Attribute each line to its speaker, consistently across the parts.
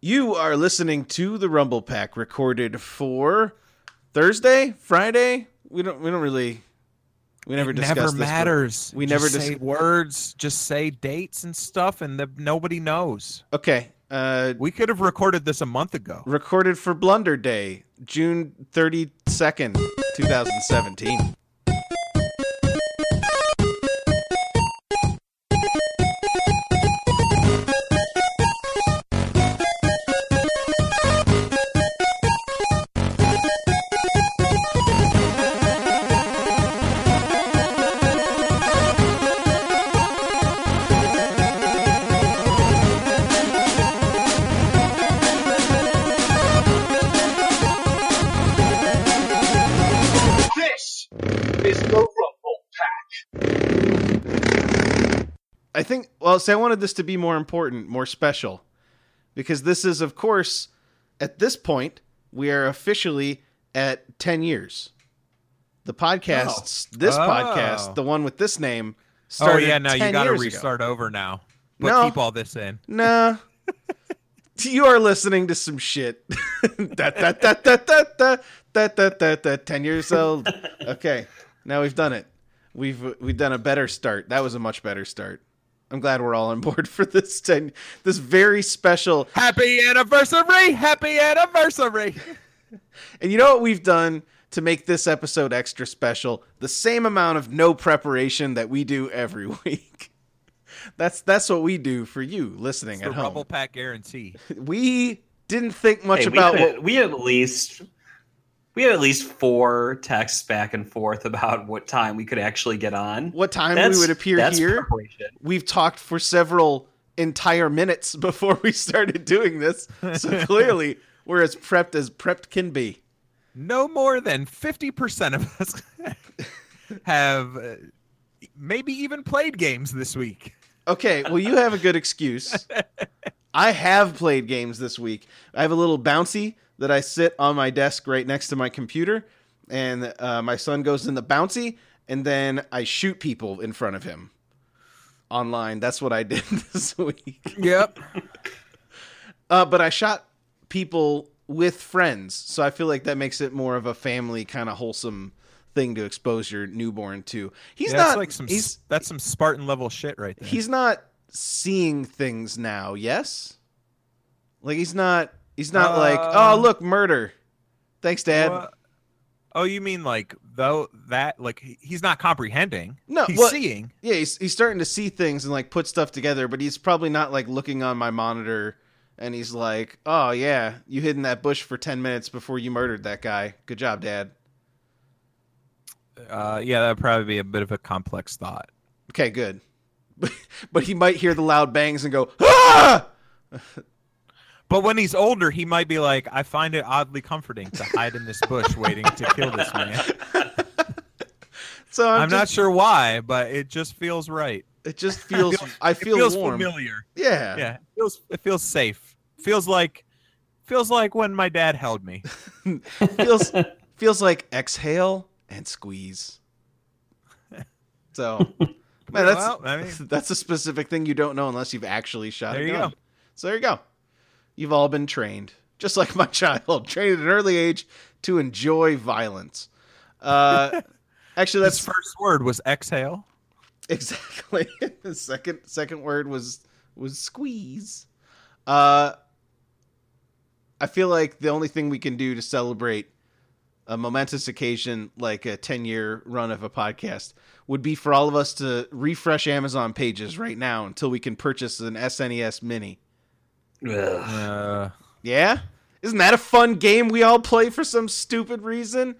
Speaker 1: You are listening to the Rumble Pack recorded for Thursday, Friday. We don't we don't really we never
Speaker 2: it
Speaker 1: discuss
Speaker 2: never
Speaker 1: this, but
Speaker 2: matters.
Speaker 1: we
Speaker 2: Just
Speaker 1: never dis-
Speaker 2: say words. Just say dates and stuff, and the, nobody knows.
Speaker 1: Okay. Uh
Speaker 2: We could have recorded this a month ago.
Speaker 1: recorded for Blunder Day, June 32nd, 2017.
Speaker 3: This is the Rumble Pack.
Speaker 1: I think well, see I wanted this to be more important, more special. Because this is of course at this point we are officially at 10 years. The podcasts, this
Speaker 2: Oh.
Speaker 1: podcast, the one with this name
Speaker 2: Oh
Speaker 1: started
Speaker 2: yeah, no, you
Speaker 1: 10
Speaker 2: got to
Speaker 1: years ago.
Speaker 2: restart over now. But
Speaker 1: No.
Speaker 2: keep all this in.
Speaker 1: Nah. you are listening to some shit. da, da, da, da, da, da, da, da, da, da, 10 years old. Okay. Now we've done it. We've we've done a better start. That was a much better start. I'm glad we're all on board for this 10 this very special.
Speaker 2: Happy anniversary! Happy anniversary!
Speaker 1: And you know what we've done to make this episode extra special? The same amount of no preparation that we do every week. That's that's what we do for you listening
Speaker 2: the
Speaker 1: at home.
Speaker 2: Rumble Pack guarantee.
Speaker 1: We didn't think much
Speaker 4: Hey, we,
Speaker 1: about
Speaker 4: could-
Speaker 1: what
Speaker 4: we had at least we had at least four texts back and forth about what time we could actually get on.
Speaker 1: what time
Speaker 4: That's-
Speaker 1: we would appear
Speaker 4: that's
Speaker 1: here.
Speaker 4: preparation.
Speaker 1: We've talked for several entire minutes before we started doing this. So clearly, we're as prepped as prepped can be.
Speaker 2: No more than fifty percent of us have uh, maybe even played games this week.
Speaker 1: Okay, well, you have a good excuse. I have played games this week. I have a little bouncy that I sit on my desk right next to my computer, and uh, my son goes in the bouncy, and then I shoot people in front of him online. That's what I did this week.
Speaker 2: Yep.
Speaker 1: Uh, but I shot people with friends, so I feel like that makes it more of a family kind of wholesome thing to expose your newborn to. He's
Speaker 2: that's
Speaker 1: not
Speaker 2: like some. s-
Speaker 1: he's
Speaker 2: that's some Spartan level shit right there.
Speaker 1: he's not seeing things now. Yes, like he's not he's not like
Speaker 2: Uh,
Speaker 1: oh look murder. Thanks, Dad.
Speaker 2: What? Oh, you mean like though that like he- he's not comprehending?
Speaker 1: No,
Speaker 2: he's
Speaker 1: well-
Speaker 2: seeing.
Speaker 1: Yeah, he's he's starting to see things and like put stuff together, but he's probably not like looking on my monitor. And he's like, "Oh yeah, you hid in that bush for ten minutes before you murdered that guy. Good job, Dad."
Speaker 2: Uh, yeah, that'd probably be a bit of a complex thought.
Speaker 1: Okay, good. but he might hear the loud bangs and go, ah!
Speaker 2: But when he's older, he might be like, I find it oddly comforting to hide in this bush waiting to kill this man.
Speaker 1: So
Speaker 2: I'm,
Speaker 1: I'm,
Speaker 2: not
Speaker 1: just,
Speaker 2: sure why, but it just feels right.
Speaker 1: It just feels. I feel
Speaker 2: it feels
Speaker 1: warm.
Speaker 2: familiar.
Speaker 1: Yeah.
Speaker 2: Yeah, it feels it feels safe. Feels like feels like when my dad held me.
Speaker 1: Feels feels like exhale and squeeze. So, man, that's
Speaker 2: Well, I mean,
Speaker 1: that's a specific thing you don't know unless you've actually shot
Speaker 2: There
Speaker 1: a
Speaker 2: you
Speaker 1: gun.
Speaker 2: go.
Speaker 1: So there you go. You've all been trained, just like my child, trained at an early age to enjoy violence. Uh, actually,
Speaker 2: his
Speaker 1: that's
Speaker 2: first word was exhale.
Speaker 1: Exactly. the second second word was was squeeze. Uh I feel like the only thing we can do to celebrate a momentous occasion like a 10 year run of a podcast would be for all of us to refresh Amazon pages right now until we can purchase an SNES mini.
Speaker 4: Ugh.
Speaker 2: Uh,
Speaker 1: Yeah? Isn't that a fun game we all play for some stupid reason?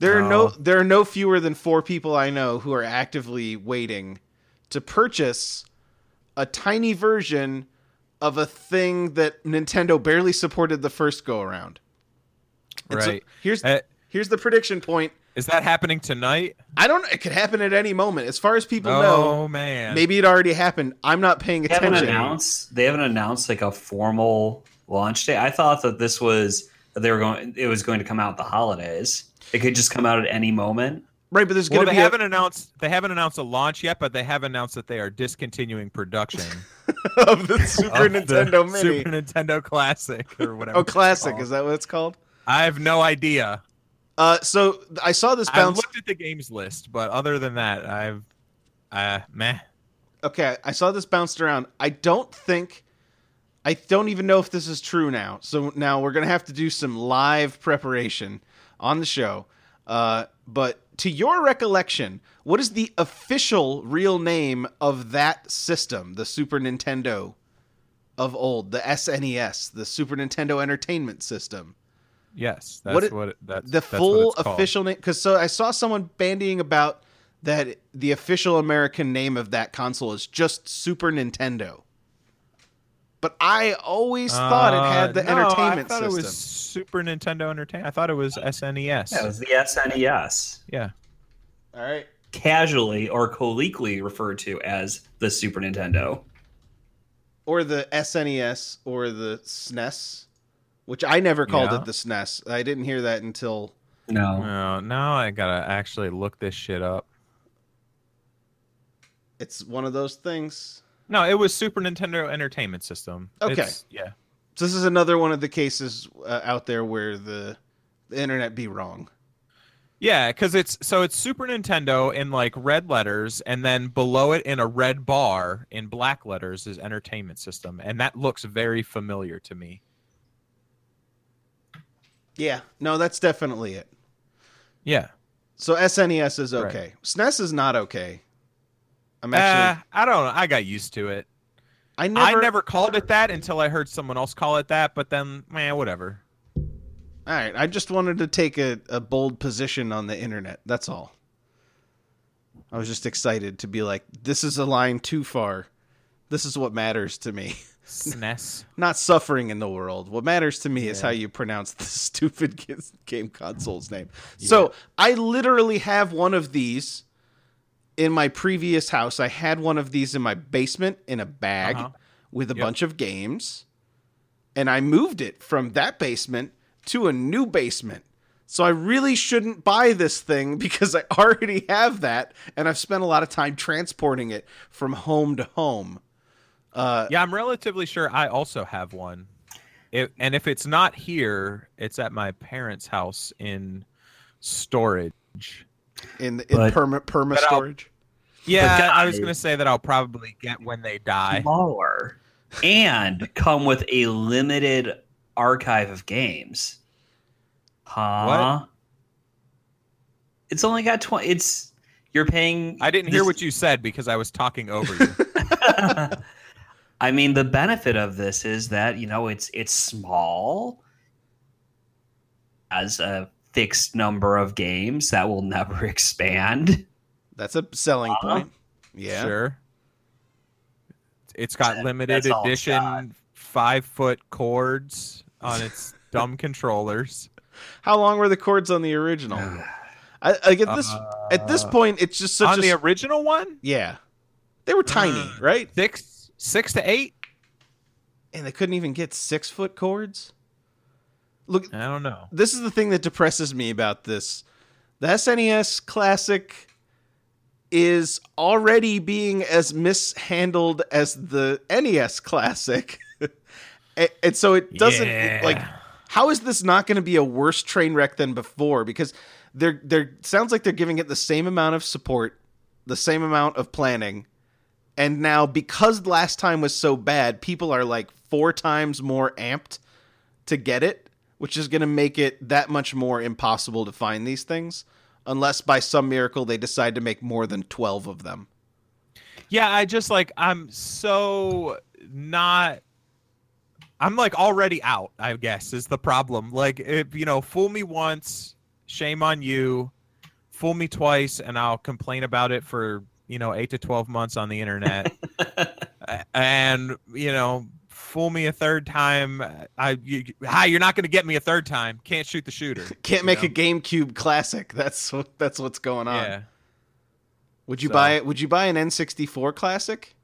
Speaker 1: There are no
Speaker 2: Oh.
Speaker 1: there are no fewer than 4 people I know who are actively waiting to purchase a tiny version of a thing that Nintendo barely supported the first go around. And so
Speaker 2: right.
Speaker 1: here's
Speaker 2: Uh,
Speaker 1: here's the prediction point.
Speaker 2: is that happening tonight?
Speaker 1: I don't it could happen at any moment. As far as people
Speaker 2: Oh man.
Speaker 1: know, maybe it already happened. I'm not paying
Speaker 4: They haven't
Speaker 1: attention.
Speaker 4: announced. They haven't announced like a formal launch date. I thought that this was that they were going. It was going to come out the holidays. It could just come out at any moment.
Speaker 1: Right, but there's
Speaker 2: Well,
Speaker 1: going to
Speaker 2: they
Speaker 1: be a-
Speaker 2: haven't announced they haven't announced a launch yet, but they have announced that they are discontinuing production
Speaker 1: of the Super
Speaker 2: of the
Speaker 1: Nintendo Mini.
Speaker 2: Super Nintendo Classic or whatever.
Speaker 1: oh,
Speaker 2: it's
Speaker 1: classic.
Speaker 2: called.
Speaker 1: Is that what it's called?
Speaker 2: I have no idea.
Speaker 1: Uh, so th- I saw this
Speaker 2: I
Speaker 1: bounce.
Speaker 2: looked at the games list, but other than that, I've uh meh.
Speaker 1: okay, I saw this bounced around. I don't think, I don't even know if this is true now. So now we're gonna have to do some live preparation on the show. Uh, but to your recollection, what is the official real name of that system, the Super Nintendo of old, the SNES, the Super Nintendo Entertainment System?
Speaker 2: Yes, that's
Speaker 1: What
Speaker 2: what,
Speaker 1: it-
Speaker 2: it, that's
Speaker 1: the
Speaker 2: that's what
Speaker 1: full
Speaker 2: it's called.
Speaker 1: official name because so i saw someone bandying about that the official american name of that console is just super nintendo but i always thought it had the
Speaker 2: Uh, no,
Speaker 1: entertainment
Speaker 2: I thought
Speaker 1: system
Speaker 2: it was Super Nintendo Entertainment. I thought it was SNES.
Speaker 4: That was the E SNES,
Speaker 2: yeah.
Speaker 1: all right
Speaker 4: casually or colloquially referred to as the Super Nintendo.
Speaker 1: or the snes or the snes which i never called
Speaker 2: Yeah.
Speaker 1: it the snes i didn't hear that until
Speaker 4: No,
Speaker 2: Oh, now I gotta actually look this shit up.
Speaker 1: it's one of those things
Speaker 2: No, it was Super Nintendo Entertainment System.
Speaker 1: Okay.
Speaker 2: It's- yeah.
Speaker 1: so this is another one of the cases uh, out there where the, the internet be wrong
Speaker 2: Yeah, because it's so it's Super Nintendo in like red letters, and then below it in a red bar in black letters is Entertainment System, and that looks very familiar to me.
Speaker 1: yeah no that's definitely it
Speaker 2: Yeah.
Speaker 1: So SNES is
Speaker 2: Right.
Speaker 1: okay. SNES is not okay. I'm
Speaker 2: Uh,
Speaker 1: actually.
Speaker 2: I don't know. I got used to it.
Speaker 1: I never.
Speaker 2: I never called it that until I heard someone else call it that, but then, man, whatever.
Speaker 1: All right. I just wanted to take a, a bold position on the internet. That's all. I was just excited to be like, this is a line too far. This is what matters to me.
Speaker 2: SNES.
Speaker 1: Not suffering in the world. What matters to me is how you pronounce the stupid g- game console's name. So I literally have one of these in my previous house. I had one of these in my basement in a bag
Speaker 2: Uh-huh.
Speaker 1: with a
Speaker 2: Yep.
Speaker 1: bunch of games, and I moved it from that basement to a new basement. So I really shouldn't buy this thing because I already have that, and I've spent a lot of time transporting it from home to home. Uh,
Speaker 2: yeah, I'm relatively sure I also have one. It, and if it's not here, it's at my parents' house in storage.
Speaker 1: in the, in
Speaker 4: But-
Speaker 1: perma perma
Speaker 2: But I'll-
Speaker 1: storage.
Speaker 2: Yeah,
Speaker 4: But
Speaker 2: I was
Speaker 4: guys-
Speaker 2: gonna say that I'll probably get when they die.
Speaker 4: smaller, and come with a limited archive of games. Huh? It's only got twenty. It's you're paying.
Speaker 2: I didn't hear
Speaker 4: this-
Speaker 2: what you said because I was talking over you.
Speaker 4: I mean, the benefit of this is that you know it's it's small, as a fixed number of games that will never expand.
Speaker 1: That's a selling
Speaker 4: Uh-huh.
Speaker 1: point. Yeah.
Speaker 2: Sure. It's got
Speaker 4: That-
Speaker 2: limited
Speaker 4: that's all it's
Speaker 2: edition five foot cords on its dumb controllers.
Speaker 1: How long were the chords on the original? I, I get this
Speaker 2: Uh,
Speaker 1: at this point. It's just such
Speaker 2: on
Speaker 1: a
Speaker 2: the original one,
Speaker 1: yeah. They were tiny,
Speaker 2: Mm.
Speaker 1: right?
Speaker 2: six six to eight.
Speaker 1: And they couldn't even get six foot chords. Look,
Speaker 2: I don't know.
Speaker 1: this is the thing that depresses me about this. The SNES Classic is already being as mishandled as the NES Classic. and, and so it doesn't
Speaker 2: Yeah.
Speaker 1: like how is this not going to be a worse train wreck than before because they're they're sounds like they're giving it the same amount of support, the same amount of planning. And now because last time was so bad, people are like four times more amped to get it, which is going to make it that much more impossible to find these things, unless by some miracle they decide to make more than 12 of them.
Speaker 2: Yeah, I just like I'm so not I'm like already out, I guess, is the problem. Like if you know, fool me once, shame on you. Fool me twice and I'll complain about it for, you know, 8 to 12 months on the internet. A- and, you know, fool me a third time, I you, hi, you're not going to get me a third time. Can't shoot the shooter.
Speaker 1: Can't
Speaker 2: you
Speaker 1: make
Speaker 2: know?
Speaker 1: a GameCube classic. That's what, that's what's going on.
Speaker 2: Yeah.
Speaker 1: Would you
Speaker 2: So-
Speaker 1: buy it? Would you buy an N64 classic?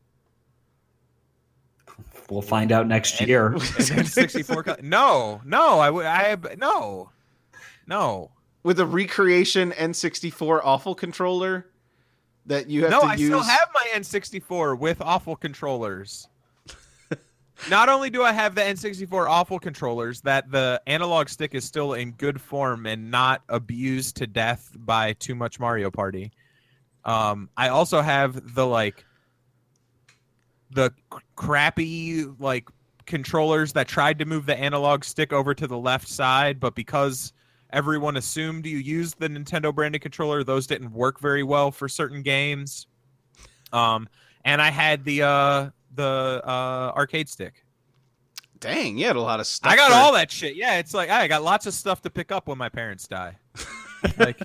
Speaker 4: We'll find out next year.
Speaker 2: And then 64 co- No, no, I would I no. No.
Speaker 1: with a recreation N64 awful controller that you have
Speaker 2: no,
Speaker 1: to
Speaker 2: I
Speaker 1: use.
Speaker 2: still have my N64 with awful controllers. Not only do I have the N64 awful controllers, that the analog stick is still in good form and not abused to death by too much Mario Party. Um, I also have the like the c- crappy like controllers that tried to move the analog stick over to the left side, but because everyone assumed you used the Nintendo branded controller. Those didn't work very well for certain games. Um, and I had the uh, the uh, arcade stick.
Speaker 1: Dang, you had a lot of stuff.
Speaker 2: I got
Speaker 1: for-
Speaker 2: all that shit. Yeah, it's like I got lots of stuff to pick up when my parents die. like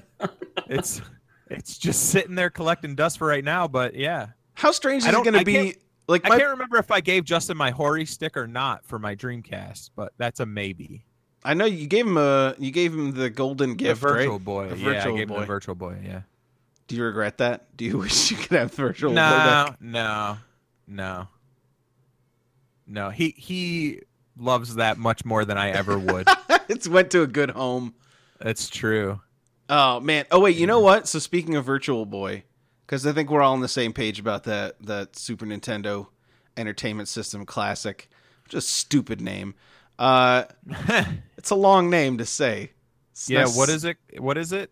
Speaker 2: it's it's just sitting there collecting dust for right now. But yeah,
Speaker 1: How strange
Speaker 2: I
Speaker 1: is it
Speaker 2: don't-
Speaker 1: going to
Speaker 2: I
Speaker 1: be?
Speaker 2: can't-
Speaker 1: Like
Speaker 2: I
Speaker 1: my,
Speaker 2: can't remember if I gave Justin my Hori stick or not for my Dreamcast, but that's a maybe.
Speaker 1: I know you gave him a, you gave him the golden
Speaker 2: The
Speaker 1: gift,
Speaker 2: Virtual
Speaker 1: right?
Speaker 2: Boy.
Speaker 1: The
Speaker 2: yeah,
Speaker 1: Virtual
Speaker 2: I gave him
Speaker 1: Boy.
Speaker 2: the Virtual Boy. Yeah.
Speaker 1: Do you regret that? Do you wish you could have virtual? Boy back?
Speaker 2: No, no, no, no. He he loves that much more than I ever would.
Speaker 1: it's went to a good home.
Speaker 2: That's true.
Speaker 1: Oh man. Oh wait, you know what? So speaking of Virtual Boy, because I think we're all on the same page about that that Super Nintendo Entertainment System classic. Just stupid name. Uh, it's a long name to say. It's
Speaker 2: yeah.
Speaker 1: not-
Speaker 2: What is it? What is it?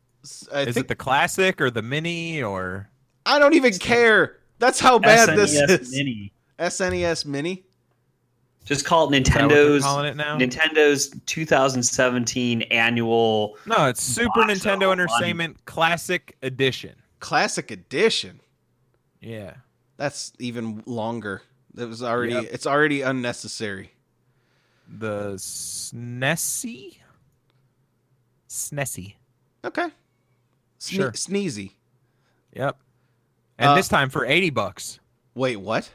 Speaker 1: I
Speaker 2: Is
Speaker 1: think
Speaker 2: it the classic or the mini or?
Speaker 1: I don't even care. That's how bad this
Speaker 4: SNES
Speaker 1: is.
Speaker 4: E Mini.
Speaker 1: SNES Mini.
Speaker 4: Just call it
Speaker 2: Is that what they're
Speaker 4: Nintendo's
Speaker 2: calling it now?
Speaker 4: Nintendo's 2017 annual.
Speaker 2: no, it's Super
Speaker 4: Box
Speaker 2: Nintendo
Speaker 4: of
Speaker 2: Entertainment Classic Edition.
Speaker 1: Classic Edition.
Speaker 2: Yeah.
Speaker 1: That's even longer. That was already.
Speaker 2: Yep.
Speaker 1: It's already unnecessary.
Speaker 2: The E SNESy. SNESy.
Speaker 1: Okay. Sne-
Speaker 2: Sure.
Speaker 1: Sneezy.
Speaker 2: Yep. And
Speaker 1: Uh,
Speaker 2: this time for eighty bucks.
Speaker 1: Wait, what?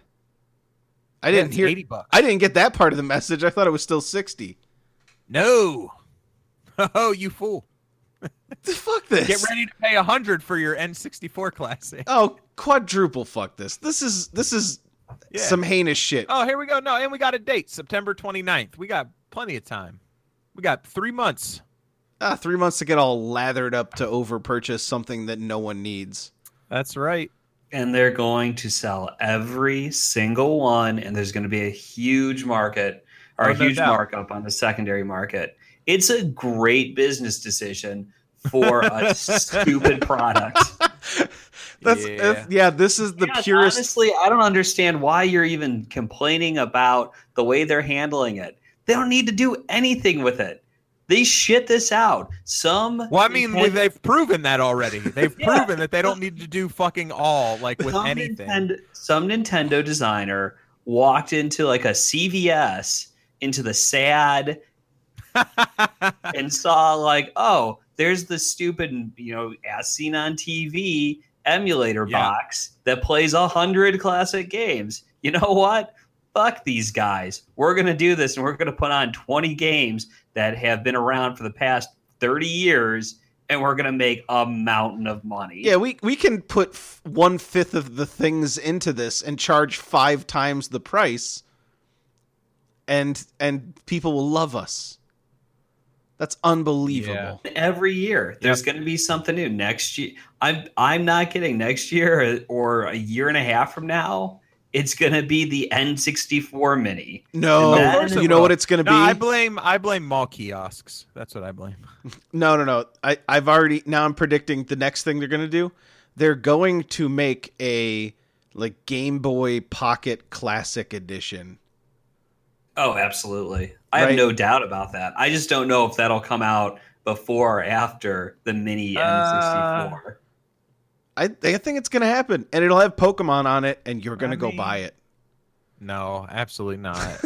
Speaker 1: I
Speaker 2: Yeah,
Speaker 1: didn't
Speaker 2: it's
Speaker 1: hear.
Speaker 2: eighty bucks.
Speaker 1: I didn't get that part of the message. I thought it was still 60.
Speaker 2: No. Oh, you fool.
Speaker 1: Fuck this.
Speaker 2: Get ready to pay a hundred for your N64 classic.
Speaker 1: Oh, quadruple fuck this. This is this is
Speaker 2: Yeah.
Speaker 1: some heinous shit.
Speaker 2: Oh, here we go. No, and we got a date, September 29th. We got plenty of time. We got three months.
Speaker 1: Ah, 3 months to get all lathered up to overpurchase something that no one needs.
Speaker 2: That's right.
Speaker 4: And they're going to sell every single one, and there's going to be a huge market or a
Speaker 2: Oh, no
Speaker 4: huge
Speaker 2: doubt.
Speaker 4: markup on the secondary market. It's a great business decision for a stupid product.
Speaker 1: That's
Speaker 2: Yeah.
Speaker 1: that's- yeah, this is the
Speaker 4: Yeah,
Speaker 1: purest
Speaker 4: Honestly, I don't understand why you're even complaining about the way they're handling it. They don't need to do anything with it. They shit this out. Some
Speaker 2: Well, I mean,
Speaker 4: Nintendo-
Speaker 2: they've proven that already. They've
Speaker 4: Yeah.
Speaker 2: proven that they don't need to do fucking all like with
Speaker 4: some
Speaker 2: anything.
Speaker 4: Nintendo, some Nintendo designer walked into like a CVS into the sad and saw like, oh, there's the stupid, you know, as seen on TV emulator
Speaker 2: Yeah.
Speaker 4: box that plays a hundred classic games. You know what? Fuck these guys. We're gonna do this, and we're gonna put on twenty games that have been around for the past thirty years, and we're gonna make a mountain of money.
Speaker 1: Yeah, we we can put f- one fifth of the things into this and charge five times the price, and and people will love us. That's unbelievable.
Speaker 4: every year there's going to be something new next year i'm i'm not kidding next year or a year and a half from now it's going to be the n64 mini
Speaker 1: No,
Speaker 4: Of course it
Speaker 1: you know
Speaker 2: will.
Speaker 1: what it's going to
Speaker 2: no, I
Speaker 1: be?
Speaker 2: blame I blame mall kiosks. That's what I blame.
Speaker 1: no, no, no. I I've already now. I'm predicting the next thing they're going to do. They're going to make a like Game Boy Pocket Classic Edition.
Speaker 4: oh absolutely i
Speaker 1: Right.
Speaker 4: have no doubt about that i just don't know if that'll come out before or after the
Speaker 1: Uh,
Speaker 4: mini n64
Speaker 1: I I think it's going to happen, and it'll have Pokemon on it, and you're going
Speaker 2: I
Speaker 1: to go
Speaker 2: mean-
Speaker 1: buy it.
Speaker 2: No, absolutely not.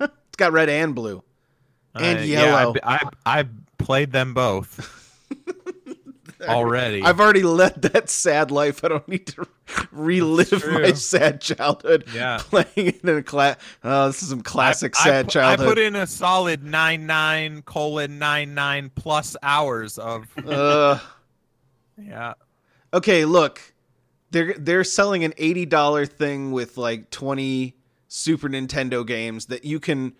Speaker 1: It's got red and blue. And
Speaker 2: I-
Speaker 1: yellow.
Speaker 2: Yeah, I, I I played them both already.
Speaker 1: I've already led that sad life. I don't need to relive
Speaker 2: true.
Speaker 1: my sad childhood
Speaker 2: yeah.
Speaker 1: playing it in a class. Oh, this is some classic
Speaker 2: I- I
Speaker 1: sad
Speaker 2: pu-
Speaker 1: childhood.
Speaker 2: I put in a solid nine nine colon nine nine plus hours of
Speaker 1: Ugh.
Speaker 2: yeah.
Speaker 1: okay, look, they're they're selling an eighty dollar thing with like twenty Super Nintendo games that you can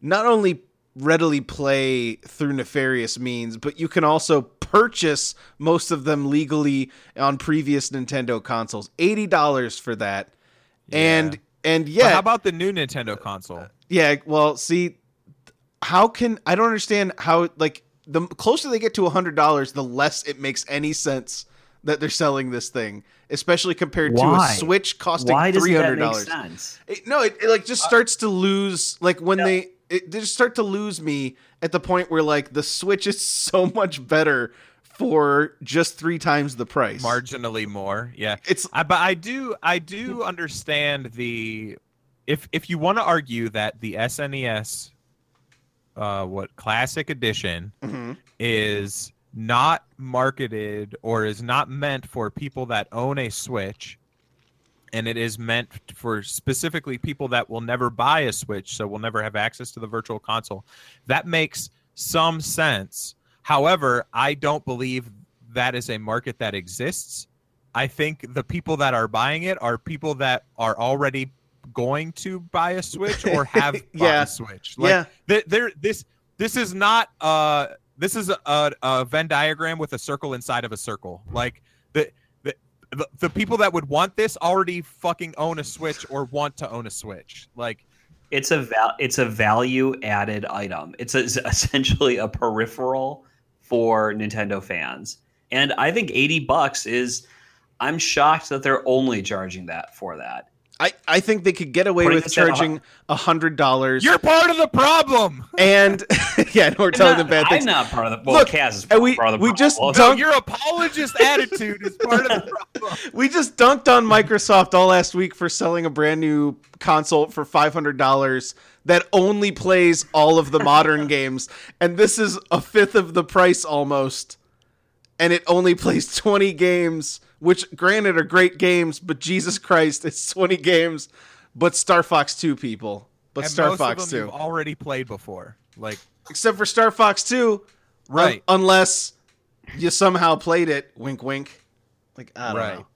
Speaker 1: not only readily play through nefarious means, but you can also purchase most of them legally on previous Nintendo consoles. Eighty dollars for that, and and
Speaker 2: But
Speaker 1: yeah,
Speaker 2: how about the new Nintendo console?
Speaker 1: yeah. Well, see, how can I don't understand how like the closer they get to hundred dollars, the less it makes any sense that they're selling this thing, especially compared to
Speaker 4: Why?
Speaker 1: a Switch costing
Speaker 4: Why does
Speaker 1: three
Speaker 4: that
Speaker 1: hundred
Speaker 4: make
Speaker 1: dollars.
Speaker 4: sense?
Speaker 1: It, no, it, it like just starts to lose like when
Speaker 4: Yeah.
Speaker 1: they it, they just start to lose me at the point where like the Switch is so much better for just three times the price.
Speaker 2: Marginally more, yeah.
Speaker 1: It's
Speaker 2: I, but I do I do understand the if if you want to argue that the SNES uh what classic edition
Speaker 1: mhm.
Speaker 2: is not marketed or is not meant for people that own a Switch and it is meant for specifically people that will never buy a Switch so will never have access to the virtual console that makes some sense however I don't believe that is a market that exists I think the people that are buying it are people that are already going to buy a Switch or have bought
Speaker 1: Yeah.
Speaker 2: a Switch.
Speaker 1: Yeah.
Speaker 2: th- there this this is not uh this is a, a Venn diagram with a circle inside of a circle. Like the, the the the people that would want this already fucking own a Switch or want to own a Switch. Like
Speaker 4: It's a val- it's a value added item. It's, a, it's essentially a peripheral for Nintendo fans, and I think eighty bucks is. I'm shocked that they're only charging that for that.
Speaker 1: I I think they could get away
Speaker 4: Putting
Speaker 1: with
Speaker 4: this at a hu-
Speaker 1: charging a hundred dollars
Speaker 2: you're part of the problem.
Speaker 1: and yeah, no, we're telling them bad
Speaker 4: I'm
Speaker 1: things.
Speaker 4: not part of the. Well,
Speaker 1: Look,
Speaker 4: Kaz is
Speaker 1: and we-
Speaker 4: part of the
Speaker 1: we just
Speaker 4: problem.
Speaker 2: No,
Speaker 1: Dunk-
Speaker 2: your apologist attitude is part of the problem.
Speaker 1: We just dunked on Microsoft all last week for selling a brand new console for five hundred dollars that only plays all of the modern games, and this is a fifth of the price almost, and it only plays twenty games, which granted are great games, but Jesus Christ, it's twenty games, but Star Fox Two people, but
Speaker 2: And
Speaker 1: Star
Speaker 2: most
Speaker 1: Fox
Speaker 2: of them
Speaker 1: Two,
Speaker 2: you've already played before. Like
Speaker 1: except for Star Fox Two, un-
Speaker 2: Right.
Speaker 1: unless you somehow played it, wink, wink. Like I don't
Speaker 2: Right.
Speaker 1: know.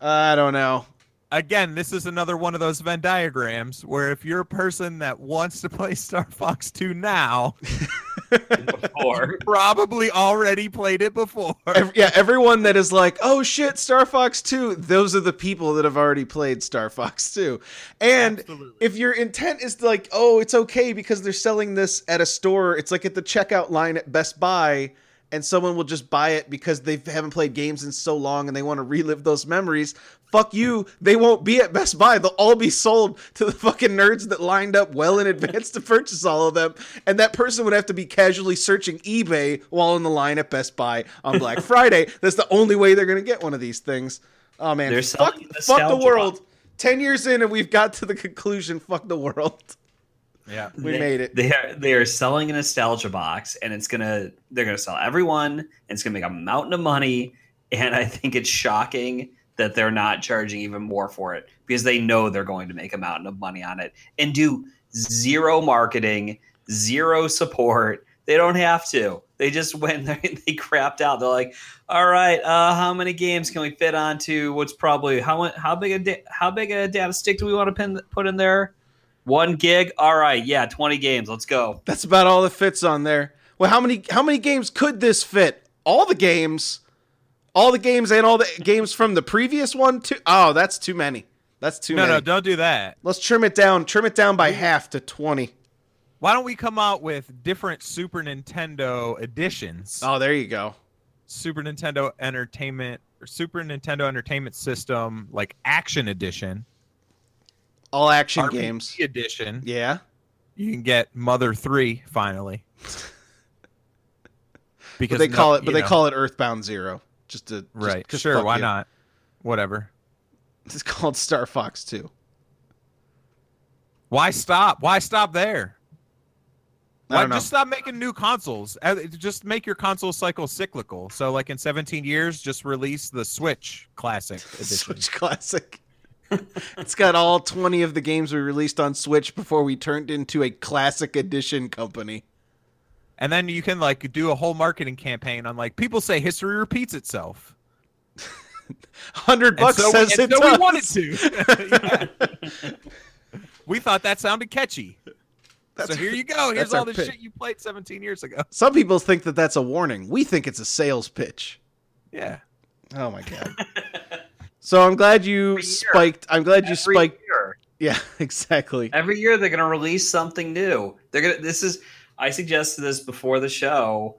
Speaker 1: I don't know.
Speaker 2: again, this is another one of those Venn diagrams where if you're a person that wants to play Star Fox 2 now,
Speaker 4: before.
Speaker 2: probably already played it before.
Speaker 1: Ev- yeah, everyone that is like, oh shit, Star Fox 2, those are the people that have already played Star Fox 2. And
Speaker 2: Absolutely.
Speaker 1: if your intent is to like, oh, it's okay because they're selling this at a store, it's like at the checkout line at Best Buy, and someone will just buy it because they haven't played games in so long and they want to relive those memories. Fuck you. They won't be at Best Buy. They'll all be sold to the fucking nerds that lined up well in advance to purchase all of them. And that person would have to be casually searching eBay while in the line at Best Buy on Black Friday. That's the only way they're going to get one of these things. Oh, man.
Speaker 4: They're
Speaker 1: fuck,
Speaker 4: selling
Speaker 1: fuck the
Speaker 4: nostalgia.
Speaker 1: world. 10 years in and we've got to the conclusion fuck the world
Speaker 2: Yeah.
Speaker 1: we
Speaker 4: They-
Speaker 1: made it
Speaker 4: They are they are selling a nostalgia box, and it's gonna they're gonna sell everyone, and it's gonna make a mountain of money. And I think it's shocking that they're not charging even more for it because they know they're going to make a mountain of money on it and do zero marketing, zero support. They don't have to. They just went there and they crapped out. They're like, "All right, uh, how many games can we fit onto what's probably how mu- how big a da- how big a data stick do we want to pin, put in there? One gig. All right, yeah, twenty games. Let's go.
Speaker 1: that's about all that fits on there well how many how many games could this fit all the games all the games and all the games from the previous one too oh that's too many that's too
Speaker 2: No,
Speaker 1: many
Speaker 2: no, don't do that.
Speaker 1: let's trim it down trim it down by half to 20
Speaker 2: Why don't we come out with different Super Nintendo editions?
Speaker 1: oh there you go
Speaker 2: Super Nintendo Entertainment or Super Nintendo Entertainment System, like Action Edition,
Speaker 1: all action
Speaker 2: RPG
Speaker 1: games
Speaker 2: Edition.
Speaker 1: yeah
Speaker 2: You can get Mother 3 finally.
Speaker 1: but
Speaker 2: Because
Speaker 1: they
Speaker 2: no-
Speaker 1: call it but
Speaker 2: you
Speaker 1: they
Speaker 2: know.
Speaker 1: call it earthbound zero just to just-
Speaker 2: Right.
Speaker 1: just
Speaker 2: sure.
Speaker 1: fuck
Speaker 2: Why
Speaker 1: you.
Speaker 2: not? Whatever.
Speaker 1: it's called star fox 2
Speaker 2: Why stop? Why stop there?
Speaker 1: I
Speaker 2: Why
Speaker 1: don't know.
Speaker 2: just stop making new consoles? Uh, Just make your console cycle cyclical. So, like in 17 years, just release the Switch Classic Edition.
Speaker 1: Switch Classic. it's got all 20 of the games we released on Switch before we turned into a classic edition company.
Speaker 2: and then you can like do a whole marketing campaign on like people say history repeats itself.
Speaker 1: 100
Speaker 2: And
Speaker 1: bucks
Speaker 2: so, we,
Speaker 1: says
Speaker 2: and
Speaker 1: it
Speaker 2: so
Speaker 1: does.
Speaker 2: we wanted to. Yeah. we thought that sounded catchy. so here you go.
Speaker 1: that's
Speaker 2: Here's
Speaker 1: our
Speaker 2: all the
Speaker 1: pitch.
Speaker 2: shit you played 17 years ago.
Speaker 1: Some people think that that's a warning. We think it's a sales pitch.
Speaker 2: Yeah.
Speaker 1: Oh my god. so I'm glad you
Speaker 4: Every year.
Speaker 1: spiked. I'm glad you
Speaker 4: Every
Speaker 1: spiked.
Speaker 4: year.
Speaker 1: Yeah, exactly.
Speaker 4: Every year they're going to release something new. They're going to this is I suggested this before the show.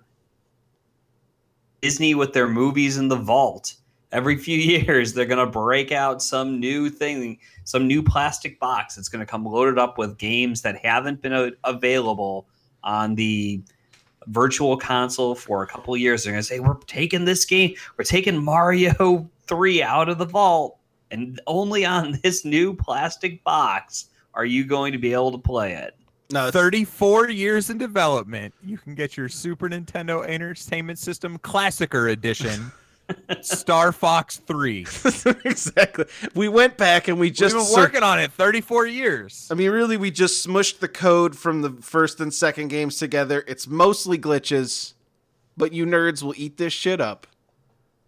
Speaker 4: Disney with their movies in the vault. Every few years they're going to break out some new thing, some new plastic box that's going to come loaded up with games that haven't been a- available on the virtual console for a couple of years. They're going to say we're taking this game, we're taking Mario 3 out of the vault and only on this new plastic box are you going to be able to play it?
Speaker 1: No, it's-
Speaker 2: 34 years in development. You can get your Super Nintendo Entertainment System Classicer Edition, Star Fox 3.
Speaker 1: exactly. We went back and we just
Speaker 2: We've been
Speaker 1: sur-
Speaker 2: working on it 34 years.
Speaker 1: I mean, really, we just smushed the code from the first and second games together. It's mostly glitches, but you nerds will eat this shit up.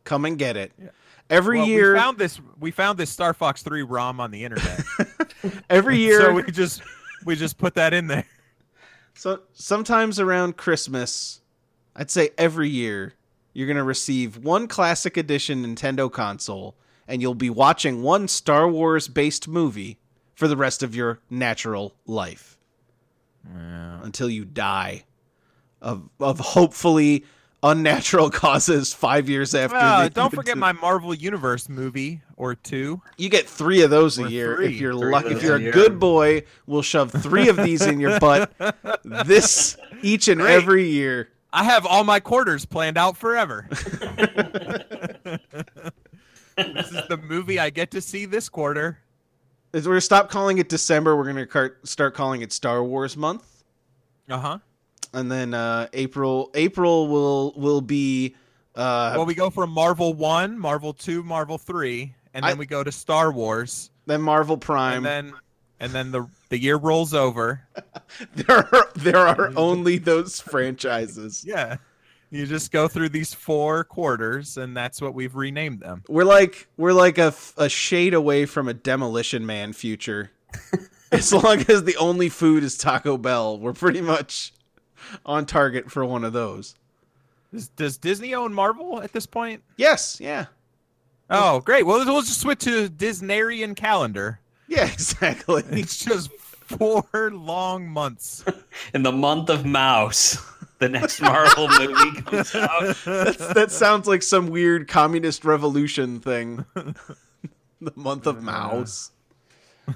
Speaker 1: Come and get it.
Speaker 2: Yeah.
Speaker 1: Every
Speaker 2: Well,
Speaker 1: year,
Speaker 2: we found this. We found this Star Fox 3 ROM on the internet.
Speaker 1: every year,
Speaker 2: so we just we just put that in there.
Speaker 1: So sometimes around Christmas, I'd say every year, you're going to receive one classic edition Nintendo console and you'll be watching one Star Wars based movie for the rest of your natural life until you die of of hopefully unnatural causes 5 years after.
Speaker 2: Well,
Speaker 1: the-
Speaker 2: Ah, Uh, don't forget my Marvel Universe movie or two.
Speaker 1: You get 3 of those a
Speaker 2: Or
Speaker 1: year
Speaker 2: three.
Speaker 1: if you're
Speaker 4: Three of
Speaker 1: lucky
Speaker 4: those
Speaker 1: if you're
Speaker 4: a
Speaker 1: a
Speaker 4: year.
Speaker 1: good boy, we'll shove 3 of these in your butt this each and
Speaker 2: Great.
Speaker 1: every year.
Speaker 2: I have all my quarters planned out forever. this is the movie I get to see this quarter.
Speaker 1: Is- We're gonna stop calling it December. We're gonna car- start calling it Star Wars month,
Speaker 2: Uh huh.
Speaker 1: and then uh, April April will will be uh,
Speaker 2: well, we go from Marvel One, Marvel Two, Marvel Three, and then
Speaker 1: I-
Speaker 2: we go to Star Wars,
Speaker 1: then Marvel Prime.
Speaker 2: and then and then the the year rolls over.
Speaker 1: there are there are only those franchises.
Speaker 2: Yeah, you just go through these four quarters, and that's what we've renamed them.
Speaker 1: We're like we're like a, f- a shade away from a Demolition Man future. as long as the only food is Taco Bell, we're pretty much on target for one of those.
Speaker 2: Does, does Disney own Marvel at this point?
Speaker 1: Yes, yeah,
Speaker 2: Oh, great. Well, we'll just switch to Disneynarian calendar.
Speaker 1: yeah, exactly.
Speaker 2: It's just four long months.
Speaker 4: In the month of Mouse, the next Marvel movie comes out.
Speaker 1: That's, that sounds like some weird communist revolution thing. the month of mouse.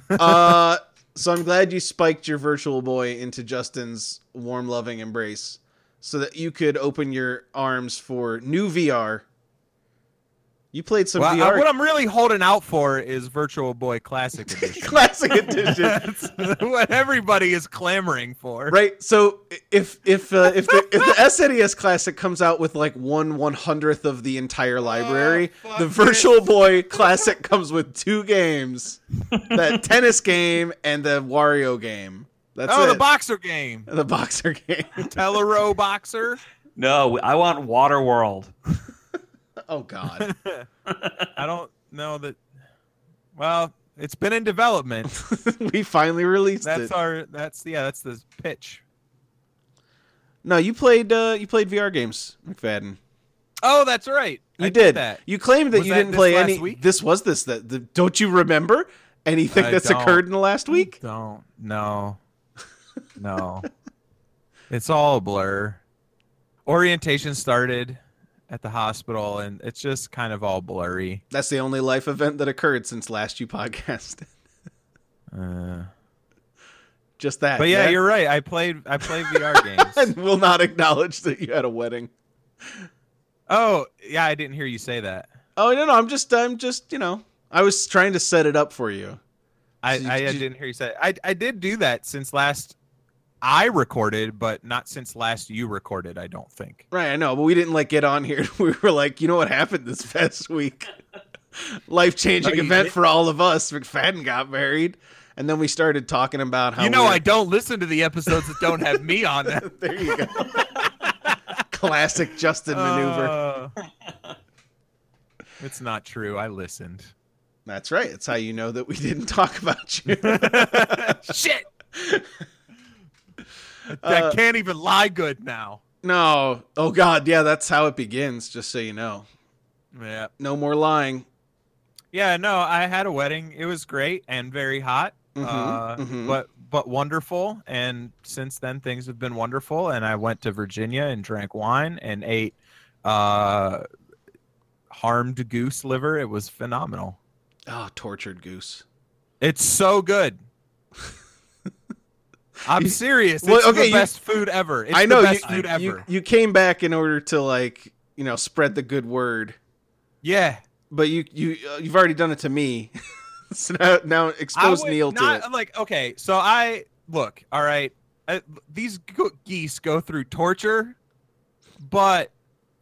Speaker 1: Uh, so I'm glad you spiked your virtual boy into Justin's warm, loving embrace so that you could open your arms for new VR. You played some
Speaker 2: Well, I-
Speaker 1: VR
Speaker 2: what I'm really holding out for is Virtual Boy Classic Edition.
Speaker 1: classic edition.
Speaker 2: That's what everybody is clamoring for.
Speaker 1: Right. So if if uh, if, the, if the SNES Classic comes out with like one one hundredth of the entire library,
Speaker 2: Oh, fuck
Speaker 1: the
Speaker 2: it.
Speaker 1: Virtual Boy Classic comes with two games: that tennis game and the Wario game. That's
Speaker 2: oh,
Speaker 1: it.
Speaker 2: the boxer game.
Speaker 1: The boxer game.
Speaker 2: Tellero boxer.
Speaker 4: No, I want Waterworld.
Speaker 1: Oh God.
Speaker 2: I don't know that. Well, it's been in development.
Speaker 1: we finally released
Speaker 2: That's
Speaker 1: it.
Speaker 2: our. That's yeah. That's the pitch.
Speaker 1: no, you played uh, you played VR games, McFadden.
Speaker 2: Oh, that's right.
Speaker 1: You
Speaker 2: I
Speaker 1: did.
Speaker 2: that.
Speaker 1: You claimed that
Speaker 2: Was
Speaker 1: you
Speaker 2: that
Speaker 1: didn't
Speaker 2: this
Speaker 1: play
Speaker 2: last
Speaker 1: any.
Speaker 2: week?
Speaker 1: This was this that. The, don't you remember anything
Speaker 2: I
Speaker 1: that's
Speaker 2: don't.
Speaker 1: occurred in the last week?
Speaker 2: Don't. No. No. it's all a blur. Orientation started at the hospital, and it's just kind of all blurry.
Speaker 1: That's the only life event that occurred since last you podcasted.
Speaker 2: Uh,
Speaker 1: Just that.
Speaker 2: but Uh, yeah, you're right. I played. I played VR games.
Speaker 1: And will not acknowledge that you had a wedding.
Speaker 2: Oh, yeah. I didn't hear you say that.
Speaker 1: Oh no, no, I'm just, I'm just, you know, I was trying to set it up for you.
Speaker 2: I,
Speaker 1: So you-
Speaker 2: I,
Speaker 1: you-
Speaker 2: didn't hear you say. I I did do that since last I recorded, but not since last you recorded. I don't think.
Speaker 1: Right, I know, but we didn't like get on here. We were like, you know what happened this past week? Life
Speaker 4: Oh,
Speaker 1: changing
Speaker 4: you
Speaker 1: event
Speaker 4: did?
Speaker 1: for all of us. McFadden got married, and then we started talking about how
Speaker 2: you know,
Speaker 1: we were-
Speaker 2: I don't listen to the episodes that don't have me on them.
Speaker 1: there you go. Classic Justin maneuver.
Speaker 2: Uh, it's not true. I listened.
Speaker 1: That's right. It's how you know that we didn't talk about you.
Speaker 2: Shit. that
Speaker 1: Uh,
Speaker 2: can't even lie good now.
Speaker 1: No. Oh God. Yeah, that's how it begins. Just so you know,
Speaker 2: Yeah.
Speaker 1: no more lying.
Speaker 2: Yeah, no, I had a wedding. It was great and very hot,
Speaker 1: Mhm,
Speaker 2: uh,
Speaker 1: mhm.
Speaker 2: but but wonderful. And since then, things have been wonderful. And I went to Virginia and drank wine and ate uh, harmed goose liver. It was phenomenal.
Speaker 1: Oh, tortured goose.
Speaker 2: It's so good. I'm serious. It's
Speaker 1: Well, okay,
Speaker 2: the
Speaker 1: you-
Speaker 2: best food ever. It's
Speaker 1: I know
Speaker 2: the best
Speaker 1: you,
Speaker 2: food ever.
Speaker 1: you you came back in order to like you know spread the good word,
Speaker 2: yeah.
Speaker 1: but you you uh, you've already done it to me. so now, now
Speaker 2: I
Speaker 1: expose
Speaker 2: would
Speaker 1: Neil
Speaker 2: not-
Speaker 1: to it.
Speaker 2: I'm like, okay, so I look, all right. I, these go- geese go through torture, but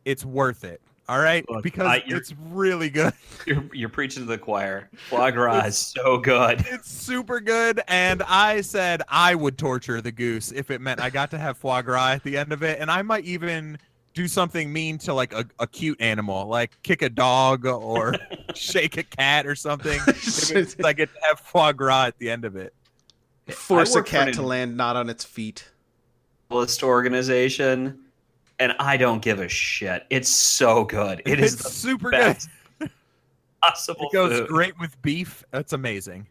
Speaker 2: it's worth it. All right,
Speaker 4: Look,
Speaker 2: because
Speaker 4: I- you're-
Speaker 2: it's really good.
Speaker 4: You're, you're preaching to the choir. Foie gras is so good.
Speaker 2: It's super good, and I said I would torture the goose if it meant I got to have foie gras at the end of it, and I might even do something mean to like a, a cute animal, like kick a dog or shake a cat or something. if it's, I get to have foie gras at the end of it.
Speaker 1: Force
Speaker 4: I
Speaker 1: a
Speaker 4: work for
Speaker 1: cat
Speaker 4: an-
Speaker 1: to land not on its feet.
Speaker 4: List organization, and I don't give a shit. It's so good. It is
Speaker 2: it's
Speaker 4: the
Speaker 2: super good.
Speaker 4: best possible
Speaker 2: It goes
Speaker 4: food.
Speaker 2: great with beef. That's amazing.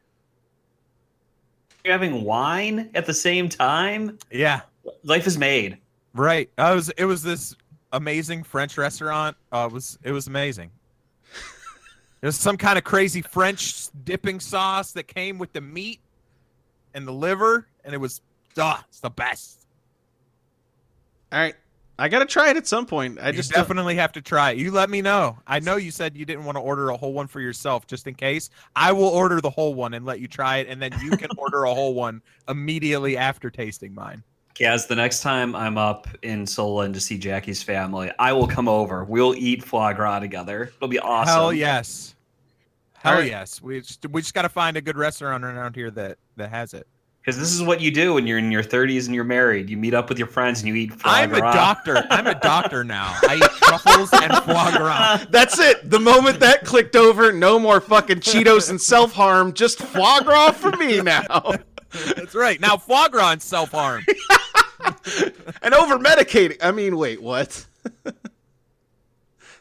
Speaker 4: You're having wine at the same time.
Speaker 2: Yeah,
Speaker 4: Life is made.
Speaker 2: right. I was. It was this amazing French restaurant. Uh, it was it was amazing. It was some kind of crazy French dipping sauce that came with the meat and the liver, and it was duh, it's the best.
Speaker 1: All right, I gotta try it at some point. I
Speaker 2: I
Speaker 1: just
Speaker 2: just
Speaker 1: don't-
Speaker 2: definitely have to try it. You let me know. I know you said you didn't want to order a whole one for yourself, just in case. I will order the whole one and let you try it, and then you can order a whole one immediately after tasting mine.
Speaker 4: Kaz, the next time I'm up in Solon to see Jackie's family, I will come over. We'll eat foie gras together. It'll be awesome.
Speaker 2: Hell yes.
Speaker 1: All
Speaker 2: Hell
Speaker 1: right.
Speaker 2: yes. We just, we just got to find a good restaurant around here that that has it.
Speaker 4: Because this is what you do when you're in your 30s and you're married. You meet up with your friends and you eat foie
Speaker 2: I'm a
Speaker 4: gras.
Speaker 2: doctor. I'm a doctor now. I eat truffles and foie gras.
Speaker 1: That's it. The moment that clicked over, no more fucking Cheetos and self harm. Just foie gras for me now,
Speaker 2: That's right. Now foie gras and self harm.
Speaker 1: and over medicating. I mean, wait, what?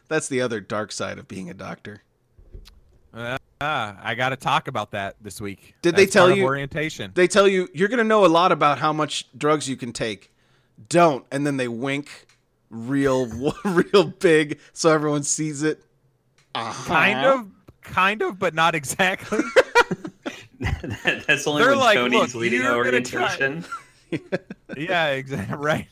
Speaker 1: That's the other dark side of being a doctor.
Speaker 2: Ah, I got to talk about that this week.
Speaker 1: Did they
Speaker 2: That's part
Speaker 1: tell
Speaker 2: of
Speaker 1: you-
Speaker 2: orientation?
Speaker 1: They tell you you're going to know a lot about how much drugs you can take. Don't, and then they wink real, real big, so everyone sees it. Uh-huh.
Speaker 2: Kind of, kind of, but not exactly.
Speaker 4: That's only
Speaker 2: They're
Speaker 4: when
Speaker 2: like, "Look,
Speaker 4: Tony's leading
Speaker 2: you're gonna try-
Speaker 4: orientation.
Speaker 2: yeah, exactly. Right.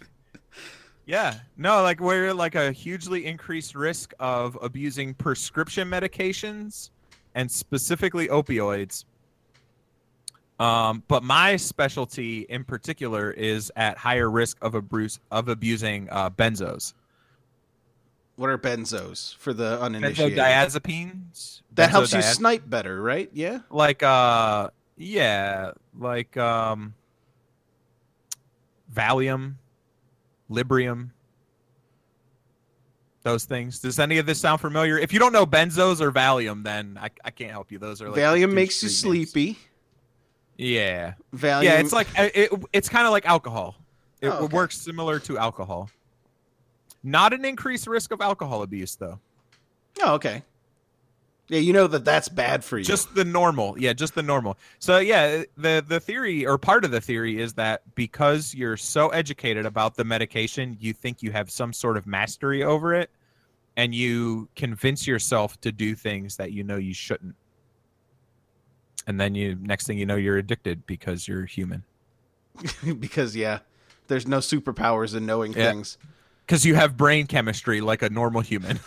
Speaker 2: Yeah. No, like we're like a hugely increased risk of abusing prescription medications and specifically opioids. Um, but my specialty in particular is at higher risk of abuse of abusing uh, benzos,
Speaker 1: What are benzos for the uninitiated?
Speaker 2: benzodiazepines.
Speaker 1: that helps you
Speaker 2: benzodiaz-
Speaker 1: snipe better, right? Yeah.
Speaker 2: like uh yeah like um valium librium those things does any of this sound familiar if you don't know benzos or valium then i, I can't help you those are like
Speaker 1: Valium
Speaker 2: two
Speaker 1: makes you
Speaker 2: street names.
Speaker 1: sleepy.
Speaker 2: yeah
Speaker 1: Valium.
Speaker 2: yeah it's like uh, it, it- it's kind of like alcohol it
Speaker 1: Oh, okay.
Speaker 2: works similar to alcohol not an increased risk of alcohol abuse though
Speaker 1: Oh, okay. Yeah, you know that that's bad for you.
Speaker 2: just the normal yeah just the normal so yeah the the theory or part of the theory is that because you're so educated about the medication you think you have some sort of mastery over it and you convince yourself to do things that you know you shouldn't and then you next thing you know you're addicted because you're human
Speaker 1: because yeah, there's no superpowers in knowing
Speaker 2: Yeah.
Speaker 1: things.
Speaker 2: because you have brain chemistry like a normal human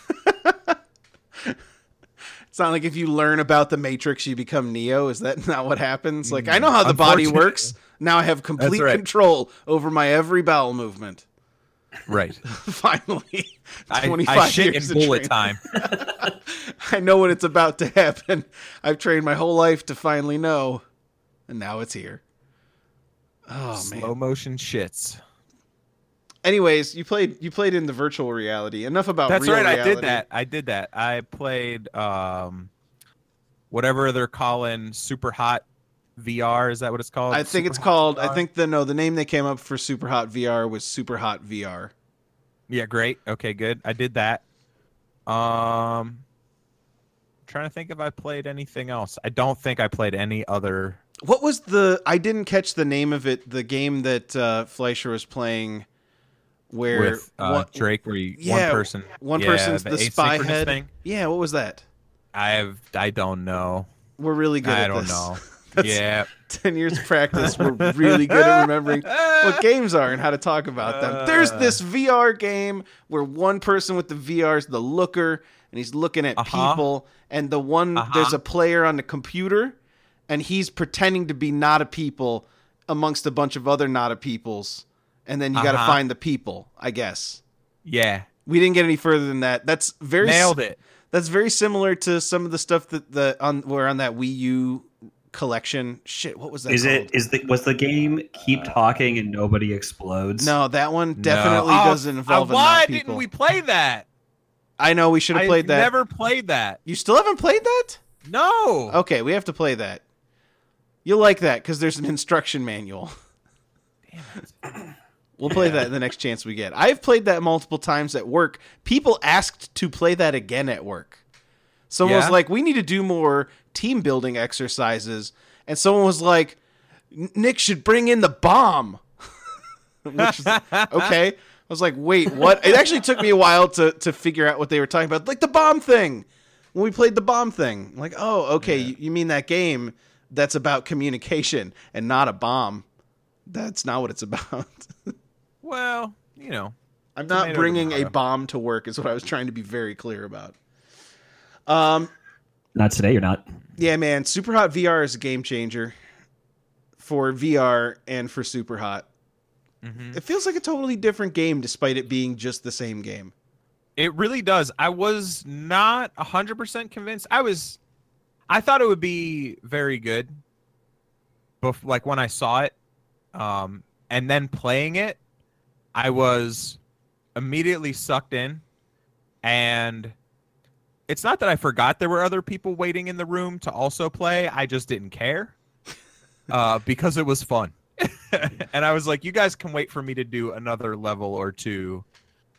Speaker 1: It's not like if you learn about the Matrix, you become Neo. Is that not what happens? Like I know how the body
Speaker 2: Unfortunately.
Speaker 1: works. Now I have complete
Speaker 2: Mm, right.
Speaker 1: control over my every bowel movement.
Speaker 2: right
Speaker 1: Finally,
Speaker 2: I,
Speaker 1: twenty
Speaker 2: I
Speaker 1: five
Speaker 2: shit
Speaker 1: years
Speaker 2: in
Speaker 1: of
Speaker 2: bullet
Speaker 1: training.
Speaker 2: time
Speaker 1: I know when it's about to happen. I've trained my whole life to finally know, and now it's here. Oh man.
Speaker 2: slow motion shits
Speaker 1: Anyways, you played you played in the virtual reality. Enough about
Speaker 2: That's
Speaker 1: real
Speaker 2: right. I did
Speaker 1: reality.
Speaker 2: that. I did that. I played um, whatever they're calling super hot VR. Is that what it's called?
Speaker 1: I think it's
Speaker 2: Superhot
Speaker 1: called. I
Speaker 2: VR?
Speaker 1: think the no, the name they came up for Super Hot VR was Super Hot VR.
Speaker 2: Yeah, great. Okay, good. I did that. Um trying to think if I played anything else. I don't think I played any other
Speaker 1: What was the? I didn't catch the name of it. The game that uh, Fleischer was playing, where
Speaker 2: with uh,
Speaker 1: one,
Speaker 2: Drake where you,
Speaker 1: Yeah,
Speaker 2: one person
Speaker 1: one
Speaker 2: yeah,
Speaker 1: person's the, spy
Speaker 2: asynchronous
Speaker 1: head.
Speaker 2: thing.
Speaker 1: Yeah, what was that?
Speaker 2: I've I don't know.
Speaker 1: We're really good.
Speaker 2: I
Speaker 1: at
Speaker 2: don't
Speaker 1: this.
Speaker 2: know.
Speaker 1: That's-
Speaker 2: yeah.
Speaker 1: Ten years practice. We're really good at remembering what games are and how to talk about them. There's
Speaker 2: Uh.
Speaker 1: this VR game where one person with the VR is the looker and he's looking at
Speaker 2: Uh-huh.
Speaker 1: people, and the one
Speaker 2: Uh-huh.
Speaker 1: there's a player on the computer and he's pretending to be not a people amongst a bunch of other not a peoples, and then you got to
Speaker 2: Uh-huh.
Speaker 1: find the people, I guess.
Speaker 2: Yeah.
Speaker 1: We didn't get any further than that. That's very s-
Speaker 2: Nailed it. Uh,
Speaker 1: that's very similar to some of the stuff that the on were on that Wii U collection. Shit, what was that?
Speaker 4: Is
Speaker 1: called?
Speaker 4: it is the was the game keep talking and nobody explodes?
Speaker 1: No, that one
Speaker 2: No.
Speaker 1: definitely
Speaker 2: Oh,
Speaker 1: doesn't involve
Speaker 2: Uh,
Speaker 1: a
Speaker 2: why
Speaker 1: lot of
Speaker 2: didn't
Speaker 1: people.
Speaker 2: we play that?
Speaker 1: I know we should have
Speaker 2: I
Speaker 1: played that.
Speaker 2: never played that.
Speaker 1: You still haven't played that?
Speaker 2: No.
Speaker 1: Okay, we have to play that. You'll like that because there's an instruction manual.
Speaker 2: Damn it.
Speaker 1: We'll play that the next chance we get. I've played that multiple times at work. People asked to play that again at work. Someone
Speaker 2: Yeah?
Speaker 1: was like, "We need to do more team building exercises," and someone was like, "N- "Nick should bring in the bomb." Which is, okay, I was like, "Wait, what?" It actually took me a while to to figure out what they were talking about, like the bomb thing. When we played the bomb thing, like, oh, okay, you, you mean that game that's about communication and not a bomb? That's not what it's about.
Speaker 2: Well, you know.
Speaker 1: I'm not
Speaker 2: Tomato,
Speaker 1: bringing a
Speaker 2: tomato.
Speaker 1: bomb to work is what I was trying to be very clear about. Um,
Speaker 4: not today. You're not.
Speaker 1: yeah, man, Super Hot VR is a game changer for VR and for Super Hot.
Speaker 2: Mhm.
Speaker 1: It feels like a totally different game despite it being just the same game.
Speaker 2: It really does. I was not 100% convinced. I was I thought it would be very good. Bef- like when I saw it um and then playing it, I was immediately sucked in and it's not that I forgot there were other people waiting in the room to also play. I just didn't care. Uh because it was fun. and I was like, you guys can wait for me to do another level or two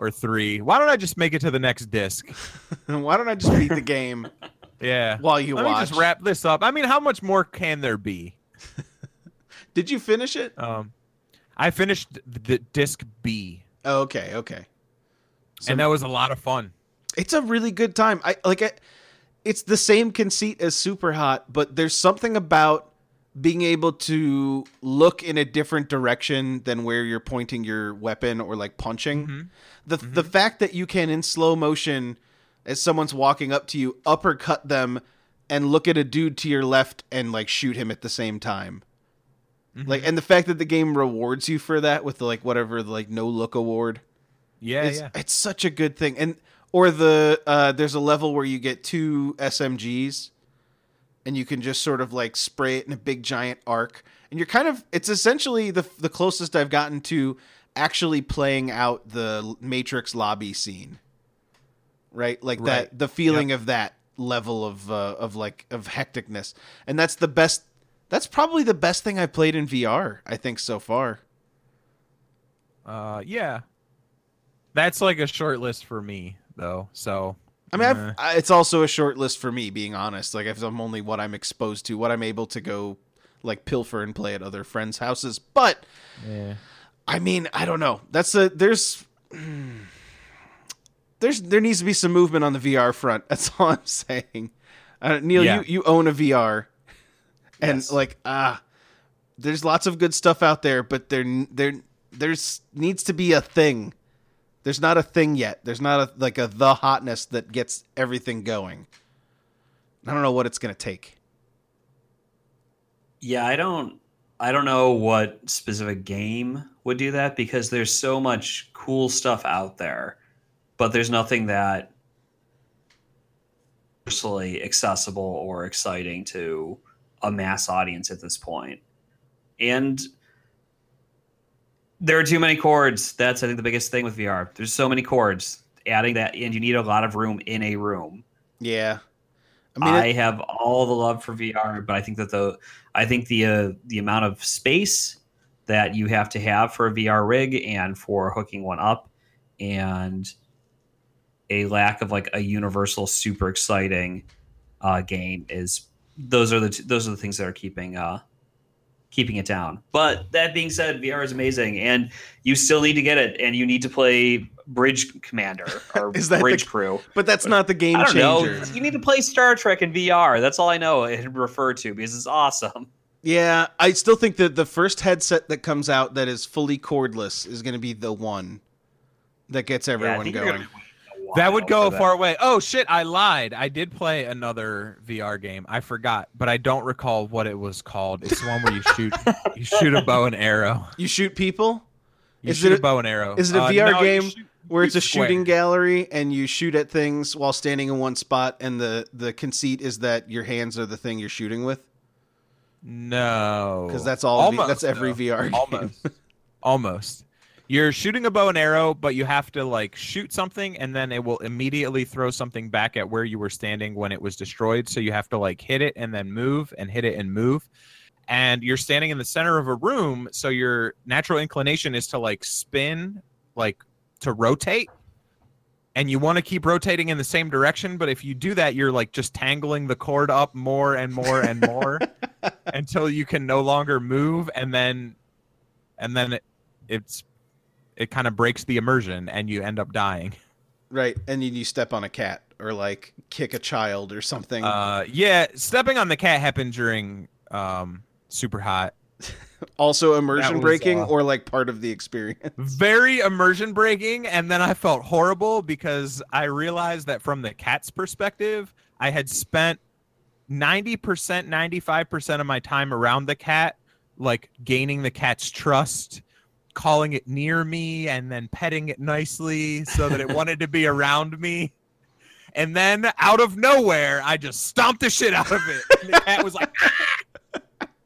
Speaker 2: or three. Why don't I just make it to the next disc?
Speaker 1: Why don't I just beat the game
Speaker 2: Yeah.
Speaker 1: while you
Speaker 2: Let me
Speaker 1: watch?
Speaker 2: just wrap this up. I mean, how much more can there be?
Speaker 1: Did you finish it?
Speaker 2: Um, I finished the, the disc B,
Speaker 1: Oh, okay, okay. So-
Speaker 2: and that was a lot of fun.
Speaker 1: It's a really good time. I like I, it's the same conceit as Super Hot, but there's something about being able to look in a different direction than where you're pointing your weapon or like punching.
Speaker 2: Mhm.
Speaker 1: The the fact that you can in slow motion as someone's walking up to you uppercut them and look at a dude to your left and like shoot him at the same time. Like and the fact that the game rewards you for that with like whatever the like no look award
Speaker 2: Yeah,
Speaker 1: it's,
Speaker 2: yeah.
Speaker 1: it's such a good thing. And or the uh, there's a level where you get two SMGs, and you can just sort of like spray it in a big giant arc, and you're kind of it's essentially the the closest I've gotten to actually playing out the Matrix lobby scene, right? Like that
Speaker 2: Right.
Speaker 1: the feeling of that level of uh, of like of hecticness, and that's the best. That's probably the best thing I've played in VR. I think so far.
Speaker 2: Uh, yeah. That's like a short list for me, though. So
Speaker 1: I mean, I've,
Speaker 2: Uh.
Speaker 1: I, it's also a short list for me, being honest. Like, if I'm only what I'm exposed to, what I'm able to go like pilfer and play at other friends' houses. But
Speaker 2: yeah,
Speaker 1: I mean, I don't know. That's a there's mm, there's there needs to be some movement on the VR front. That's all I'm saying. I don't, Neil,
Speaker 2: Yeah.
Speaker 1: you you own a VR, and
Speaker 4: Yes.
Speaker 1: like ah, there's lots of good stuff out there, but there there there's needs to be a thing. There's not a thing yet. There's not a like a the hotness that gets everything going. I don't know what it's gonna take.
Speaker 4: Yeah, I don't. I don't know what specific game would do that because there's so much cool stuff out there, but there's nothing that universally accessible or exciting to a mass audience at this point. And there are too many chords. That's I think the biggest thing with VR. There's so many chords. Adding that, and you need a lot of room in a room.
Speaker 1: Yeah. I mean,
Speaker 4: I
Speaker 1: it-
Speaker 4: have all the love for VR, but I think that the I think the uh, the amount of space that you have to have for a VR rig and for hooking one up, and a lack of like a universal super exciting uh, game is those are the t- those are the things that are keeping uh, keeping it down. But that being said, VR is amazing, and you still need to get it, and you need to play Bridge Commander or
Speaker 1: Is that the-
Speaker 4: Bridge Crew.
Speaker 1: but that's not the game
Speaker 4: I don't
Speaker 1: changer.
Speaker 4: know. You need to play Star Trek in VR. That's all I know and refer to because it's awesome.
Speaker 1: Yeah, I still think that the first headset that comes out that is fully cordless is going to be the one that gets
Speaker 4: Yeah, I
Speaker 1: everyone
Speaker 4: think you're
Speaker 1: going.
Speaker 4: gonna wait a
Speaker 2: That
Speaker 4: while
Speaker 2: would go
Speaker 4: for that.
Speaker 2: far away. Oh shit, I lied. I did play another VR game. I forgot, but I don't recall what it was called. It's the one where you shoot you shoot a bow and arrow.
Speaker 1: You shoot people
Speaker 2: You
Speaker 1: Is
Speaker 2: shoot
Speaker 1: it
Speaker 2: a
Speaker 1: a-
Speaker 2: bow and arrow. Uh,
Speaker 1: is it a VR
Speaker 2: no, you
Speaker 1: game
Speaker 2: shoot-
Speaker 1: where it's a
Speaker 2: Square.
Speaker 1: shooting gallery and you shoot at things while standing in one spot and the the conceit is that your hands are the thing you're shooting with
Speaker 2: no,
Speaker 1: because that's all
Speaker 2: Almost,
Speaker 1: that's every
Speaker 2: though.
Speaker 1: VR game.
Speaker 2: almost almost you're shooting a bow and arrow but you have to like shoot something and then it will immediately throw something back at where you were standing when it was destroyed so you have to like hit it and then move and hit it and move and you're standing in the center of a room so your natural inclination is to like spin like to rotate and you want to keep rotating in the same direction but if you do that you're like just tangling the cord up more and more and more until you can no longer move and then and then it, it's it kind of breaks the immersion and you end up dying
Speaker 1: Right, and then you step on a cat or like kick a child or something.
Speaker 2: uh yeah stepping on the cat happened during um super hot
Speaker 1: also immersion
Speaker 2: that was,
Speaker 1: breaking
Speaker 2: uh,
Speaker 1: or like part of the experience.
Speaker 2: very immersion breaking and then i felt horrible because i realized that from the cat's perspective i had spent 90% 95% of my time around the cat like gaining the cat's trust calling it near me and then petting it nicely so that it wanted to be around me and then out of nowhere i just stomped the shit out of it and the cat was like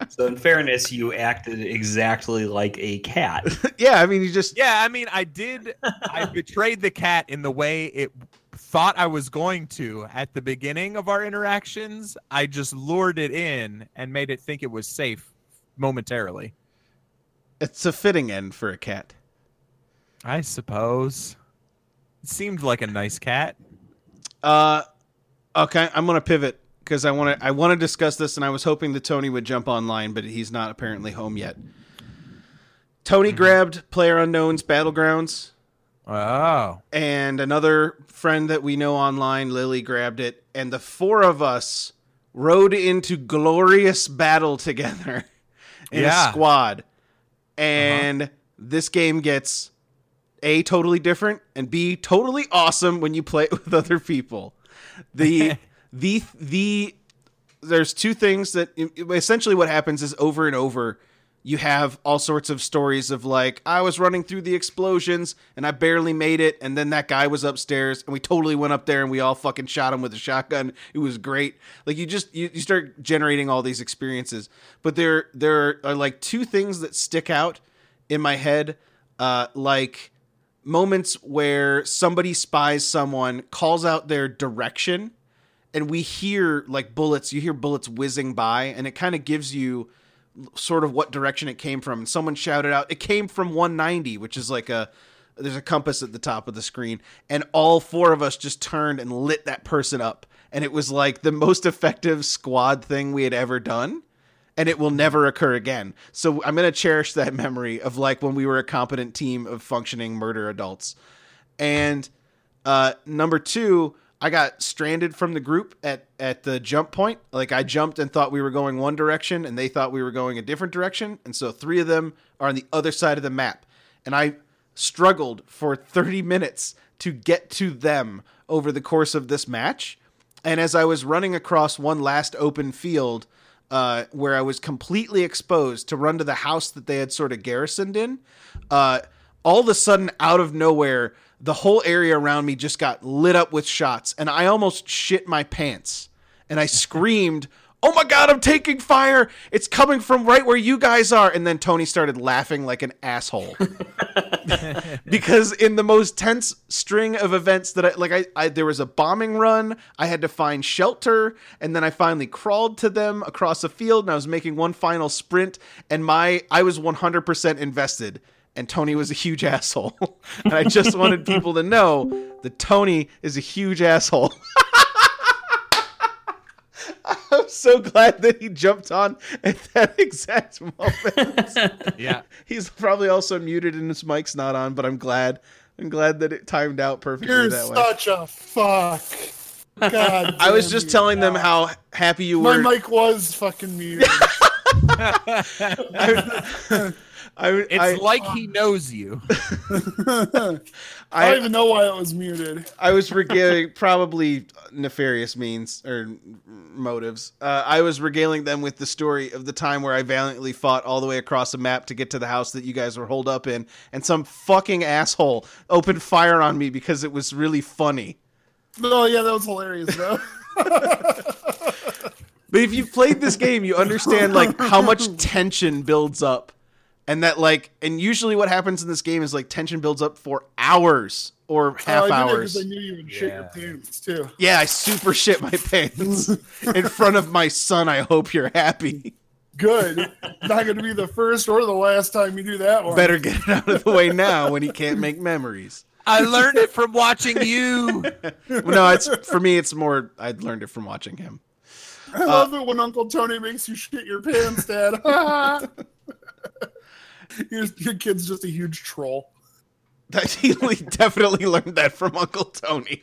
Speaker 4: So, in fairness, you acted exactly like a cat.
Speaker 1: yeah, I mean you just
Speaker 2: Yeah, I mean, I did. I betrayed the cat in the way it thought I was going to at the beginning of our interactions. I just lured it in and made it think it was safe momentarily.
Speaker 1: it's a fitting end for a cat.
Speaker 2: I suppose. It seemed like a nice cat.
Speaker 1: Uh okay, I'm going to pivot because I want to I want to discuss this and I was hoping that Tony would jump online but he's not apparently home yet. Tony grabbed Player Unknown's Battlegrounds
Speaker 2: Oh.
Speaker 1: and another friend that we know online, Lily, grabbed it, and the four of us rode into glorious battle together in
Speaker 2: Yeah.
Speaker 1: a squad. And this game gets a totally different and b totally awesome when you play it with other people. The the the there's two things that e, essentially what happens is over and over you have all sorts of stories of like I was running through the explosions and I barely made it and then that guy was upstairs and we totally went up there and we all fucking shot him with a shotgun. It was great. Like you just you, you start generating all these experiences. But there there are like two things that stick out in my head uh like moments where somebody spies someone, calls out their direction and we hear like bullets you hear bullets whizzing by and it kind of gives you sort of what direction it came from and someone shouted out it came from 190 which is like a there's a compass at the top of the screen and all four of us just turned and lit that person up and it was like the most effective squad thing we had ever done and it will never occur again. So I'm going to cherish that memory of like when we were a competent team of functioning murder adults. And uh, number two, I got stranded from the group at at the jump point. Like I jumped and thought we were going one direction, and they thought we were going a different direction. And so three of them are on the other side of the map, and I struggled for 30 minutes to get to them over the course of this match. And as I was running across one last open field, uh, where I was completely exposed to run to the house that they had sort of garrisoned in, uh, all of a sudden, out of nowhere, the whole area around me just got lit up with shots, and I almost shit my pants. And I screamed, "Oh my god, I'm taking fire! It's coming from right where you guys are!" And then Tony started laughing like an asshole because in the most tense string of events that I like, I, I there was a bombing run. I had to find shelter, and then I finally crawled to them across a field, and I was making one final sprint. And my I was 100% invested, and Tony was a huge asshole. and I just wanted people to know that Tony is a huge asshole. I'm so glad that he jumped on at that exact moment.
Speaker 2: yeah.
Speaker 1: He's probably also muted and his mic's not on, but I'm glad. I'm glad that it timed out perfectly
Speaker 5: You're
Speaker 1: that way.
Speaker 5: such a fuck. God.
Speaker 1: I was
Speaker 5: damn
Speaker 1: just
Speaker 5: you.
Speaker 1: telling them how happy you
Speaker 5: My
Speaker 1: were.
Speaker 5: mic was fucking muted.
Speaker 1: I, I,
Speaker 2: It's
Speaker 1: I,
Speaker 2: like he knows you.
Speaker 5: I don't
Speaker 1: I,
Speaker 5: even know why it was muted.
Speaker 1: I was regaling probably nefarious means or motives. Uh, I was regaling them with the story of the time where I valiantly fought all the way across a map to get to the house that you guys were holed up in, and some fucking asshole opened fire on me because it was really funny.
Speaker 5: No, Oh, yeah, that was hilarious though. Oh,
Speaker 1: But if you've played this game, you understand like how much tension builds up. And that like and usually what happens in this game is like tension builds up for hours or half
Speaker 5: Oh, I did it 'cause
Speaker 1: hours.
Speaker 5: I knew you would shit your pants too.
Speaker 1: Yeah, I super shit my pants in front of my son. I hope you're happy.
Speaker 5: Good. Not going to be the first or the last time you do that one.
Speaker 1: Better get it out of the way now when he can't make memories.
Speaker 2: I learned it from watching you.
Speaker 1: No, it's for me it's more I learned it from watching him. uh,
Speaker 5: I love it when Uncle Tony makes you shit your pants, Dad. your, your kid's just a huge troll.
Speaker 1: That he definitely learned that from Uncle Tony.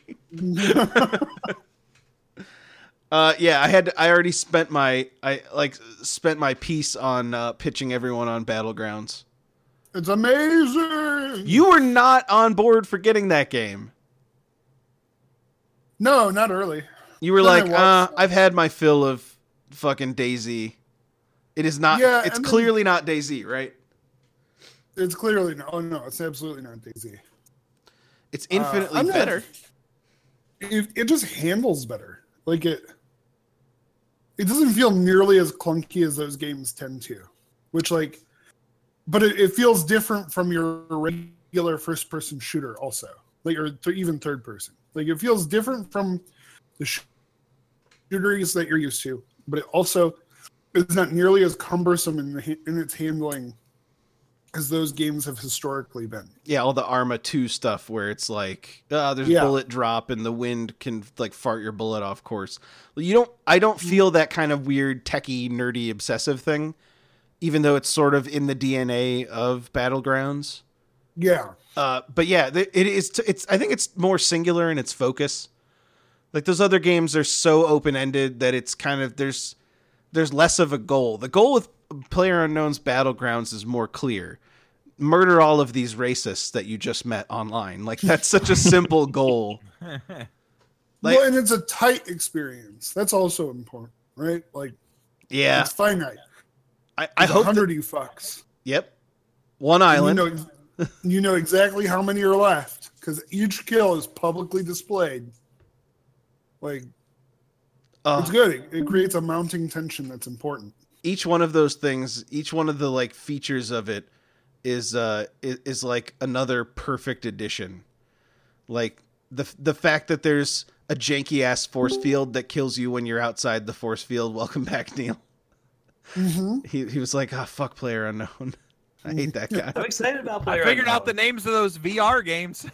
Speaker 1: uh, yeah, I had I already spent my I like spent my piece on uh, pitching everyone on battlegrounds.
Speaker 5: It's amazing.
Speaker 1: You were not on board for getting that game.
Speaker 5: no, not early.
Speaker 1: You were
Speaker 5: No, I
Speaker 1: like, uh,
Speaker 5: was.
Speaker 1: I've had my fill of fucking Daisy. It is not.
Speaker 5: Yeah,
Speaker 1: it's
Speaker 5: and then-
Speaker 1: clearly not Daisy, right?
Speaker 5: It's clearly no. Oh no, it's absolutely not Daisy.
Speaker 1: It's infinitely
Speaker 5: Uh, I'm not-
Speaker 1: better.
Speaker 5: It, it just handles better. Like it. It doesn't feel nearly as clunky as those games tend to, which like, but it, it feels different from your regular first-person shooter, also, like or th- even third-person. Like it feels different from the sh- shooters that you're used to, but it also is not nearly as cumbersome in the, ha- in its handling as those games have historically been.
Speaker 1: yeah, all the Arma 2 stuff where it's like, uh, there's
Speaker 5: Yeah.
Speaker 1: bullet drop and the wind can like fart your bullet off course. Well, You don't I don't feel that kind of weird techie nerdy obsessive thing even though it's sort of in the DNA of Battlegrounds.
Speaker 5: Yeah.
Speaker 1: Uh, but yeah, th- it is t- it's I think it's more singular in its focus. Like those other games are so open-ended that it's kind of there's there's less of a goal. The goal with Player Unknown's Battlegrounds is more clear. Murder all of these racists that you just met online. Like that's such a simple goal. Like-
Speaker 5: well, and it's a tight experience. That's also important, right? Like
Speaker 1: Yeah,
Speaker 5: it's finite.
Speaker 1: I, I
Speaker 5: There's a
Speaker 1: hope. that-
Speaker 5: hundred you fucks.
Speaker 1: yep, one
Speaker 5: And
Speaker 1: island.
Speaker 5: You know, you know exactly how many are left because each kill is publicly displayed. Like
Speaker 1: Uh,
Speaker 5: it's good. It, it creates a mounting tension that's important.
Speaker 1: each one of those things, each one of the like features of it, is uh is, is like another perfect addition. Like the the fact that there's a janky ass force field that kills you when you're outside the force field. Welcome back, Neil.
Speaker 5: hmm
Speaker 1: He he was like, ah, fuck player unknown. I hate that guy.
Speaker 4: I'm excited about
Speaker 2: I
Speaker 4: player.
Speaker 2: figured out the names of those VR games.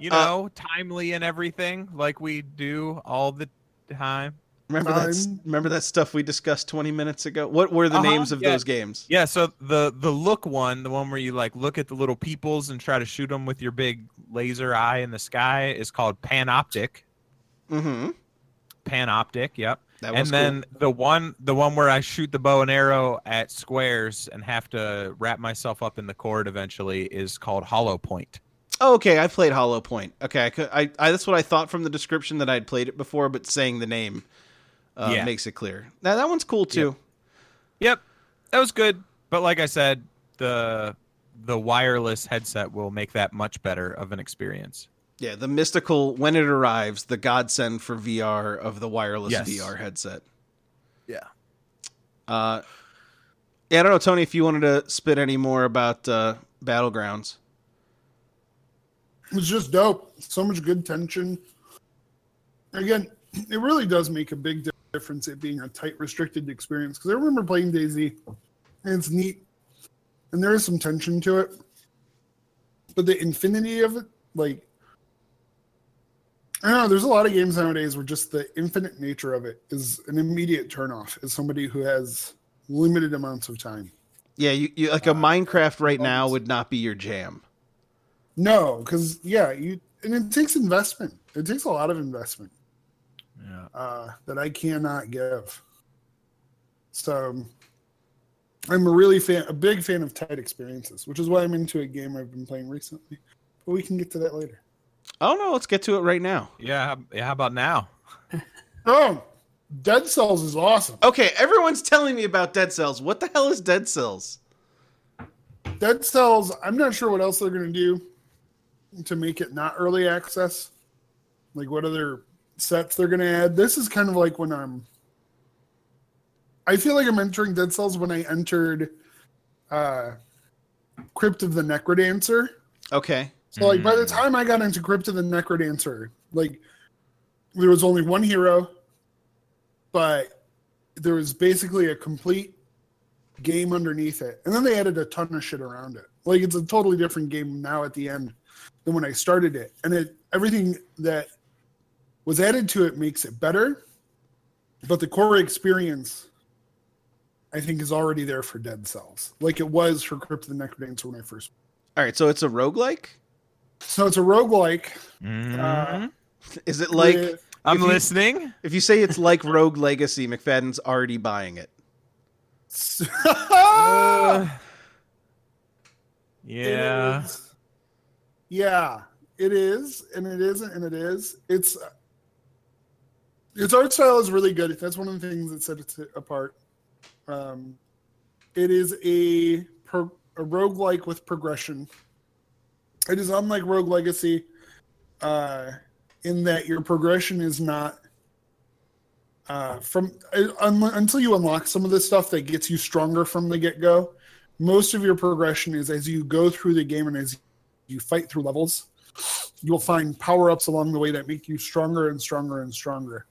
Speaker 2: you know, timely and everything, like we do all the time.
Speaker 1: Remember that? s-
Speaker 5: Time.
Speaker 1: Remember that stuff we discussed 20 minutes ago? What were the
Speaker 2: Uh-huh,
Speaker 1: names of
Speaker 2: yeah.
Speaker 1: those games?
Speaker 2: Yeah, so the the look one, the one where you like look at the little peoples and try to shoot them with your big laser eye in the sky, is called Panoptic.
Speaker 1: Mm-hmm.
Speaker 2: Panoptic, yep.
Speaker 1: That
Speaker 2: and
Speaker 1: was cool.
Speaker 2: then the one the one where I shoot the bow and arrow at squares and have to wrap myself up in the cord eventually is called Hollow Point.
Speaker 1: Oh, okay, I played Hollow Point. Okay, I, could, I, I that's what I thought from the description that I'd played it before, but saying the name uh,
Speaker 2: Yeah.
Speaker 1: makes it clear. Now that one's cool too.
Speaker 2: Yep, that was good. But like I said, the the wireless headset will make that much better of an experience.
Speaker 1: Yeah, the mystical when it arrives, the godsend for VR of the wireless
Speaker 2: Yes.
Speaker 1: VR headset.
Speaker 2: Yeah.
Speaker 1: Uh, yeah, I don't know, Tony, if you wanted to spit any more about uh, Battlegrounds.
Speaker 5: It's just dope. So much good tension. Again, it really does make a big di- difference it being a tight, restricted experience. Because I remember playing Daisy, and it's neat, and there is some tension to it. But the infinity of it, like, I don't know. There's a lot of games nowadays where just the infinite nature of it is an immediate turnoff as somebody who has limited amounts of time.
Speaker 1: Yeah, you, you
Speaker 2: Uh,
Speaker 1: like a Minecraft right now
Speaker 5: Battlegrounds.
Speaker 1: would not be your jam.
Speaker 5: No, because yeah, you and it takes investment. It takes a lot of investment.
Speaker 2: Yeah.
Speaker 5: uh, that I cannot give. So I'm a really fan, a big fan of tight experiences, which is why I'm into a game I've been playing recently. But we can get to that later.
Speaker 1: Oh no, let's get to it right now.
Speaker 2: Yeah. Yeah. How about now?
Speaker 5: Oh, Dead Cells is awesome.
Speaker 1: Okay, everyone's telling me about Dead Cells. What the hell is Dead Cells?
Speaker 5: Dead Cells, I'm not sure what else they're going to do to make it not early access. Like what other sets they're going to add. This is kind of like when I'm. I feel like I'm entering Dead Cells when I entered uh, Crypt of the Necrodancer.
Speaker 1: Okay.
Speaker 5: So like by the
Speaker 2: Mm.
Speaker 5: time I got into Crypt of the Necrodancer, like there was only one hero, but there was basically a complete game underneath it. And then they added a ton of shit around it. Like it's a totally different game now at the end than when I started it. And it everything that was added to it makes it better. But the core experience I think is already there for Dead Cells. Like it was for Crypt of the Necrodancer when I first
Speaker 1: All right, so it's a roguelike?
Speaker 5: so it's a roguelike Uh,
Speaker 2: Mhm.
Speaker 1: Is it like
Speaker 5: with-
Speaker 2: I'm
Speaker 1: if you-
Speaker 2: listening.
Speaker 1: if you say it's like Rogue Legacy, McFadden's already buying it.
Speaker 5: Ah!
Speaker 2: Uh,
Speaker 5: It
Speaker 2: yeah.
Speaker 5: is- yeah, it is, and it isn't, and it is. It's its art style is really good. That's one of the things that set it apart. Um, it is a pro, a roguelike with progression. It is unlike Rogue Legacy, uh, in that your progression is not uh, from uh, un- until you unlock some of this stuff that gets you stronger from the get go. Most of your progression is as you go through the game and as you fight through levels, you'll find power ups along the way that make you stronger and stronger and stronger.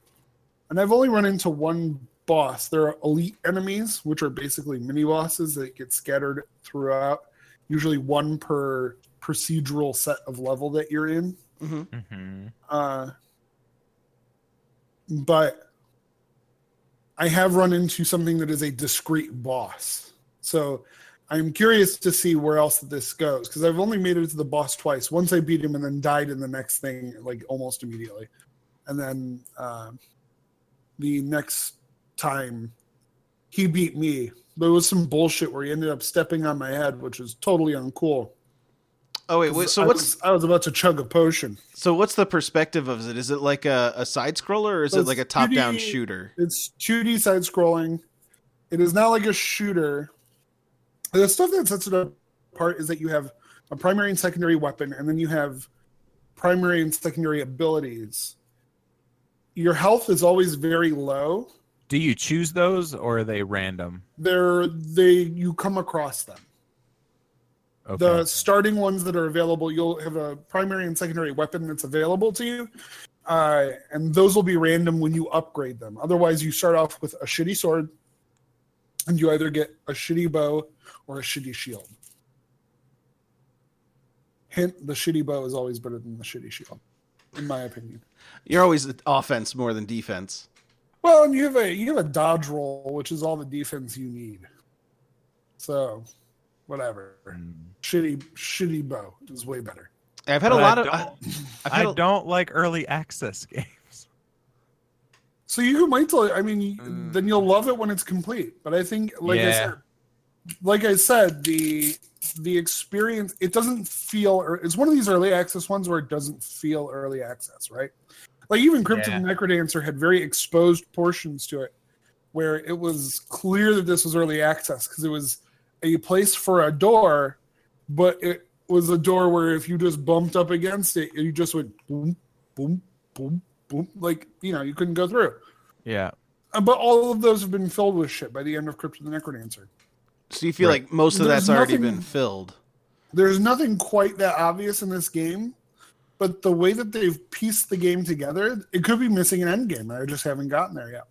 Speaker 5: And I've only run into one boss. There are elite enemies, which are basically mini bosses that get scattered throughout, usually one per procedural set of level that you're in.
Speaker 1: Mm-hmm.
Speaker 2: Mhm.
Speaker 5: Uh, but I have run into something that is a discrete boss. So I'm curious to see where else this goes because I've only made it to the boss twice. Once I beat him and then died in the next thing, like almost immediately. And then uh, the next time he beat me, there was some bullshit where he ended up stepping on my head, which was totally uncool.
Speaker 1: Oh wait, wait, so
Speaker 5: I
Speaker 1: what's
Speaker 5: was- I was about to chug a potion.
Speaker 1: so what's the perspective of it? Is it like a, a side scroller or is
Speaker 5: So
Speaker 1: it like a
Speaker 5: it's
Speaker 1: top down
Speaker 5: 2D
Speaker 1: shooter?
Speaker 5: It's 2D side scrolling. It is not like a shooter. The stuff that sets it apart is that you have a primary and secondary weapon, and then you have primary and secondary abilities. Your health is always very low.
Speaker 2: Do you choose those or are they random?
Speaker 5: They're they you come across them.
Speaker 2: Okay.
Speaker 5: The starting ones that are available, you'll have a primary and secondary weapon that's available to you. Uh, and those will be random when you upgrade them. Otherwise, you start off with a shitty sword, and you either get a shitty bow or a shitty shield. Hint the shitty bow is always better than the shitty shield, in my opinion.
Speaker 1: You're always offense more than defense.
Speaker 5: Well, and you have a you have a dodge roll, which is all the defense you need. So, whatever.
Speaker 2: Mm.
Speaker 5: Shitty shitty bow is way better.
Speaker 1: I've had a
Speaker 2: But
Speaker 1: lot
Speaker 2: I
Speaker 1: of I,
Speaker 2: don't-
Speaker 1: I've
Speaker 2: I
Speaker 1: had a-
Speaker 2: don't like early access games.
Speaker 5: So you can wait till I mean, you-
Speaker 1: Mm.
Speaker 5: then you'll love it when it's complete. But I think, like I
Speaker 2: Yeah.
Speaker 5: said, like I said, the the experience it doesn't feel. Or it's one of these early access ones where it doesn't feel early access, right? Like even Crypt
Speaker 2: Yeah.
Speaker 5: of the Necrodancer had very exposed portions to it, where it was clear that this was early access because it was a place for a door, but it was a door where if you just bumped up against it, you just went boom, boom, boom, boom. Like, you know, you couldn't go through.
Speaker 2: Yeah.
Speaker 5: Uh, But all of those have been filled with shit by the end of Crypt of the Necrodancer.
Speaker 1: So you feel
Speaker 2: Right.
Speaker 1: like most of
Speaker 5: There's
Speaker 1: that's already
Speaker 5: nothing-
Speaker 1: been filled.
Speaker 5: There's nothing quite that obvious in this game, but the way that they've pieced the game together, it could be missing an end game. I just haven't gotten there yet.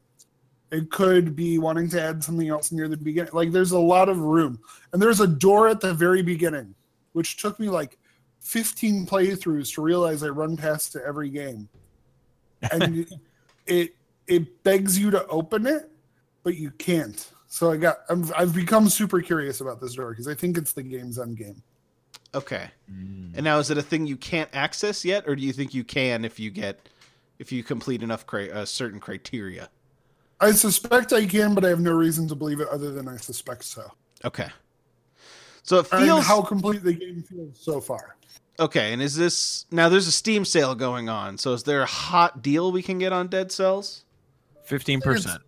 Speaker 5: It could be wanting to add something else near the beginning. Like there's a lot of room. And there's a door at the very beginning, which took me like 15 playthroughs to realize I run past to every game. And it it begs you to open it, but you can't. So I got I'm, I've become super curious about this door because I think it's the game's end game.
Speaker 1: Okay. And now is it a thing you can't access yet, or do you think you can if you get if you complete enough cra- uh, certain criteria?
Speaker 5: I suspect I can, but I have no reason to believe it other than I suspect so.
Speaker 1: Okay. So it
Speaker 5: And
Speaker 1: feels
Speaker 5: how complete the game feels so far.
Speaker 1: okay. And is this now? There's a Steam sale going on. So is there a hot deal we can get on Dead Cells?
Speaker 2: Fifteen percent.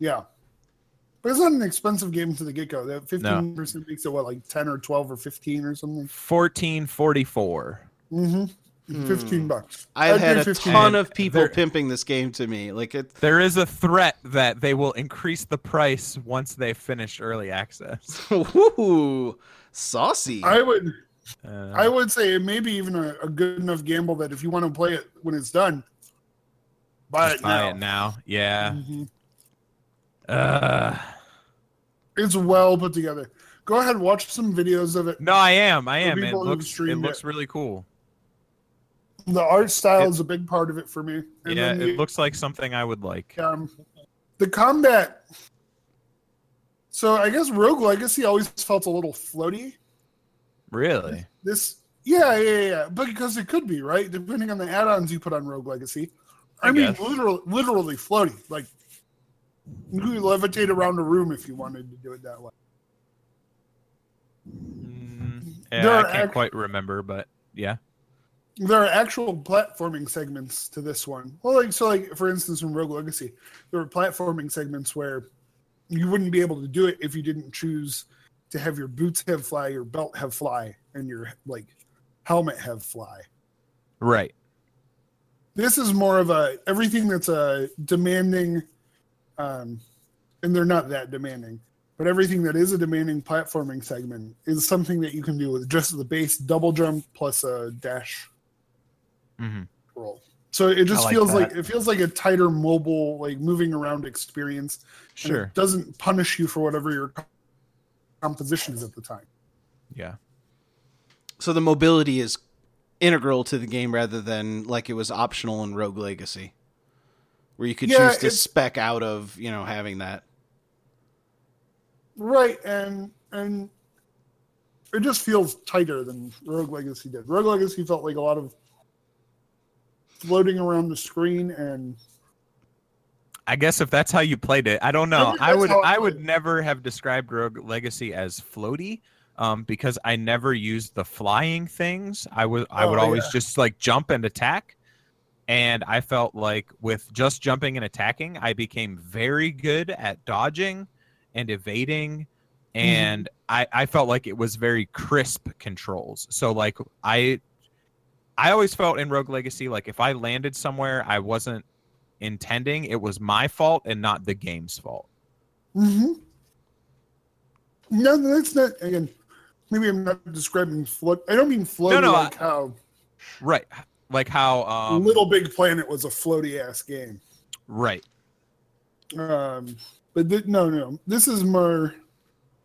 Speaker 5: Yeah. But it's not an expensive game to the get go. That 15% makes it what, like 10 or 12 or 15 or something?
Speaker 2: Fourteen forty four.
Speaker 5: Mm-hmm. 15 bucks.
Speaker 1: Hmm. I've
Speaker 5: I'd
Speaker 1: had
Speaker 5: pay
Speaker 1: a
Speaker 5: 15.
Speaker 1: ton of people
Speaker 2: There-
Speaker 1: pimping this game to me. Like it,
Speaker 2: There is a threat that they will increase the price once they finish early access.
Speaker 1: woo, saucy.
Speaker 5: I would
Speaker 2: Uh,
Speaker 5: I would say it may be even a, a good enough gamble that if you want to play it when it's done, buy it
Speaker 2: just buy
Speaker 5: now.
Speaker 2: it now. Yeah.
Speaker 5: Mhm. Mm-hmm.
Speaker 2: Uh,
Speaker 5: It's well put together. Go ahead, watch some videos of it.
Speaker 2: no, I am. I
Speaker 5: For
Speaker 2: am. It
Speaker 5: people who've
Speaker 2: looks. It
Speaker 5: streamed
Speaker 2: looks really cool.
Speaker 5: The art style
Speaker 2: It-
Speaker 5: is a big part of it for me. And
Speaker 2: yeah,
Speaker 5: then the
Speaker 2: it looks like something I would like.
Speaker 5: um, the combat. So I guess Rogue Legacy always felt a little floaty.
Speaker 2: Really?
Speaker 5: This, yeah, yeah, yeah, yeah, but because it could be right, depending on the add-ons you put on Rogue Legacy. I,
Speaker 2: I
Speaker 5: mean,
Speaker 2: guess.
Speaker 5: literally, literally floaty. Like you could levitate around a room if you wanted to do it that way.
Speaker 2: Mm,
Speaker 5: Mm-hmm. There
Speaker 2: yeah,
Speaker 5: are
Speaker 2: I can't
Speaker 5: act-
Speaker 2: quite remember, but yeah.
Speaker 5: There are actual platforming segments to this one. Well, like so, like for instance, in Rogue Legacy, there were platforming segments where you wouldn't be able to do it if you didn't choose to have your boots have fly, your belt have fly, and your like helmet have fly.
Speaker 2: Right.
Speaker 5: This is more of a everything that's a demanding, um, and they're not that demanding, but everything that is a demanding platforming segment is something that you can do with just the base double jump plus a dash
Speaker 2: hmm
Speaker 5: roll. So it just
Speaker 4: I like
Speaker 5: feels
Speaker 4: that.
Speaker 5: like it feels like a tighter mobile, like moving around experience. and
Speaker 2: Sure.
Speaker 5: it doesn't punish you for whatever your com- composition is at the time. Mm-hmm.
Speaker 2: Yeah.
Speaker 1: so the mobility is integral to the game rather than like it was optional in Rogue Legacy, where you could
Speaker 5: Yeah,
Speaker 1: choose to
Speaker 5: it's-
Speaker 1: spec out of you know having that.
Speaker 5: Right, and and it just feels tighter than Rogue Legacy did. Rogue Legacy felt like a lot of floating around the screen and
Speaker 2: I guess if that's how you played it, I don't know.
Speaker 5: think
Speaker 2: I
Speaker 5: that's
Speaker 2: would
Speaker 5: how I
Speaker 2: I would
Speaker 5: played
Speaker 2: never have described Rogue Legacy as floaty, um, because I never used the flying things. I would I would
Speaker 5: Oh,
Speaker 2: always just like jump and attack, and I felt like with just jumping and attacking, I became very good at dodging and evading,
Speaker 5: Mm-hmm.
Speaker 2: and I I felt like it was very crisp controls. So like I. I always felt in Rogue Legacy like if I landed somewhere I wasn't intending it was my fault and not the game's fault
Speaker 5: hmm no, that's not again. Maybe I'm not describing float. I don't mean floating
Speaker 2: no,
Speaker 5: like how
Speaker 2: right like how um
Speaker 5: Little Big Planet was a floaty ass game.
Speaker 2: right
Speaker 5: Um, but th- no, no, this is more.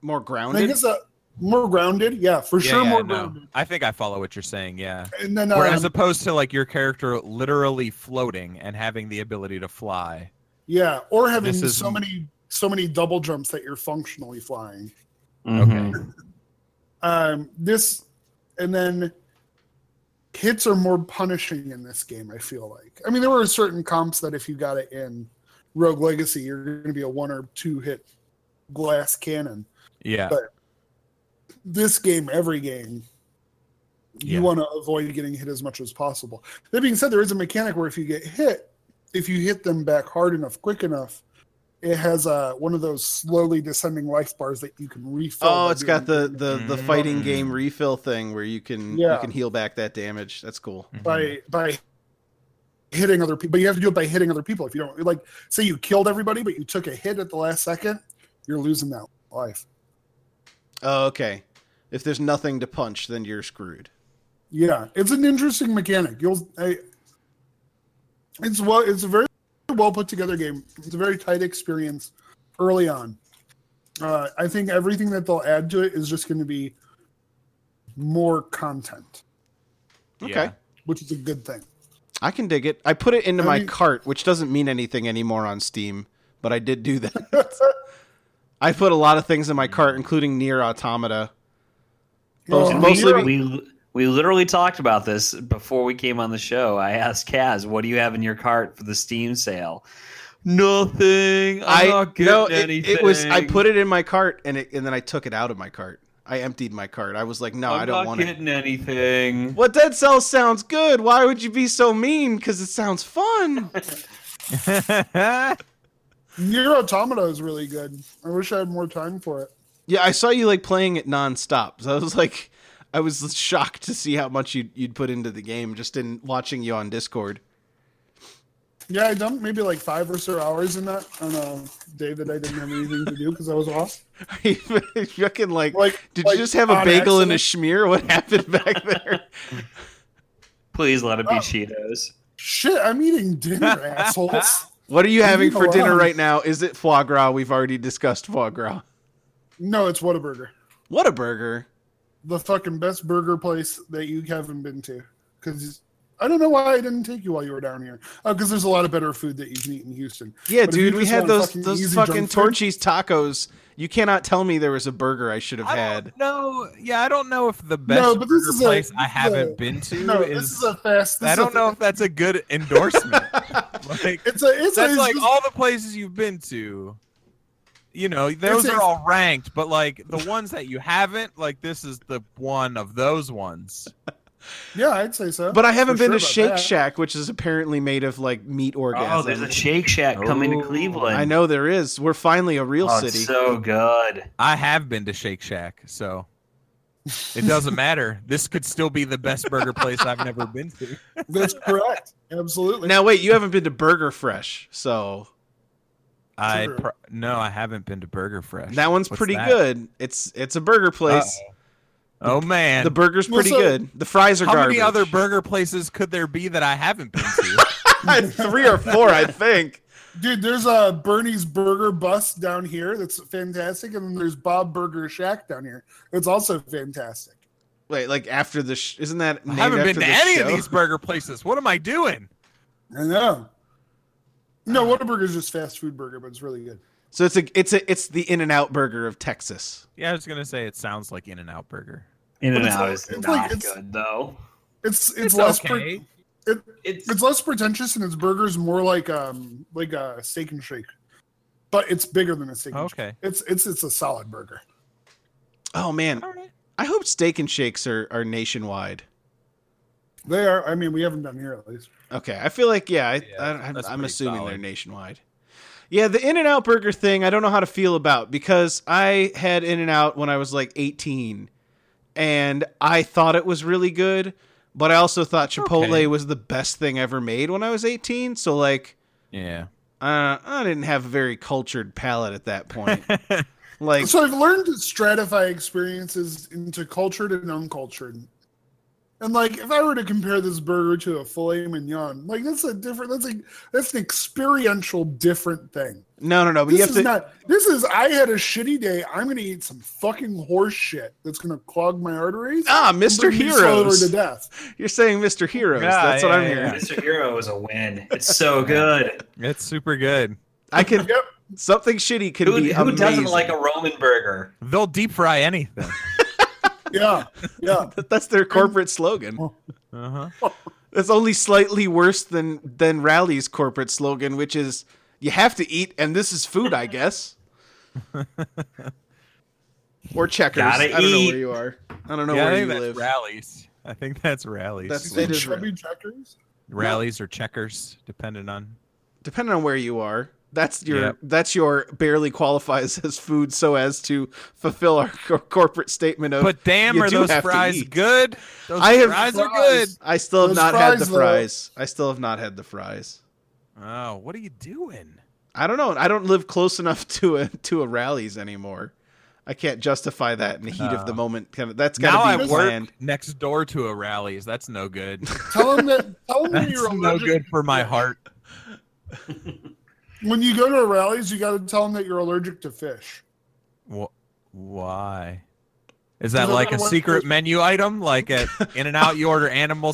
Speaker 1: More
Speaker 5: I
Speaker 1: grounded.
Speaker 5: guess uh, more grounded. Yeah, for
Speaker 2: yeah,
Speaker 5: sure,
Speaker 2: yeah,
Speaker 5: more
Speaker 2: no.
Speaker 5: grounded.
Speaker 2: i think i follow what you're saying yeah
Speaker 5: And then,
Speaker 2: Where as
Speaker 5: um,
Speaker 2: opposed to like your character literally floating and having the ability to fly
Speaker 5: yeah, or having
Speaker 2: this is-
Speaker 5: so many so many double jumps that you're functionally flying.
Speaker 4: Mhm.
Speaker 5: Um, this, and then hits are more punishing in this game. I feel like. I mean, there were certain comps that if you got it in Rogue Legacy, you're going to be a one or two hit glass cannon.
Speaker 2: yeah
Speaker 5: But- this game, every game, you
Speaker 2: Yeah.
Speaker 5: want to avoid getting hit as much as possible. That being said, there is a mechanic where if you get hit, if you hit them back hard enough, quick enough, it has uh, one of those slowly descending life bars that you can refill.
Speaker 1: Oh,
Speaker 5: by
Speaker 1: it's got the
Speaker 5: doing-
Speaker 1: the the fighting game refill thing where you can you
Speaker 5: Mm. Yeah.
Speaker 1: can heal back that damage. That's cool.
Speaker 5: by by hitting other people. But you have to do it by hitting other people. If you don't like, say you killed everybody, but you took a hit at the last second, you're losing that life.
Speaker 1: Oh, okay. If there's nothing to punch, then you're screwed.
Speaker 5: Yeah, it's an interesting mechanic. You'll, I, it's well, it's a very well put together game. It's a very tight experience early on. Uh, I think everything that they'll add to it is just going to be more content,
Speaker 1: Okay.
Speaker 2: Yeah.
Speaker 5: which is a good thing.
Speaker 1: I can dig it. I put it into
Speaker 5: I
Speaker 1: my
Speaker 5: mean-
Speaker 1: cart, which doesn't mean anything anymore on Steam, but I did do that. I put a lot of things in my cart, including Near Automata. Both-
Speaker 5: Um,
Speaker 4: And
Speaker 1: mostly
Speaker 5: yeah.
Speaker 4: we, we we literally talked about this before we came on the show. I asked Kaz, "What do you have in your cart for the Steam sale?" Nothing.
Speaker 1: I
Speaker 4: I'm not getting
Speaker 1: no, it,
Speaker 4: anything.
Speaker 1: it was I put it in my cart and it, and then I took it out of my cart. I emptied my cart. I was like, no,
Speaker 4: I'm
Speaker 1: I'm I do
Speaker 4: not
Speaker 1: want it.
Speaker 4: getting anything.
Speaker 1: Well, Dead Cells sounds good. Why would you be so mean? Because it sounds fun.
Speaker 2: Mm-hmm.
Speaker 5: Nier Automata is really good. I wish I had more time for it.
Speaker 1: yeah, I saw you like playing it nonstop. So I was like, I was shocked to see how much you'd, you'd put into the game just in watching you on Discord.
Speaker 5: Yeah, I dumped maybe like five or so hours in that on a day that I didn't have anything to do because I was off.
Speaker 1: You fucking like,
Speaker 5: Like-
Speaker 1: did
Speaker 5: like
Speaker 1: you just have a
Speaker 5: on
Speaker 1: bagel and a
Speaker 5: accident?
Speaker 1: schmear? What happened back there?
Speaker 4: Please let it be
Speaker 5: Oh.
Speaker 4: Cheetos.
Speaker 5: Shit, I'm eating dinner, assholes.
Speaker 1: what are you having
Speaker 5: me
Speaker 1: for dinner
Speaker 5: alone.
Speaker 1: right now? Is it foie gras? We've already discussed foie gras.
Speaker 5: No, it's Whataburger.
Speaker 1: What a burger!
Speaker 5: The fucking best burger place that you haven't been to. Because I don't know why I didn't take you while you were down here. Because there's a lot of better food that you can eat in Houston.
Speaker 1: Yeah,
Speaker 5: But if you
Speaker 1: dude, we
Speaker 5: just
Speaker 1: had
Speaker 5: want
Speaker 1: those
Speaker 5: fucking
Speaker 1: those
Speaker 5: easy
Speaker 1: fucking
Speaker 5: junk food-
Speaker 1: Torchy's tacos. You cannot tell me there was a burger I should have
Speaker 2: I
Speaker 1: had.
Speaker 2: don't know. Yeah, I don't know if the best
Speaker 5: No, but this
Speaker 2: burger
Speaker 5: is a-
Speaker 2: place I
Speaker 5: this is
Speaker 2: haven't
Speaker 5: a-
Speaker 2: been to
Speaker 5: No,
Speaker 2: is.
Speaker 5: this is a fast. This
Speaker 2: I
Speaker 5: is a-
Speaker 2: don't know if that's a good endorsement. like,
Speaker 5: It's a. It's a.
Speaker 2: that's
Speaker 5: It's
Speaker 2: like
Speaker 5: just-
Speaker 2: all the places you've been to. You know, those
Speaker 5: It's a-
Speaker 2: are all ranked, but like the ones that you haven't, like this is the one of those ones.
Speaker 5: yeah, I'd say so.
Speaker 1: But I haven't
Speaker 5: For
Speaker 1: been to
Speaker 5: sure about
Speaker 1: Shake
Speaker 5: that.
Speaker 1: Shack, which is apparently made of like meat
Speaker 4: Oh, there's
Speaker 1: orgasm.
Speaker 4: a Shake Shack coming
Speaker 2: Oh.
Speaker 4: to Cleveland.
Speaker 1: I know there is. We're finally a real
Speaker 4: Oh,
Speaker 1: city.
Speaker 4: it's so good.
Speaker 2: I have been to Shake Shack, so it doesn't matter. This could still be the best burger place I've never been to.
Speaker 5: That's correct. Absolutely.
Speaker 1: now wait, you haven't been to Burger Fresh, so
Speaker 2: I
Speaker 5: True.
Speaker 2: pro- no, I haven't been to Burger Fresh.
Speaker 1: that one's
Speaker 2: What's
Speaker 1: pretty
Speaker 2: that?
Speaker 1: good. It's it's a burger place.
Speaker 2: Oh man,
Speaker 1: The burger's
Speaker 5: Well,
Speaker 1: pretty
Speaker 5: so-
Speaker 1: good. The fries are
Speaker 2: how
Speaker 1: garbage.
Speaker 2: many other burger places could there be that I haven't been to?
Speaker 1: Three or four, I think.
Speaker 5: Dude, there's a Bernie's Burger Bus down here that's fantastic, and then there's Bob Burger Shack down here. It's also fantastic.
Speaker 1: Wait, like after the sh- isn't that?
Speaker 2: I
Speaker 1: Named
Speaker 2: haven't
Speaker 1: after
Speaker 2: been to
Speaker 1: the
Speaker 2: any of
Speaker 1: show?
Speaker 2: these burger places. What am I doing?
Speaker 5: I know. No, Whataburger's just fast food burger, but it's really good.
Speaker 1: So it's a it's a it's the In and Out Burger of Texas.
Speaker 2: Yeah, I was gonna say it sounds like In and Out Burger.
Speaker 4: In and
Speaker 5: it's
Speaker 4: out
Speaker 5: like-
Speaker 4: is not
Speaker 5: it's like- it's-
Speaker 4: good though.
Speaker 5: It's it's,
Speaker 2: It's
Speaker 5: less
Speaker 2: okay.
Speaker 5: pre- it,
Speaker 4: It's
Speaker 5: it's less pretentious, and its burgers more like um like a steak and shake, but it's bigger than a steak. And shake.
Speaker 2: Okay.
Speaker 5: It's it's it's a solid burger.
Speaker 1: Oh man,
Speaker 2: All right.
Speaker 1: I hope Steak and Shakes are are nationwide.
Speaker 5: They are. I mean, we haven't done here at least.
Speaker 1: Okay, I feel like yeah, I,
Speaker 2: Yeah,
Speaker 1: I, I'm,
Speaker 2: that's
Speaker 1: I'm
Speaker 2: pretty
Speaker 1: assuming
Speaker 2: solid.
Speaker 1: they're nationwide. Yeah, the In and Out Burger thing, I don't know how to feel about because I had In and Out when I was like 18, and I thought it was really good, but I also thought Chipotle
Speaker 2: Okay.
Speaker 1: was the best thing ever made when I was 18. So like,
Speaker 2: Yeah.
Speaker 1: uh, I didn't have a very cultured palate at that point. like,
Speaker 5: So I've learned to stratify experiences into cultured and uncultured. And like, if I were to compare this burger to a filet mignon, like that's a different. That's a that's an experiential different thing.
Speaker 1: no, no, no, but
Speaker 5: This
Speaker 1: you have
Speaker 5: is
Speaker 1: to.
Speaker 5: not. This is. I had a shitty day. I'm gonna eat some fucking horse shit that's gonna clog my arteries.
Speaker 1: Ah,
Speaker 5: and
Speaker 1: Mr.
Speaker 5: bring me slower to
Speaker 1: Heroes.
Speaker 5: death.
Speaker 1: You're saying Mr. Heroes.
Speaker 2: Yeah,
Speaker 1: That's what
Speaker 2: yeah,
Speaker 1: I'm
Speaker 2: yeah,
Speaker 1: hearing.
Speaker 2: yeah.
Speaker 4: Mr. Hero is a win. It's so good.
Speaker 2: It's super good.
Speaker 1: I can.
Speaker 5: Yep.
Speaker 1: Something shitty could
Speaker 4: Who,
Speaker 1: be
Speaker 4: who doesn't
Speaker 1: amazing.
Speaker 4: like a Roman burger?
Speaker 2: They'll deep fry anything.
Speaker 5: Yeah. Yeah.
Speaker 1: That's their corporate slogan.
Speaker 2: Uh-huh.
Speaker 1: That's only slightly worse than than Rally's corporate slogan, which is "You have to eat, and this is food, I guess." or checkers.
Speaker 4: Gotta
Speaker 1: I don't know
Speaker 4: eat.
Speaker 1: where you are. I don't know
Speaker 2: Yeah, I
Speaker 1: where you
Speaker 2: think that's
Speaker 1: live.
Speaker 2: rallies. I think that's rallies.
Speaker 1: That's-
Speaker 5: Like
Speaker 1: It is
Speaker 5: chubby checkers.
Speaker 2: rallies or checkers, depending on.
Speaker 1: Depending on where you are, That's your
Speaker 2: Yep.
Speaker 1: that's your barely qualifies as food so as to fulfill our cor- corporate statement of
Speaker 2: But damn,
Speaker 1: uh, you
Speaker 2: are
Speaker 1: do
Speaker 2: those
Speaker 1: have to
Speaker 2: fries
Speaker 1: eat.
Speaker 2: good? Those
Speaker 1: I have
Speaker 2: fries are good.
Speaker 5: fries.
Speaker 1: I still have
Speaker 5: Those
Speaker 1: not had the
Speaker 5: fries, though.
Speaker 1: fries. I still have not had the fries.
Speaker 2: Oh, what are you doing?
Speaker 1: I don't know. I don't live close enough to a to a rallies anymore. I can't justify that in the heat of the
Speaker 2: No.
Speaker 1: moment. Kind of that's
Speaker 2: Now I
Speaker 1: gotta be
Speaker 2: work
Speaker 1: planned.
Speaker 2: next door to a rallies. That's no good.
Speaker 5: Tell them that. Tell them that
Speaker 2: That's
Speaker 5: you're
Speaker 2: no
Speaker 5: allergic.
Speaker 2: good for my heart.
Speaker 5: When you go to rallies, you got to tell them that you're allergic to fish.
Speaker 2: Wh- why? Is
Speaker 5: Because
Speaker 2: that
Speaker 5: I
Speaker 2: like a
Speaker 5: don't want
Speaker 2: secret
Speaker 5: those-
Speaker 2: menu item? Like at In and Out, you order animal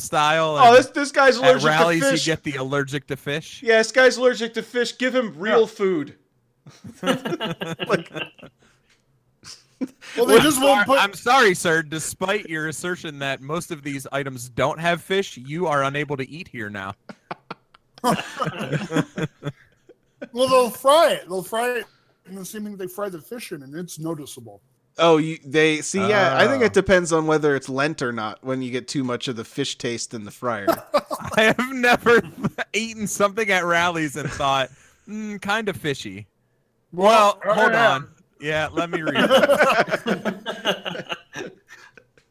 Speaker 2: style.
Speaker 1: Oh,
Speaker 2: and
Speaker 1: this this guy's
Speaker 2: at
Speaker 1: allergic
Speaker 2: rallies,
Speaker 1: to
Speaker 2: you
Speaker 1: fish.
Speaker 2: get the allergic to fish.
Speaker 1: Yeah, this guy's allergic to fish. Give him real food. like,
Speaker 5: Well, they just won't put.
Speaker 2: I'm sorry, sir. Despite your assertion that most of these items don't have fish, you are unable to eat here now.
Speaker 5: Well, they'll fry it. They'll fry it, and assuming they fry the fish in, and it's noticeable.
Speaker 1: oh, you, they see. Yeah, I think
Speaker 2: Oh.
Speaker 1: it depends on whether it's Lent or not. When you get too much of the fish taste in the fryer,
Speaker 2: I have never eaten something at rallies and thought, mm, kind of fishy. Well, hold on. Yeah, let me read. that.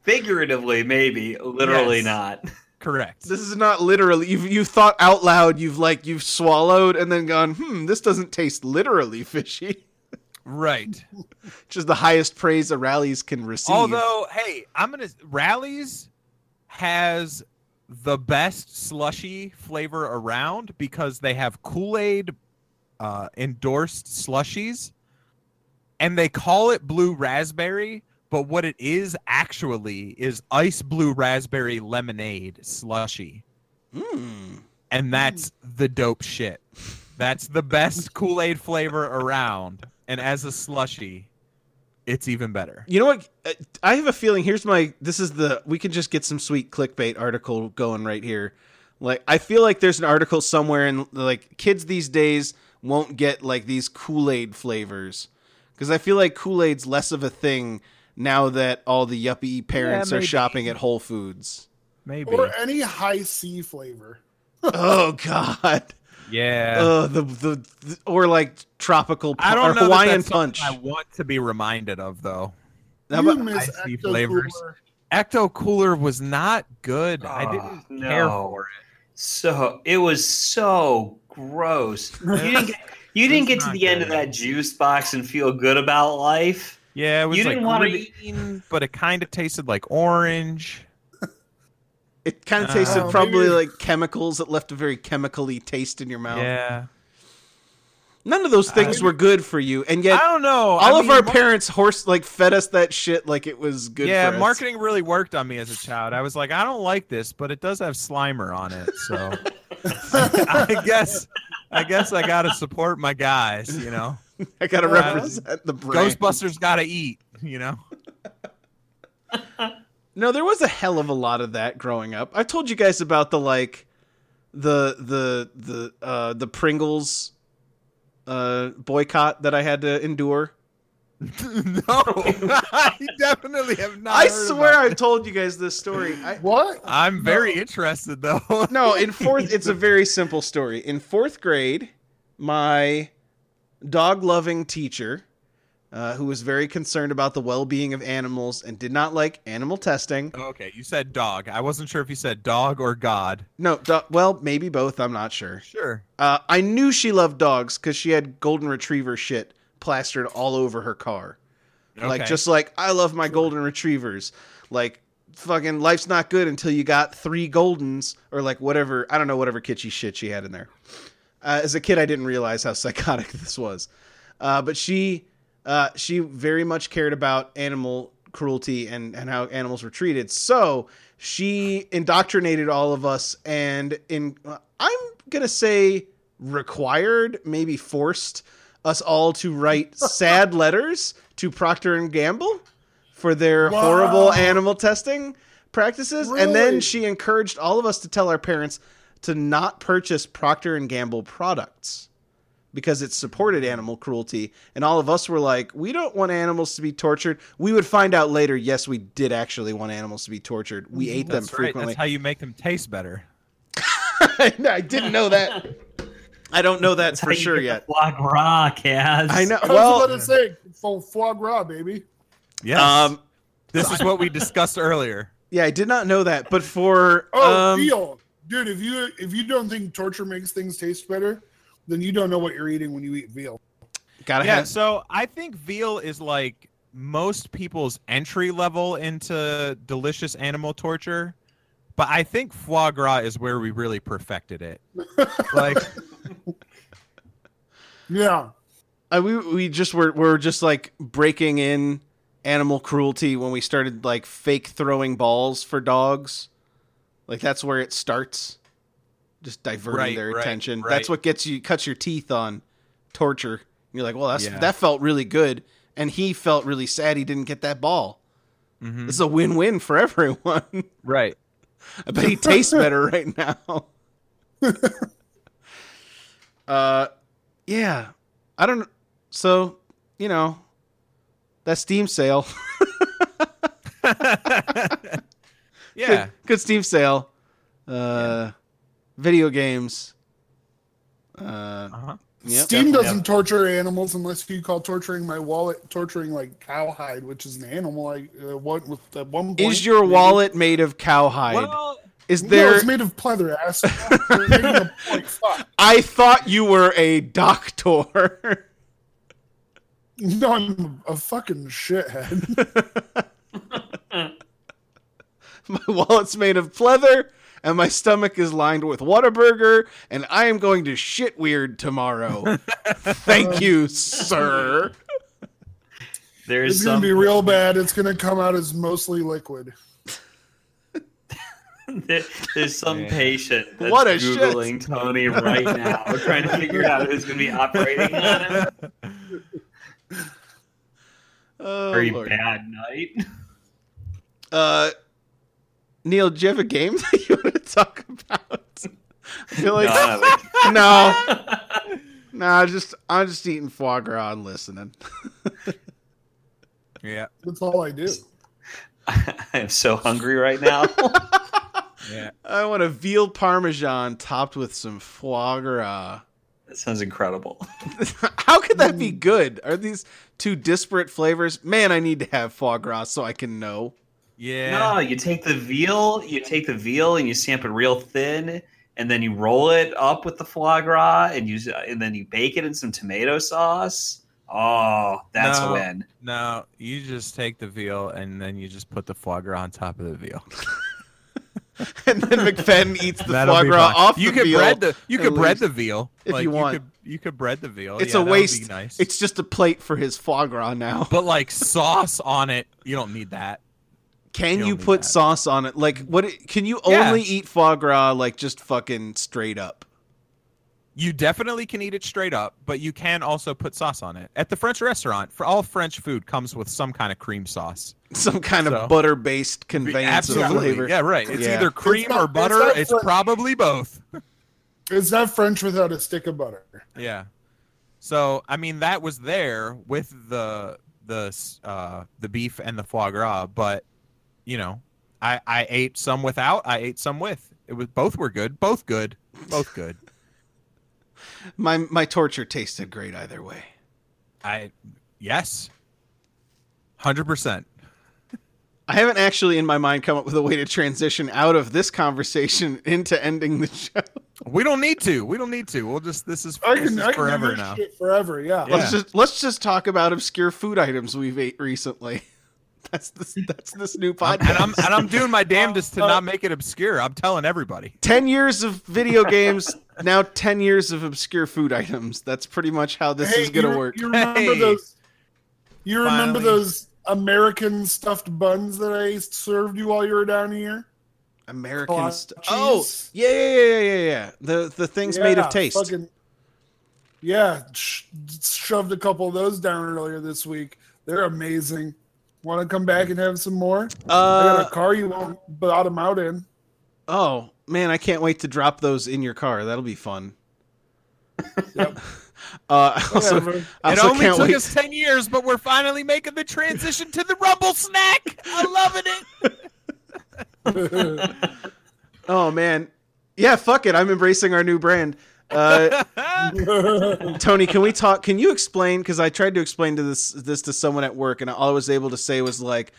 Speaker 4: Figuratively, maybe. Literally
Speaker 2: Yes.
Speaker 4: not.
Speaker 2: Correct.
Speaker 1: this is not literally. You've you've thought out loud. You've like you've swallowed and then gone. Hmm, this doesn't taste literally fishy.
Speaker 2: Right.
Speaker 1: Which is the highest praise a rallies can receive.
Speaker 2: Although, hey, I'm gonna rallies has the best slushy flavor around because they have Kool Aid uh, endorsed slushies, and they call it blue raspberry. But what it is actually is ice blue raspberry lemonade slushy,
Speaker 1: Hmm.
Speaker 2: and that's the dope shit. That's the best Kool Aid flavor around, and as a slushy, it's even better.
Speaker 1: You know what? Uh, I have a feeling. Here's my. This is the. We can just get some sweet clickbait article going right here. Like I feel like there's an article somewhere in like kids these days won't get like these Kool Aid flavors because I feel like Kool Aid's less of a thing now that all the yuppie parents are
Speaker 2: maybe.
Speaker 1: shopping at Whole Foods.
Speaker 2: Maybe.
Speaker 5: Or any high C flavor.
Speaker 1: oh God.
Speaker 2: Yeah.
Speaker 1: Oh the, the the or like tropical pu-
Speaker 2: I
Speaker 1: or
Speaker 2: don't know. that
Speaker 1: Hawaiian
Speaker 2: that's
Speaker 1: punch.
Speaker 2: something I want to be reminded of though.
Speaker 1: How
Speaker 5: you
Speaker 1: about-
Speaker 5: miss
Speaker 2: high C
Speaker 5: Ecto
Speaker 2: flavors?
Speaker 5: Cooler.
Speaker 2: Ecto Cooler was not good. I
Speaker 4: Ah,
Speaker 2: didn't care
Speaker 4: no.
Speaker 2: for it.
Speaker 4: So it was so gross. You didn't get, you didn't get
Speaker 2: It's
Speaker 4: to
Speaker 2: not
Speaker 4: the end of
Speaker 2: good.
Speaker 4: that juice box and feel good about life.
Speaker 2: Yeah, it was
Speaker 4: You
Speaker 2: like
Speaker 4: didn't wanna be-
Speaker 2: green, but it kind of tasted like orange.
Speaker 1: It kind of tasted
Speaker 2: Oh,
Speaker 1: probably
Speaker 5: maybe-
Speaker 1: like chemicals. It left a very chemically taste in your mouth.
Speaker 2: Yeah.
Speaker 1: None of those things
Speaker 2: I-
Speaker 1: were good for you, and
Speaker 2: I
Speaker 1: yet
Speaker 2: don't know. I
Speaker 1: all of
Speaker 2: mean,
Speaker 1: our
Speaker 2: mar-
Speaker 1: parents horse like fed us that shit like it was good.
Speaker 2: Yeah,
Speaker 1: for us.
Speaker 2: marketing really worked on me as a child. I was like, I don't like this, but it does have Slimer on it, so I guess I guess I gotta support my guys. You know,
Speaker 1: I gotta
Speaker 2: Yeah.
Speaker 1: represent the brand.
Speaker 2: Ghostbusters gotta eat. You know.
Speaker 1: No, there was a hell of a lot of that growing up. I told you guys about the like, the the the uh the Pringles, uh boycott that I had to endure.
Speaker 2: no, I definitely have not.
Speaker 1: I
Speaker 2: heard
Speaker 1: swear
Speaker 2: about-
Speaker 1: I told you guys this story. I,
Speaker 5: What?
Speaker 2: I'm very interested though.
Speaker 1: no, in fourth, it's a very simple story. In fourth grade, my dog loving teacher, uh, who was very concerned about the well being of animals and did not like animal testing.
Speaker 2: okay, you said dog. I wasn't sure if you said dog or God.
Speaker 1: No, do- well, maybe both. I'm not sure.
Speaker 2: Sure.
Speaker 1: Uh, I knew she loved dogs because she had golden retriever shit plastered all over her car. Like,
Speaker 2: Okay.
Speaker 1: just like, I love my golden retrievers. Like, fucking life's not good until you got three goldens or like whatever. I don't know, whatever kitschy shit she had in there. Uh, as a kid, I didn't realize how psychotic this was. Uh, but she, uh, she very much cared about animal cruelty and, and how animals were treated. So she indoctrinated all of us and in, I'm going to say required, maybe forced us all to write sad letters to Procter and Gamble for their
Speaker 5: Wow.
Speaker 1: horrible animal testing practices and then
Speaker 5: Really?
Speaker 1: she encouraged all of us to tell our parents to not purchase procter and gamble products because it supported animal cruelty and all of us were like we don't want animals to be tortured we would find out later yes we did actually want animals to be tortured we ate them
Speaker 2: That's right.
Speaker 1: frequently
Speaker 2: That's how you make them taste better.
Speaker 1: I didn't know that I don't know that
Speaker 4: That's
Speaker 1: for
Speaker 4: how you
Speaker 1: sure
Speaker 4: get the
Speaker 1: yet.
Speaker 4: Foie gras, Kaz.
Speaker 1: I know.
Speaker 5: I was
Speaker 1: Well,
Speaker 5: about to say fo- foie gras, baby.
Speaker 2: Yes.
Speaker 1: um,
Speaker 2: this is what we discussed earlier.
Speaker 1: yeah, I did not know that, but for
Speaker 5: Oh,
Speaker 1: um,
Speaker 5: deal, dude. If you if you don't think torture makes things taste better, then you don't know what you're eating when you eat veal.
Speaker 1: gotta
Speaker 2: yeah,
Speaker 1: have
Speaker 2: so I think veal is like most people's entry level into delicious animal torture, but I think foie gras is where we really perfected it. like
Speaker 5: Yeah,
Speaker 1: I, we we just were we were just like breaking in animal cruelty when we started like fake throwing balls for dogs. Like that's where it starts. Just diverting
Speaker 2: Right,
Speaker 1: their
Speaker 2: right,
Speaker 1: attention.
Speaker 2: right.
Speaker 1: That's what gets you cuts your teeth on torture. And you're like, well, that's
Speaker 2: Yeah.
Speaker 1: that felt really good, and he felt really sad he didn't get that ball.
Speaker 2: Mhm.
Speaker 1: This is a win-win for everyone.
Speaker 2: right.
Speaker 1: I bet he tastes better right now. uh, yeah, I don't. So you know, that Steam sale,
Speaker 2: yeah.
Speaker 1: good, good Steam sale. Uh, video games. Uh,
Speaker 2: Uh-huh.
Speaker 1: yep.
Speaker 5: Steam doesn't torture animals unless you call torturing my wallet torturing like cowhide, which is an animal. I uh, what with at one point
Speaker 1: Is your
Speaker 5: maybe-
Speaker 1: wallet made of cowhide?
Speaker 2: Well,
Speaker 1: Is
Speaker 5: No,
Speaker 1: there?
Speaker 5: it's made of pleather ass. You're making a point. Fuck.
Speaker 1: I thought you were a doctor.
Speaker 5: No, I'm a fucking shithead.
Speaker 1: My wallet's made of pleather, and my stomach is lined with Whataburger, and I am going to shit weird tomorrow. Thank you, sir.
Speaker 4: There's
Speaker 5: It's
Speaker 4: some
Speaker 5: gonna be real bad. It's gonna come out as mostly liquid.
Speaker 4: there- there's some patient that's
Speaker 1: What a shit.
Speaker 4: googling Tony right now, trying to figure out who's going to be operating on him.
Speaker 1: Oh,
Speaker 4: Very
Speaker 1: Lord.
Speaker 4: bad night.
Speaker 1: Uh, Neil, do you have a game that you want to talk about? I feel like
Speaker 4: No, no, like-
Speaker 1: no, no, I just I'm just eating foie gras and listening.
Speaker 2: yeah.
Speaker 5: That's all I do.
Speaker 4: I am so hungry right now.
Speaker 2: Yeah.
Speaker 1: I want a veal parmesan topped with some foie gras.
Speaker 4: That sounds incredible.
Speaker 1: How could that
Speaker 2: Mm.
Speaker 1: be good? Are these two disparate flavors? Man, I need to have foie gras so I can know.
Speaker 2: Yeah.
Speaker 4: No, you take the veal, you take the veal and you stamp it real thin, and then you roll it up with the foie gras, and you and then you bake it in some tomato sauce. Oh, that's
Speaker 2: No.
Speaker 4: a win.
Speaker 2: No, you just take the veal and then you just put the foie gras on top of the veal.
Speaker 1: and then McFadden eats the
Speaker 2: That'll
Speaker 1: foie
Speaker 2: be
Speaker 1: gras
Speaker 2: fine.
Speaker 1: off
Speaker 2: You
Speaker 1: the
Speaker 2: could
Speaker 1: veal.
Speaker 2: bread the you
Speaker 1: at
Speaker 2: could
Speaker 1: least,
Speaker 2: bread the veal
Speaker 1: if
Speaker 2: Like,
Speaker 1: you want.
Speaker 2: Could, you could bread the veal.
Speaker 1: It's
Speaker 2: Yeah,
Speaker 1: a
Speaker 2: that would be
Speaker 1: waste.
Speaker 2: nice.
Speaker 1: It's just a plate for his foie gras now.
Speaker 2: but like sauce on it, you don't need that.
Speaker 1: Can
Speaker 2: You
Speaker 1: you,
Speaker 2: don't need
Speaker 1: put
Speaker 2: that.
Speaker 1: sauce on it? Like what? it- Can you
Speaker 2: Yeah.
Speaker 1: only eat foie gras like just fucking straight up?
Speaker 2: You definitely can eat it straight up, but you can also put sauce on it. At the French restaurant, for all French food comes with some kind of cream sauce.
Speaker 1: Some kind
Speaker 2: So.
Speaker 1: of butter based conveyance of flavor.
Speaker 2: Yeah, right. It's
Speaker 1: Yeah.
Speaker 2: either cream
Speaker 5: It's not-
Speaker 2: or
Speaker 5: it's
Speaker 2: butter.
Speaker 5: not
Speaker 2: It's,
Speaker 5: French.
Speaker 2: probably both.
Speaker 5: It's not French without a stick of butter.
Speaker 2: Yeah. So, I mean, that was there with the the uh the beef and the foie gras, but you know, I I ate some without, I ate some with. It was both were good, both good, both good.
Speaker 1: My my torture tasted great either way.
Speaker 2: I yes. 100%.
Speaker 1: I haven't actually in my mind come up with a way to transition out of this conversation into ending the show.
Speaker 2: We don't need to. We don't need to. We'll just this is,
Speaker 5: I
Speaker 2: this
Speaker 5: can,
Speaker 2: is
Speaker 5: I can
Speaker 2: forever
Speaker 5: forever
Speaker 2: now.
Speaker 5: Shit forever, yeah.
Speaker 2: Yeah.
Speaker 1: Let's just let's just talk about obscure food items we've ate recently. That's this that's this new podcast.
Speaker 2: And I'm and I'm doing my damnedest to
Speaker 5: uh,
Speaker 2: not make it obscure. I'm telling everybody.
Speaker 1: 10 years of video games, now 10 years of obscure food items. That's pretty much how this
Speaker 5: Hey,
Speaker 1: is going
Speaker 5: you-
Speaker 1: to work.
Speaker 5: You remember
Speaker 2: Hey.
Speaker 5: those? You remember
Speaker 2: Finally.
Speaker 5: those American stuffed buns that I served you while you were down here?
Speaker 1: American
Speaker 5: Cottage
Speaker 1: stuff. Oh,
Speaker 5: cheese.
Speaker 1: yeah, yeah, yeah, yeah, yeah, yeah. The the things made
Speaker 5: Yeah,
Speaker 1: of taste.
Speaker 5: fucking- yeah, sh- shoved a couple of those down earlier this week. They're amazing. Want to come back and have some more? I
Speaker 1: uh,
Speaker 5: got a car you won't bottom out in.
Speaker 1: oh, man, I can't wait to drop those in your car. That'll be fun.
Speaker 5: Yep.
Speaker 1: Uh, I also,
Speaker 5: Whatever.
Speaker 1: I
Speaker 2: it
Speaker 1: also
Speaker 2: only
Speaker 1: can't
Speaker 2: took
Speaker 1: wait.
Speaker 2: us 10 years, but we're finally making the transition to the rumble snack. I'm loving it.
Speaker 1: Oh man, yeah, fuck it. I'm embracing our new brand. Uh,
Speaker 5: I
Speaker 1: Tony, can we talk? Can you explain? Because I tried to explain to this this to someone at work, and all I was able to say was like,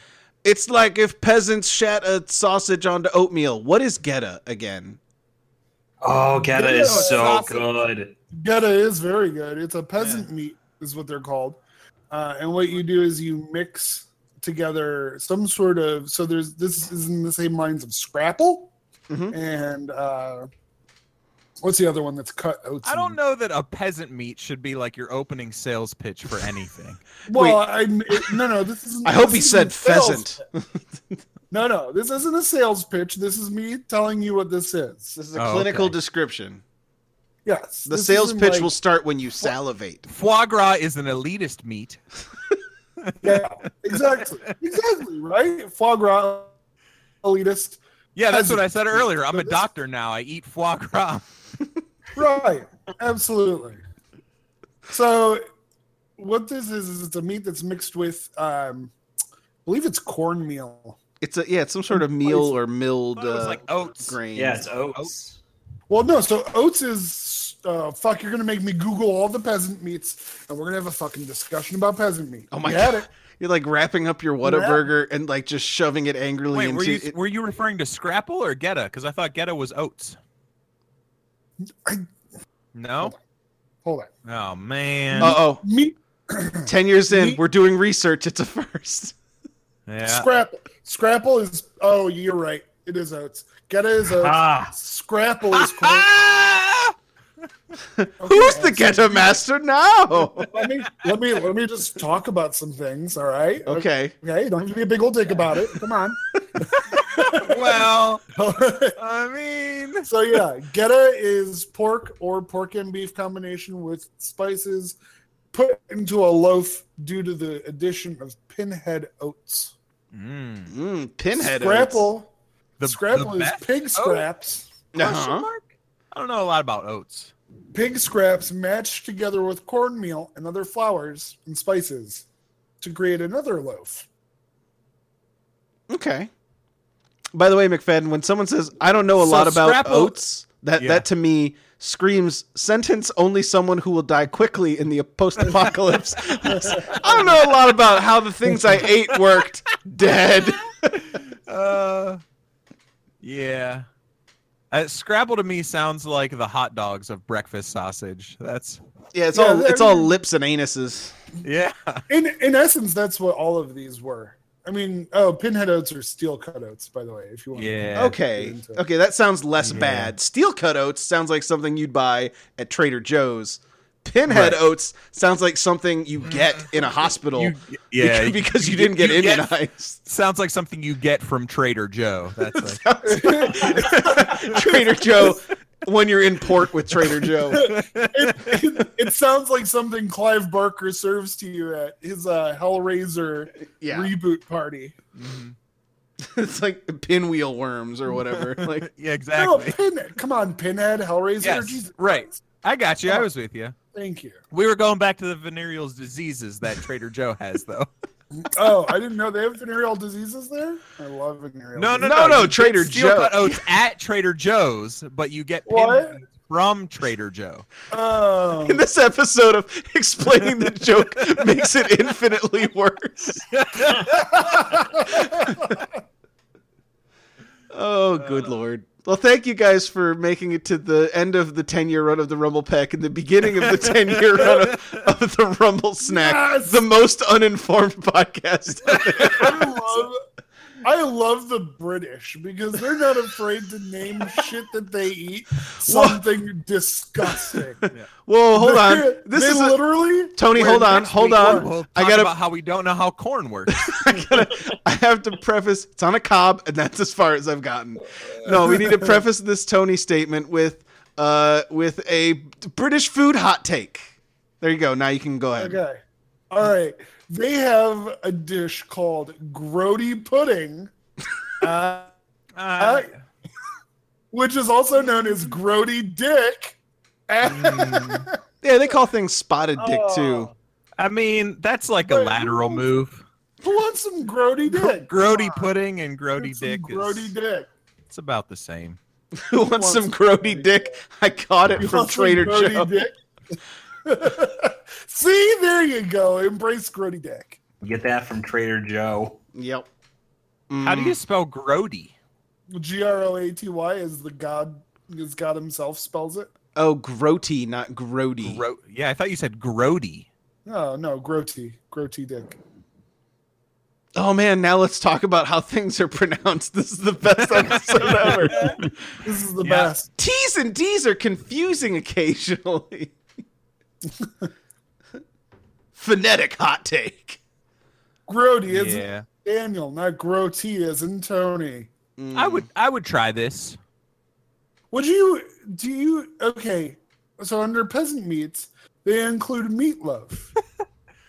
Speaker 1: "It's like if peasants shat a sausage onto oatmeal." What is geta again?
Speaker 4: Oh, Geta
Speaker 5: Yeah,
Speaker 4: is
Speaker 5: it's
Speaker 4: so
Speaker 5: awesome.
Speaker 4: good.
Speaker 5: Geta is very good. It's a peasant meat, is what they're called. Uh, and what you do is you mix together some sort of. So there's this is in the same lines of Scrapple
Speaker 1: Mhm.
Speaker 5: and uh, what's the other one that's cut oats?
Speaker 2: I don't
Speaker 5: and-
Speaker 2: know that a peasant meat should be like your opening sales pitch for anything.
Speaker 5: Well, I it- no no. This is.
Speaker 1: I hope
Speaker 5: this
Speaker 1: he
Speaker 5: isn't
Speaker 1: said
Speaker 5: a sales
Speaker 1: pheasant.
Speaker 5: pitch. no no, this isn't a sales pitch. This is me telling you what this is.
Speaker 1: This is a
Speaker 2: Oh,
Speaker 1: clinical
Speaker 2: okay.
Speaker 1: description.
Speaker 5: Yes,
Speaker 1: The
Speaker 5: this
Speaker 1: sales
Speaker 5: isn't
Speaker 1: pitch
Speaker 5: like-
Speaker 1: will start when you salivate.
Speaker 2: Foie gras is an elitist meat.
Speaker 5: Yeah, exactly, exactly right. Foie gras, elitist.
Speaker 2: Yeah, that's what I
Speaker 5: Peasant
Speaker 2: said
Speaker 5: meat.
Speaker 2: earlier. I'm
Speaker 5: So
Speaker 2: a
Speaker 5: this-
Speaker 2: doctor now. I eat foie gras.
Speaker 5: Right. Absolutely. So, what this is is it's a meat that's mixed with, um, I believe it's cornmeal.
Speaker 1: It's a yeah, it's some sort of meal or milled
Speaker 2: Thought it was
Speaker 1: uh,
Speaker 2: like oh, oats.
Speaker 1: grain.
Speaker 4: Yeah, it's oats.
Speaker 5: Well, no. So oats is uh, fuck. You're gonna make me Google all the peasant meats, and we're gonna have a fucking discussion about peasant meat.
Speaker 1: Oh my
Speaker 5: You had
Speaker 1: god!
Speaker 5: it.
Speaker 1: You're like wrapping up your Whataburger and like just shoving it angrily
Speaker 2: Wait,
Speaker 1: into.
Speaker 2: were you
Speaker 1: it.
Speaker 2: were you referring to Scrapple or Geta? Because I thought Geta was oats.
Speaker 5: I-
Speaker 2: No.
Speaker 5: Hold on.
Speaker 2: Oh man.
Speaker 1: Uh oh!
Speaker 5: Meat
Speaker 1: Ten years in,
Speaker 5: Me-
Speaker 1: we're doing research. It's a first.
Speaker 2: yeah.
Speaker 5: scrapple. Scrapple is. Oh, you're right. It is oats. Geta is oats.
Speaker 4: Ah,
Speaker 5: Scrapple is corn.
Speaker 2: Ah!
Speaker 5: Okay,
Speaker 1: Who's the
Speaker 5: so-
Speaker 1: ghetto master now?
Speaker 5: Let me let me let me just talk about some things. All right.
Speaker 1: Okay.
Speaker 5: Okay, don't have to be a big old dick about it. Come on.
Speaker 2: well, I mean,
Speaker 5: so yeah, geta is pork or pork and beef combination with spices put into a loaf due to the addition of pinhead oats.
Speaker 2: Mm.
Speaker 1: Mm, pinhead.
Speaker 5: scrapple.
Speaker 2: the
Speaker 5: scrapple
Speaker 2: the
Speaker 5: is Uh-huh.
Speaker 2: best Oh.
Speaker 5: pig
Speaker 2: oat?
Speaker 5: scraps.
Speaker 2: Question
Speaker 1: uh
Speaker 2: mark? I don't know a lot about oats.
Speaker 5: Pig scraps matched together with cornmeal and other flours and spices to create another loaf.
Speaker 1: Okay. By the way, McFadden, when someone says I don't know a
Speaker 2: So
Speaker 1: lot about
Speaker 2: Scrapple-
Speaker 1: oats, that
Speaker 2: Yeah.
Speaker 1: that to me screams sentence only someone who will die quickly in the post-apocalypse. I don't know a lot about how the things I ate worked. Dead.
Speaker 2: Uh, yeah. Uh, Scrabble to me sounds like the hot dogs of breakfast sausage. That's
Speaker 1: Yeah, it's
Speaker 5: Yeah,
Speaker 1: all it's
Speaker 5: they're-
Speaker 1: all lips and anuses.
Speaker 2: yeah.
Speaker 5: In in essence, that's what all of these were. I mean, oh, pinhead oats are steel cut oats, by the way, if you want to
Speaker 2: Yeah.
Speaker 1: Okay.
Speaker 5: into it.
Speaker 1: Okay, that sounds less
Speaker 2: Yeah.
Speaker 1: bad. Steel cut oats sounds like something you'd buy at Trader Joe's. Pinhead
Speaker 2: Right.
Speaker 1: oats sounds like something you get in a hospital
Speaker 2: You, yeah.
Speaker 1: because, because you didn't get
Speaker 2: you get-
Speaker 1: immunized.
Speaker 2: sounds like something you get from Trader Joe. That's like,
Speaker 1: Trader Joe when you're in port with Trader Joe.
Speaker 5: it, it, it sounds like something Clive Barker serves to you at his uh, Hellraiser
Speaker 1: Yeah.
Speaker 5: reboot party.
Speaker 2: Mhm.
Speaker 1: It's like pinwheel worms or whatever. Like
Speaker 2: yeah,
Speaker 5: No,
Speaker 2: exactly.
Speaker 5: Oh, Pinhead. Come on, Pinhead, Hellraiser.
Speaker 2: Yes,
Speaker 5: Jesus.
Speaker 2: right. I got you. I was with you.
Speaker 5: Thank you.
Speaker 2: We were going back to the venereal diseases that Trader Joe has, though.
Speaker 5: Oh, I didn't know they have venereal diseases there. I love venereal.
Speaker 2: No, no, no,
Speaker 5: diseases.
Speaker 1: No, no,
Speaker 2: you get
Speaker 1: Trader
Speaker 2: steel
Speaker 1: Joe.
Speaker 2: Cut oats at Trader Joe's, but you get pin
Speaker 5: What?
Speaker 2: from Trader Joe.
Speaker 5: Oh,
Speaker 1: in this episode of explaining the joke makes it infinitely worse. Oh, good lord. Well, thank you guys for making it to the end of the 10 year run of the Rumble Pack and the beginning of the 10 year run of, of the Rumble Snack,
Speaker 5: Yes!
Speaker 1: the most uninformed podcast.
Speaker 5: I love. I love the British because they're not afraid to name shit that they eat something disgusting.
Speaker 1: Whoa, hold on.
Speaker 5: They're-
Speaker 1: This
Speaker 5: they
Speaker 1: is a,
Speaker 5: literally
Speaker 1: Tony,
Speaker 5: Wait,
Speaker 1: hold on,
Speaker 5: next
Speaker 1: hold
Speaker 5: week-
Speaker 1: on.
Speaker 2: We'll talk
Speaker 1: I gotta-
Speaker 2: about how we don't know how corn works.
Speaker 1: I, gotta, I have to preface it's on a cob, and that's as far as I've gotten. No, we need to preface this Tony statement with uh with a British food hot take. There you go. Now you can go ahead.
Speaker 5: Okay. All right. They have a dish called grody pudding, uh,
Speaker 2: Uh,
Speaker 5: which is also known as grody dick.
Speaker 2: Mm.
Speaker 1: Yeah, they call things spotted dick too.
Speaker 5: Oh.
Speaker 2: I mean, that's like a
Speaker 5: But-
Speaker 2: lateral move.
Speaker 5: Who wants some grody dick?
Speaker 2: Grody pudding and grody
Speaker 5: Some
Speaker 2: dick.
Speaker 5: Grody
Speaker 2: is,
Speaker 5: dick.
Speaker 2: It's about the same.
Speaker 1: Who wants,
Speaker 5: wants
Speaker 1: some
Speaker 5: some
Speaker 1: grody dick? I got it from Trader
Speaker 5: Grody
Speaker 1: Joe.
Speaker 5: Dick. See, there you go. Embrace Grody Dick.
Speaker 4: Get that from Trader Joe.
Speaker 1: Yep.
Speaker 2: How do
Speaker 1: Mm.
Speaker 2: you spell grody?
Speaker 5: G R O A T Y is the god. Is God himself spells it?
Speaker 1: Oh, grody, not grody.
Speaker 2: Gro- yeah, I thought you said grody.
Speaker 5: Oh no, Grody, Grody Dick.
Speaker 1: oh man, now let's talk about how things are pronounced. This is the best episode ever.
Speaker 5: This is the
Speaker 2: Yeah.
Speaker 5: best.
Speaker 1: T's and D's are confusing occasionally. Phonetic hot take.
Speaker 5: Grody is
Speaker 2: Yeah.
Speaker 5: Daniel, not Grody is in Tony.
Speaker 2: I would I would try this.
Speaker 5: Would you do you okay? So under peasant meats, they include meatloaf,
Speaker 2: Mm.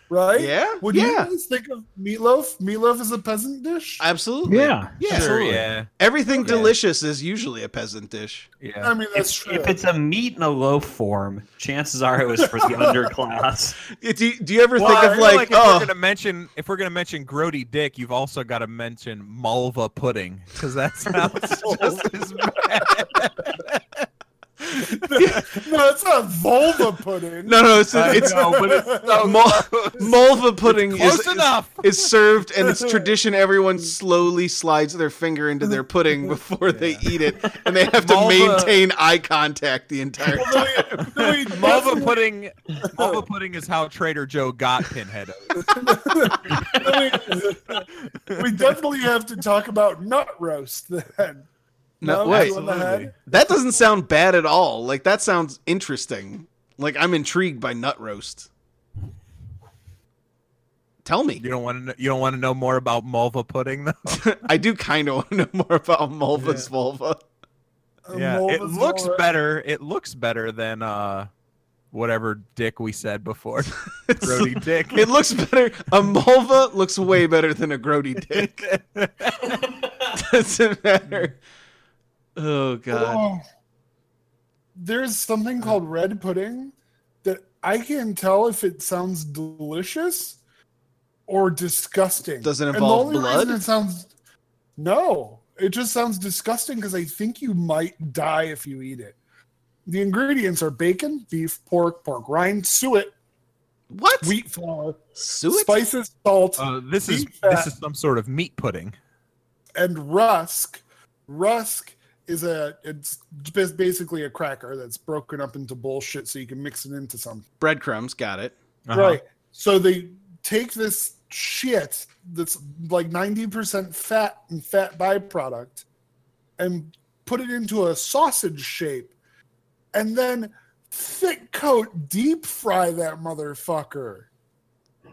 Speaker 5: right?
Speaker 1: Yeah,
Speaker 5: Would you
Speaker 1: yeah.
Speaker 5: guys think of meatloaf? Meatloaf is a peasant dish.
Speaker 1: Absolutely.
Speaker 6: Yeah.
Speaker 1: Yeah.
Speaker 2: Sure,
Speaker 1: absolutely.
Speaker 2: yeah.
Speaker 1: Everything
Speaker 2: Okay.
Speaker 1: delicious is usually a peasant dish.
Speaker 2: Yeah.
Speaker 5: I mean, that's
Speaker 4: If,
Speaker 5: true.
Speaker 4: if it's a meat in a loaf form, chances are it was for the underclass.
Speaker 1: Do you, do you ever
Speaker 2: Well, I
Speaker 1: think of
Speaker 2: feel
Speaker 1: like,
Speaker 2: if
Speaker 1: oh,
Speaker 2: we're gonna mention if we're gonna mention grody dick, you've also got to mention malva pudding because that sounds just as bad.
Speaker 5: no, it's not vulva pudding.
Speaker 1: no, no, it's
Speaker 4: I
Speaker 1: it's
Speaker 4: know, but it's so
Speaker 1: mul- mulva pudding
Speaker 2: Close
Speaker 1: is, is
Speaker 2: enough.
Speaker 1: is served and it's tradition everyone slowly slides their finger into their pudding before they eat it and they have to
Speaker 2: Malva-
Speaker 1: maintain eye contact the entire time.
Speaker 5: No, we- no, we
Speaker 2: Malva
Speaker 5: definitely-
Speaker 2: pudding, malva pudding is how Trader Joe got Pinhead.
Speaker 5: we, we definitely have to talk about nut roast then.
Speaker 1: No,
Speaker 5: No,
Speaker 1: wait.
Speaker 5: on the head.
Speaker 1: That doesn't sound bad at all. Like that sounds interesting. Like I'm intrigued by nut roast. Tell me.
Speaker 2: You don't want to. You don't want to know more about malva pudding, though.
Speaker 1: I do kind of want to know more about Mulva's vulva.
Speaker 5: A
Speaker 2: yeah, it
Speaker 5: Mulva's
Speaker 2: looks
Speaker 5: vulva.
Speaker 2: better. It looks better than uh, whatever dick we said before.
Speaker 1: It's-
Speaker 2: Grody dick.
Speaker 1: It looks better. A Mulva looks way better than a grody dick. Doesn't matter. Oh god.
Speaker 5: Oh. There's something called red pudding that I can tell if it sounds delicious or disgusting.
Speaker 1: Does it
Speaker 5: And the
Speaker 1: involve
Speaker 5: only
Speaker 1: blood?
Speaker 5: reason It sounds no. It just sounds disgusting because I think you might die if you eat it. The ingredients are bacon, beef, pork, pork rind, suet,
Speaker 1: What?
Speaker 5: wheat flour,
Speaker 1: Suet?
Speaker 5: spices, salt,
Speaker 2: Uh, this is
Speaker 5: Beef fat.
Speaker 2: this is some sort of meat pudding.
Speaker 5: and rusk. Rusk is a it's bas- basically a cracker that's broken up into bullshit so you can mix it into something.
Speaker 1: Breadcrumbs, got it.
Speaker 2: Uh-huh.
Speaker 5: Right. So they take this shit that's like 90% fat and fat byproduct and put it into a sausage shape and then thick coat deep fry that motherfucker.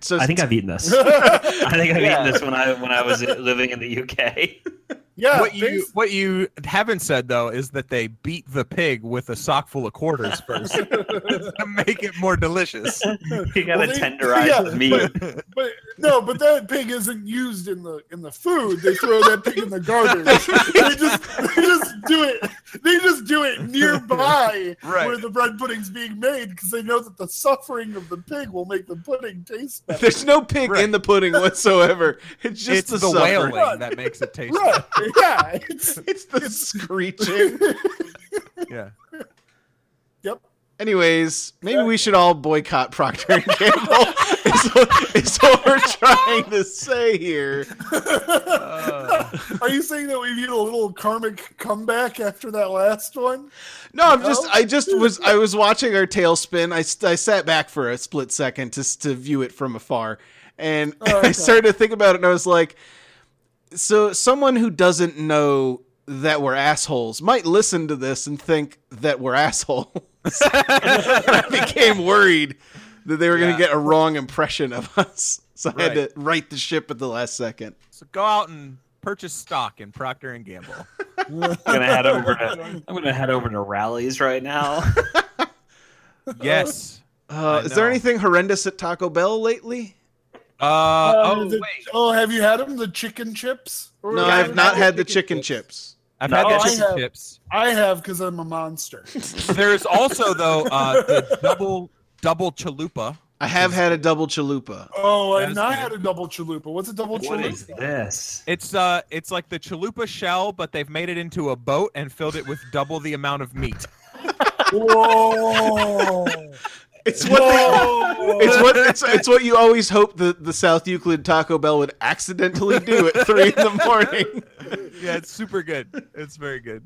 Speaker 1: So
Speaker 4: I think I've eaten this. I think I've eaten this when I when I was living in the UK.
Speaker 5: Yeah.
Speaker 2: what you
Speaker 5: bas-
Speaker 2: what you haven't said though is that they beat the pig with a sock full of quarters first to make it more delicious.
Speaker 4: You gotta
Speaker 5: Well, they-
Speaker 4: tenderize
Speaker 5: yeah,
Speaker 4: the meat.
Speaker 5: But no, but that pig isn't used in the in the food. They throw that pig in the garbage. they just they just do it. They just do it nearby
Speaker 2: Right.
Speaker 5: where the bread pudding's being made because they know that the suffering of the pig will make the pudding taste better.
Speaker 1: There's no pig in
Speaker 2: Right.
Speaker 1: the pudding whatsoever. It's just
Speaker 2: it's
Speaker 1: the,
Speaker 2: the,
Speaker 1: suffering.
Speaker 2: wailing that makes it taste.
Speaker 5: Right? Yeah. It's,
Speaker 1: It's the screeching.
Speaker 2: Yeah.
Speaker 5: yep.
Speaker 1: Anyways, maybe we should all boycott Procter and Gamble. is, what, is what we're trying to say here.
Speaker 2: Uh,
Speaker 5: Are you saying that we need a little karmic comeback after that last one?
Speaker 1: No, I'm just. I just was. I was watching our tailspin. I, s- I sat back for a split second to to view it from afar, and
Speaker 5: Oh,
Speaker 1: I
Speaker 5: okay.
Speaker 1: started to think about it, and I was like, so someone who doesn't know that we're assholes might listen to this and think that we're assholes. and I became worried that they were going
Speaker 2: Yeah.
Speaker 1: to get a wrong impression of us, so I had
Speaker 2: Right.
Speaker 1: to right the ship at the last second.
Speaker 2: So go out and purchase stock in Procter and Gamble.
Speaker 4: I'm gonna head over to I'm gonna head over to rallies right now.
Speaker 2: Yes.
Speaker 1: Uh,
Speaker 2: I
Speaker 1: is there
Speaker 2: know.
Speaker 1: anything horrendous at Taco Bell lately?
Speaker 2: Uh,
Speaker 5: Uh,
Speaker 2: oh
Speaker 5: the-
Speaker 2: wait,
Speaker 5: oh, have you had them? The chicken chips? Or-
Speaker 1: No,
Speaker 5: Yeah,
Speaker 1: I've not had the chicken
Speaker 5: chips.
Speaker 1: chips.
Speaker 2: I've
Speaker 4: No,
Speaker 2: had
Speaker 5: I
Speaker 2: the chicken
Speaker 5: have-
Speaker 2: chips.
Speaker 5: I have because I'm a monster.
Speaker 2: There's also though uh, the double double chalupa.
Speaker 1: I have had a double chalupa.
Speaker 5: Oh,
Speaker 2: That
Speaker 5: I've
Speaker 2: is
Speaker 5: not
Speaker 2: good.
Speaker 5: had a double chalupa. What's a double chalupa?
Speaker 4: What is this?
Speaker 2: It's uh, it's like the chalupa shell, but they've made it into a boat and filled it with double the amount of meat.
Speaker 5: Whoa!
Speaker 1: It's what they,
Speaker 5: Whoa!
Speaker 1: it's what it's, it's what you always hope the, the South Euclid Taco Bell would accidentally do at three in the morning.
Speaker 2: yeah, it's super good. It's very good.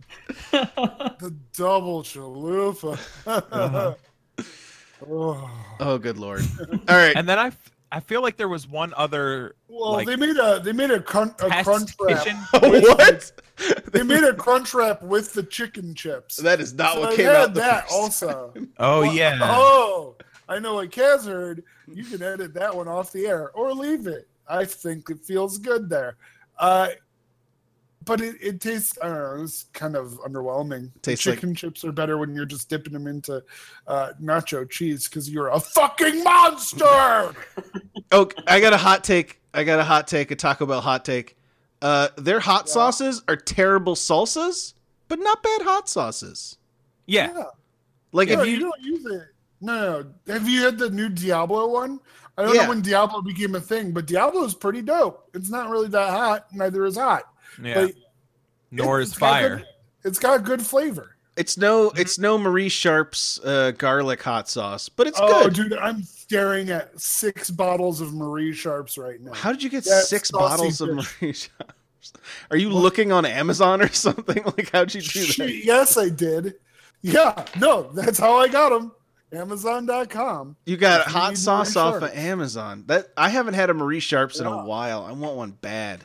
Speaker 5: the double chalupa.
Speaker 1: Uh-huh.
Speaker 5: Oh.
Speaker 1: Oh, good lord! All right,
Speaker 2: And then I, f- I feel like there was one other
Speaker 5: Well,
Speaker 2: like
Speaker 5: they made a they made a, crun- a
Speaker 2: test
Speaker 5: crunch wrap.
Speaker 2: kitchen.
Speaker 1: what?
Speaker 5: They made a crunch wrap with the chicken chips.
Speaker 1: That is not
Speaker 5: So
Speaker 1: what
Speaker 5: I
Speaker 1: came
Speaker 5: had
Speaker 1: out. The
Speaker 5: that
Speaker 1: first.
Speaker 5: also.
Speaker 2: Oh
Speaker 5: Well,
Speaker 2: yeah.
Speaker 5: Oh, I know what Kaz heard. You can edit that one off the air or leave it. I think it feels good there. Uh, but it, it tastes, I don't know, it's kind of underwhelming. The
Speaker 1: Tastes like-
Speaker 5: Chicken chips are better when you're just dipping them into uh, nacho cheese because you're a fucking monster.
Speaker 1: Oh, I got a hot take. I got a hot take. A Taco Bell hot take. Uh, their hot
Speaker 5: Yeah.
Speaker 1: sauces are terrible salsas, but not bad hot sauces.
Speaker 2: yeah.
Speaker 1: Like
Speaker 5: No,
Speaker 1: if
Speaker 5: you,
Speaker 1: you,
Speaker 5: don't use it. No, no, no. Have you had the new Diablo one? I don't
Speaker 1: Yeah.
Speaker 5: know when Diablo became a thing, but Diablo is pretty dope. It's not really that hot. Neither is hot.
Speaker 2: Yeah.
Speaker 5: Like,
Speaker 2: Nor
Speaker 5: it's
Speaker 2: is
Speaker 5: got good-
Speaker 2: fire.
Speaker 5: it's got good flavor.
Speaker 1: it's no, it's no Marie Sharp's uh, garlic hot sauce, but it's
Speaker 5: oh,
Speaker 1: good.
Speaker 5: dude, I'm staring at six bottles of Marie Sharps right now.
Speaker 1: How did you get
Speaker 5: That
Speaker 1: six
Speaker 5: saucy
Speaker 1: bottles of
Speaker 5: bitch.
Speaker 1: Marie Sharp's? Are you looking on Amazon or something? Like how'd you do
Speaker 5: Shit,
Speaker 1: that?
Speaker 5: yes, I did. Yeah, no, that's how I got them. Amazon.com.
Speaker 1: You got
Speaker 5: You
Speaker 1: hot
Speaker 5: need
Speaker 1: sauce
Speaker 5: Marie
Speaker 1: off of
Speaker 5: Sharp.
Speaker 1: Amazon. That I haven't had a Marie Sharp's in
Speaker 5: Yeah.
Speaker 1: a while. I want one bad.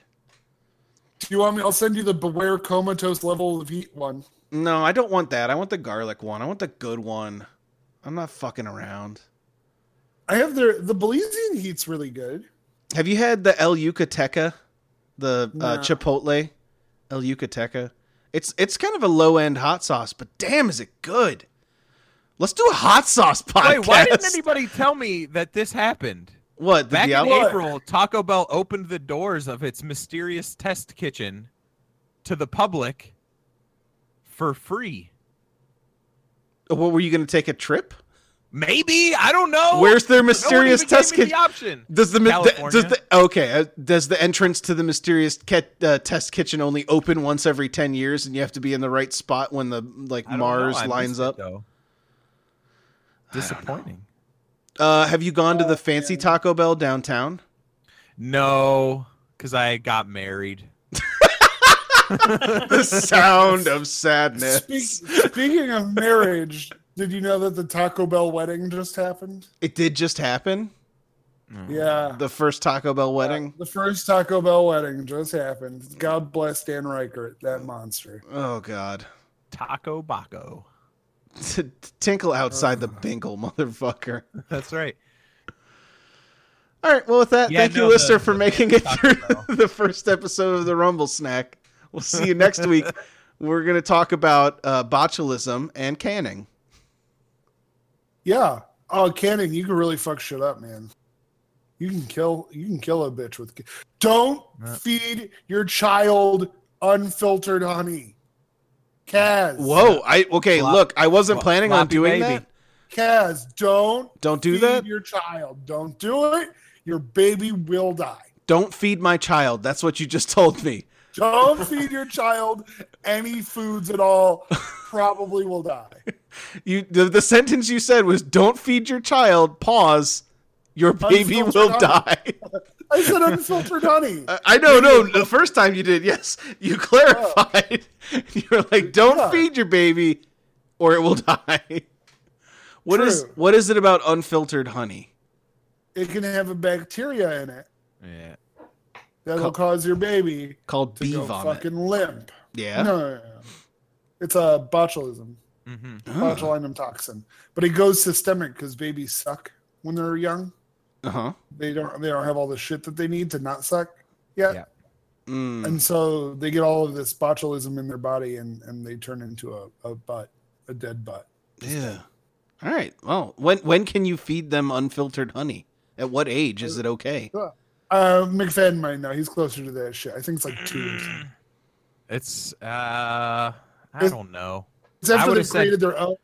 Speaker 5: Do you want me? I'll send you the Beware Comatose level of heat one.
Speaker 1: No, I don't want that. I want the garlic one. I want the good one. I'm not fucking around.
Speaker 5: I have their the Belizean heat's really good.
Speaker 1: Have you had the El Yucateca, the uh,
Speaker 5: No.
Speaker 1: Chipotle El Yucateca? It's it's kind of a low end hot sauce, but damn, is it good! Let's do a hot sauce podcast.
Speaker 2: Wait, why didn't anybody tell me that this happened?
Speaker 1: What the
Speaker 2: Back in
Speaker 1: Diablo?
Speaker 5: What?
Speaker 2: April, Taco Bell opened the doors of its mysterious test kitchen to the public for free.
Speaker 1: What were you going to take a trip?
Speaker 2: Maybe I don't know.
Speaker 1: Where's their
Speaker 2: No one even
Speaker 1: mysterious
Speaker 2: gave
Speaker 1: test
Speaker 2: me the
Speaker 1: kitchen?
Speaker 2: option.
Speaker 1: Does the, mi- the
Speaker 2: California.
Speaker 1: does the okay uh, does the entrance to the mysterious ke- uh, test kitchen only open once every ten years, and you have to be in the right spot when the like
Speaker 2: I don't know.
Speaker 1: Mars
Speaker 2: I missed
Speaker 1: lines
Speaker 2: it,
Speaker 1: up?
Speaker 2: though. Disappointing.
Speaker 1: Uh, have you gone to
Speaker 5: Oh,
Speaker 1: the fancy
Speaker 5: man.
Speaker 1: Taco Bell downtown?
Speaker 2: No, because I got married.
Speaker 1: the sound of sadness.
Speaker 5: Speak, speaking of marriage, did you know that the Taco Bell wedding just happened?
Speaker 1: It did just happen.
Speaker 2: Mm.
Speaker 5: Yeah.
Speaker 1: The first Taco Bell wedding.
Speaker 5: The first Taco Bell wedding just happened. God bless Dan Reichert, that monster.
Speaker 1: Oh God.
Speaker 2: Taco Baco.
Speaker 1: T- tinkle outside the bingle, motherfucker.
Speaker 2: That's right.
Speaker 1: All right. Well, with that,
Speaker 2: Yeah,
Speaker 1: thank you,
Speaker 2: no, the-
Speaker 1: listener, for
Speaker 2: the
Speaker 1: making it
Speaker 2: Taco
Speaker 1: through the first episode of the Rumble Snack. We'll see you next week. We're going to talk about uh, botulism and canning.
Speaker 5: Yeah. Oh, Cannon, you can really fuck shit up, man. You can kill. You can kill a bitch with. Don't
Speaker 2: Yeah.
Speaker 5: feed your child unfiltered honey. Kaz.
Speaker 1: Whoa! I okay.
Speaker 2: Flop-
Speaker 1: look, I wasn't
Speaker 2: flop-
Speaker 1: planning on
Speaker 2: floppy
Speaker 1: doing
Speaker 2: baby.
Speaker 1: that.
Speaker 5: Kaz, don't
Speaker 1: Don't do
Speaker 5: feed
Speaker 1: that.
Speaker 5: your child. Don't do it. Your baby will die.
Speaker 1: Don't feed my child. That's what you just told me.
Speaker 5: Don't feed your child any foods at all. Probably will die.
Speaker 1: You the, the sentence you said was don't feed your child. Pause. Your baby
Speaker 5: Unfiltered
Speaker 1: will die.
Speaker 5: honey. I said unfiltered honey.
Speaker 1: Uh, I- I know, no. The first time you did, yes,
Speaker 5: Oh.
Speaker 1: you clarified. You're like, don't
Speaker 5: Yeah.
Speaker 1: feed your baby, or it will die. What is
Speaker 5: True.
Speaker 1: what is it about unfiltered honey?
Speaker 5: It can have a bacteria in it
Speaker 2: Yeah.
Speaker 5: that'll
Speaker 1: Co-
Speaker 5: cause your baby
Speaker 1: Called
Speaker 5: to
Speaker 1: bee
Speaker 5: go
Speaker 1: vomit.
Speaker 5: fucking limp.
Speaker 1: yeah.
Speaker 5: No, no, no, no. It's a botulism,
Speaker 2: Mm-hmm.
Speaker 1: Uh
Speaker 5: botulinum toxin, but it goes systemic because babies suck when they're young.
Speaker 1: huh.
Speaker 5: They don't they don't have all the shit that they need to not suck yet,
Speaker 2: Yeah.
Speaker 1: Mm.
Speaker 5: and so they get all of this botulism in their body, and and they turn into a, a butt, a dead butt.
Speaker 1: Yeah. All right. Well, when when can you feed them unfiltered honey? At what age is it okay?
Speaker 5: Uh, McFadden might know. He's closer to that shit. I think it's like two. Or
Speaker 1: Mm.
Speaker 5: something.
Speaker 2: It's uh, I
Speaker 5: It's-
Speaker 2: don't know.
Speaker 5: it's after
Speaker 2: would've
Speaker 5: they
Speaker 2: said-
Speaker 5: created their own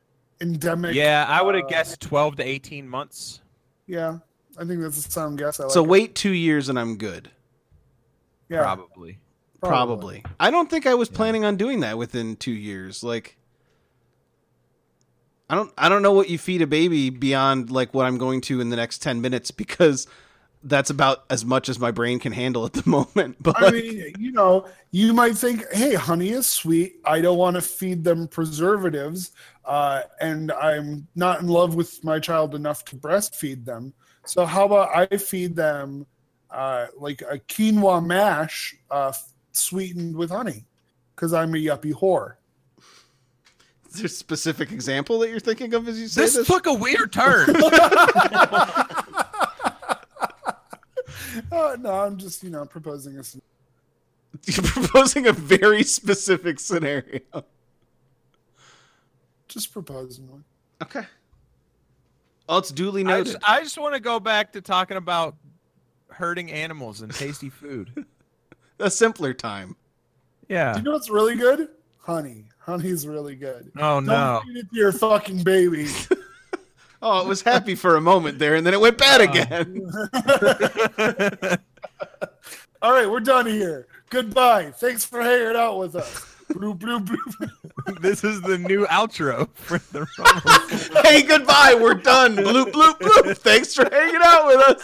Speaker 5: endemic.
Speaker 2: Yeah, I would
Speaker 5: uh,
Speaker 2: have guessed 12 to 18 months.
Speaker 5: Yeah, I think that's a sound guess. I like
Speaker 1: so
Speaker 5: it.
Speaker 1: wait two years and I'm good.
Speaker 5: yeah,
Speaker 2: Probably.
Speaker 1: Probably. I don't think I was planning on doing that within two years. Like I don't I don't know what you feed a baby beyond like what I'm going to in the next ten minutes because that's about as much as my brain can handle at the moment. But
Speaker 5: I
Speaker 1: like,
Speaker 5: mean, you know, you might think, "Hey, honey is sweet. I don't want to feed them preservatives, uh, and I'm not in love with my child enough to breastfeed them. So how about I feed them uh, like a quinoa mash uh, sweetened with honey, because I'm a yuppie whore."
Speaker 1: is there a specific example that you're thinking of as you say
Speaker 2: This,
Speaker 1: this?
Speaker 2: took a weird turn.
Speaker 5: Uh, no, I'm just you know proposing a. scenario.
Speaker 1: You're proposing a very specific scenario.
Speaker 5: Just proposing one.
Speaker 1: Okay. Oh, it's duly
Speaker 2: I
Speaker 1: noted.
Speaker 2: just, I just want to go back to talking about hurting animals and tasty food.
Speaker 1: a simpler time.
Speaker 5: Do
Speaker 2: Yeah.
Speaker 5: you know what's really good? Honey. Honey's really good.
Speaker 2: Oh no.
Speaker 5: Don't feed it to your fucking baby.
Speaker 1: Oh, it was happy for a moment there, and then it went bad again.
Speaker 5: All right, we're done here. Goodbye. Thanks for hanging out with us. Bloop, bloop, bloop.
Speaker 2: this is the new outro for the Rumble.
Speaker 1: hey, goodbye. We're done. Bloop, bloop, bloop. Thanks for hanging out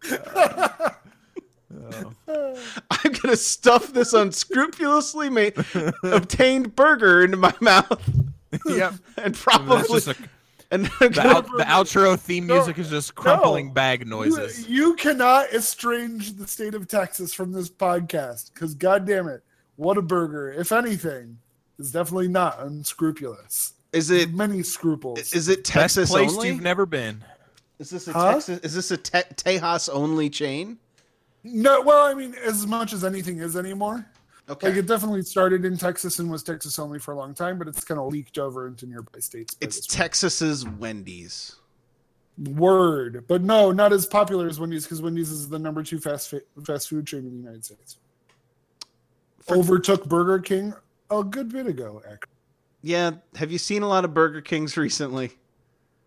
Speaker 1: with us. I'm going to stuff this unscrupulously ma- obtained burger into my mouth
Speaker 2: yep.
Speaker 1: and
Speaker 2: That's
Speaker 1: probably.
Speaker 2: just a,
Speaker 1: and I'm
Speaker 2: the,
Speaker 1: gonna-
Speaker 2: out, the outro theme music is just crumpling bag
Speaker 5: You,
Speaker 2: noises.
Speaker 5: you cannot estrange the state of Texas from this podcast because, goddamn it, what a burger, if anything, is definitely not unscrupulous.
Speaker 1: is it
Speaker 5: Many scruples.
Speaker 1: is it
Speaker 2: Best
Speaker 1: Texas
Speaker 2: place
Speaker 1: only?
Speaker 2: you've never been.
Speaker 1: Is this a
Speaker 5: Huh?
Speaker 1: Texas? Is this a te- Tejas only chain?
Speaker 5: no, well, I mean, as much as anything is anymore.
Speaker 1: Okay,
Speaker 5: Like it definitely started in Texas and was Texas only for a long time, but it's kind of leaked over into nearby states. by
Speaker 1: it's
Speaker 5: this
Speaker 1: Texas's Wendy's.
Speaker 5: word, but no, not as popular as Wendy's because Wendy's is the number two fast fa- fast food chain in the United States. Overtook Burger King a good bit ago. Actually.
Speaker 1: Yeah, have you seen a lot of Burger Kings recently?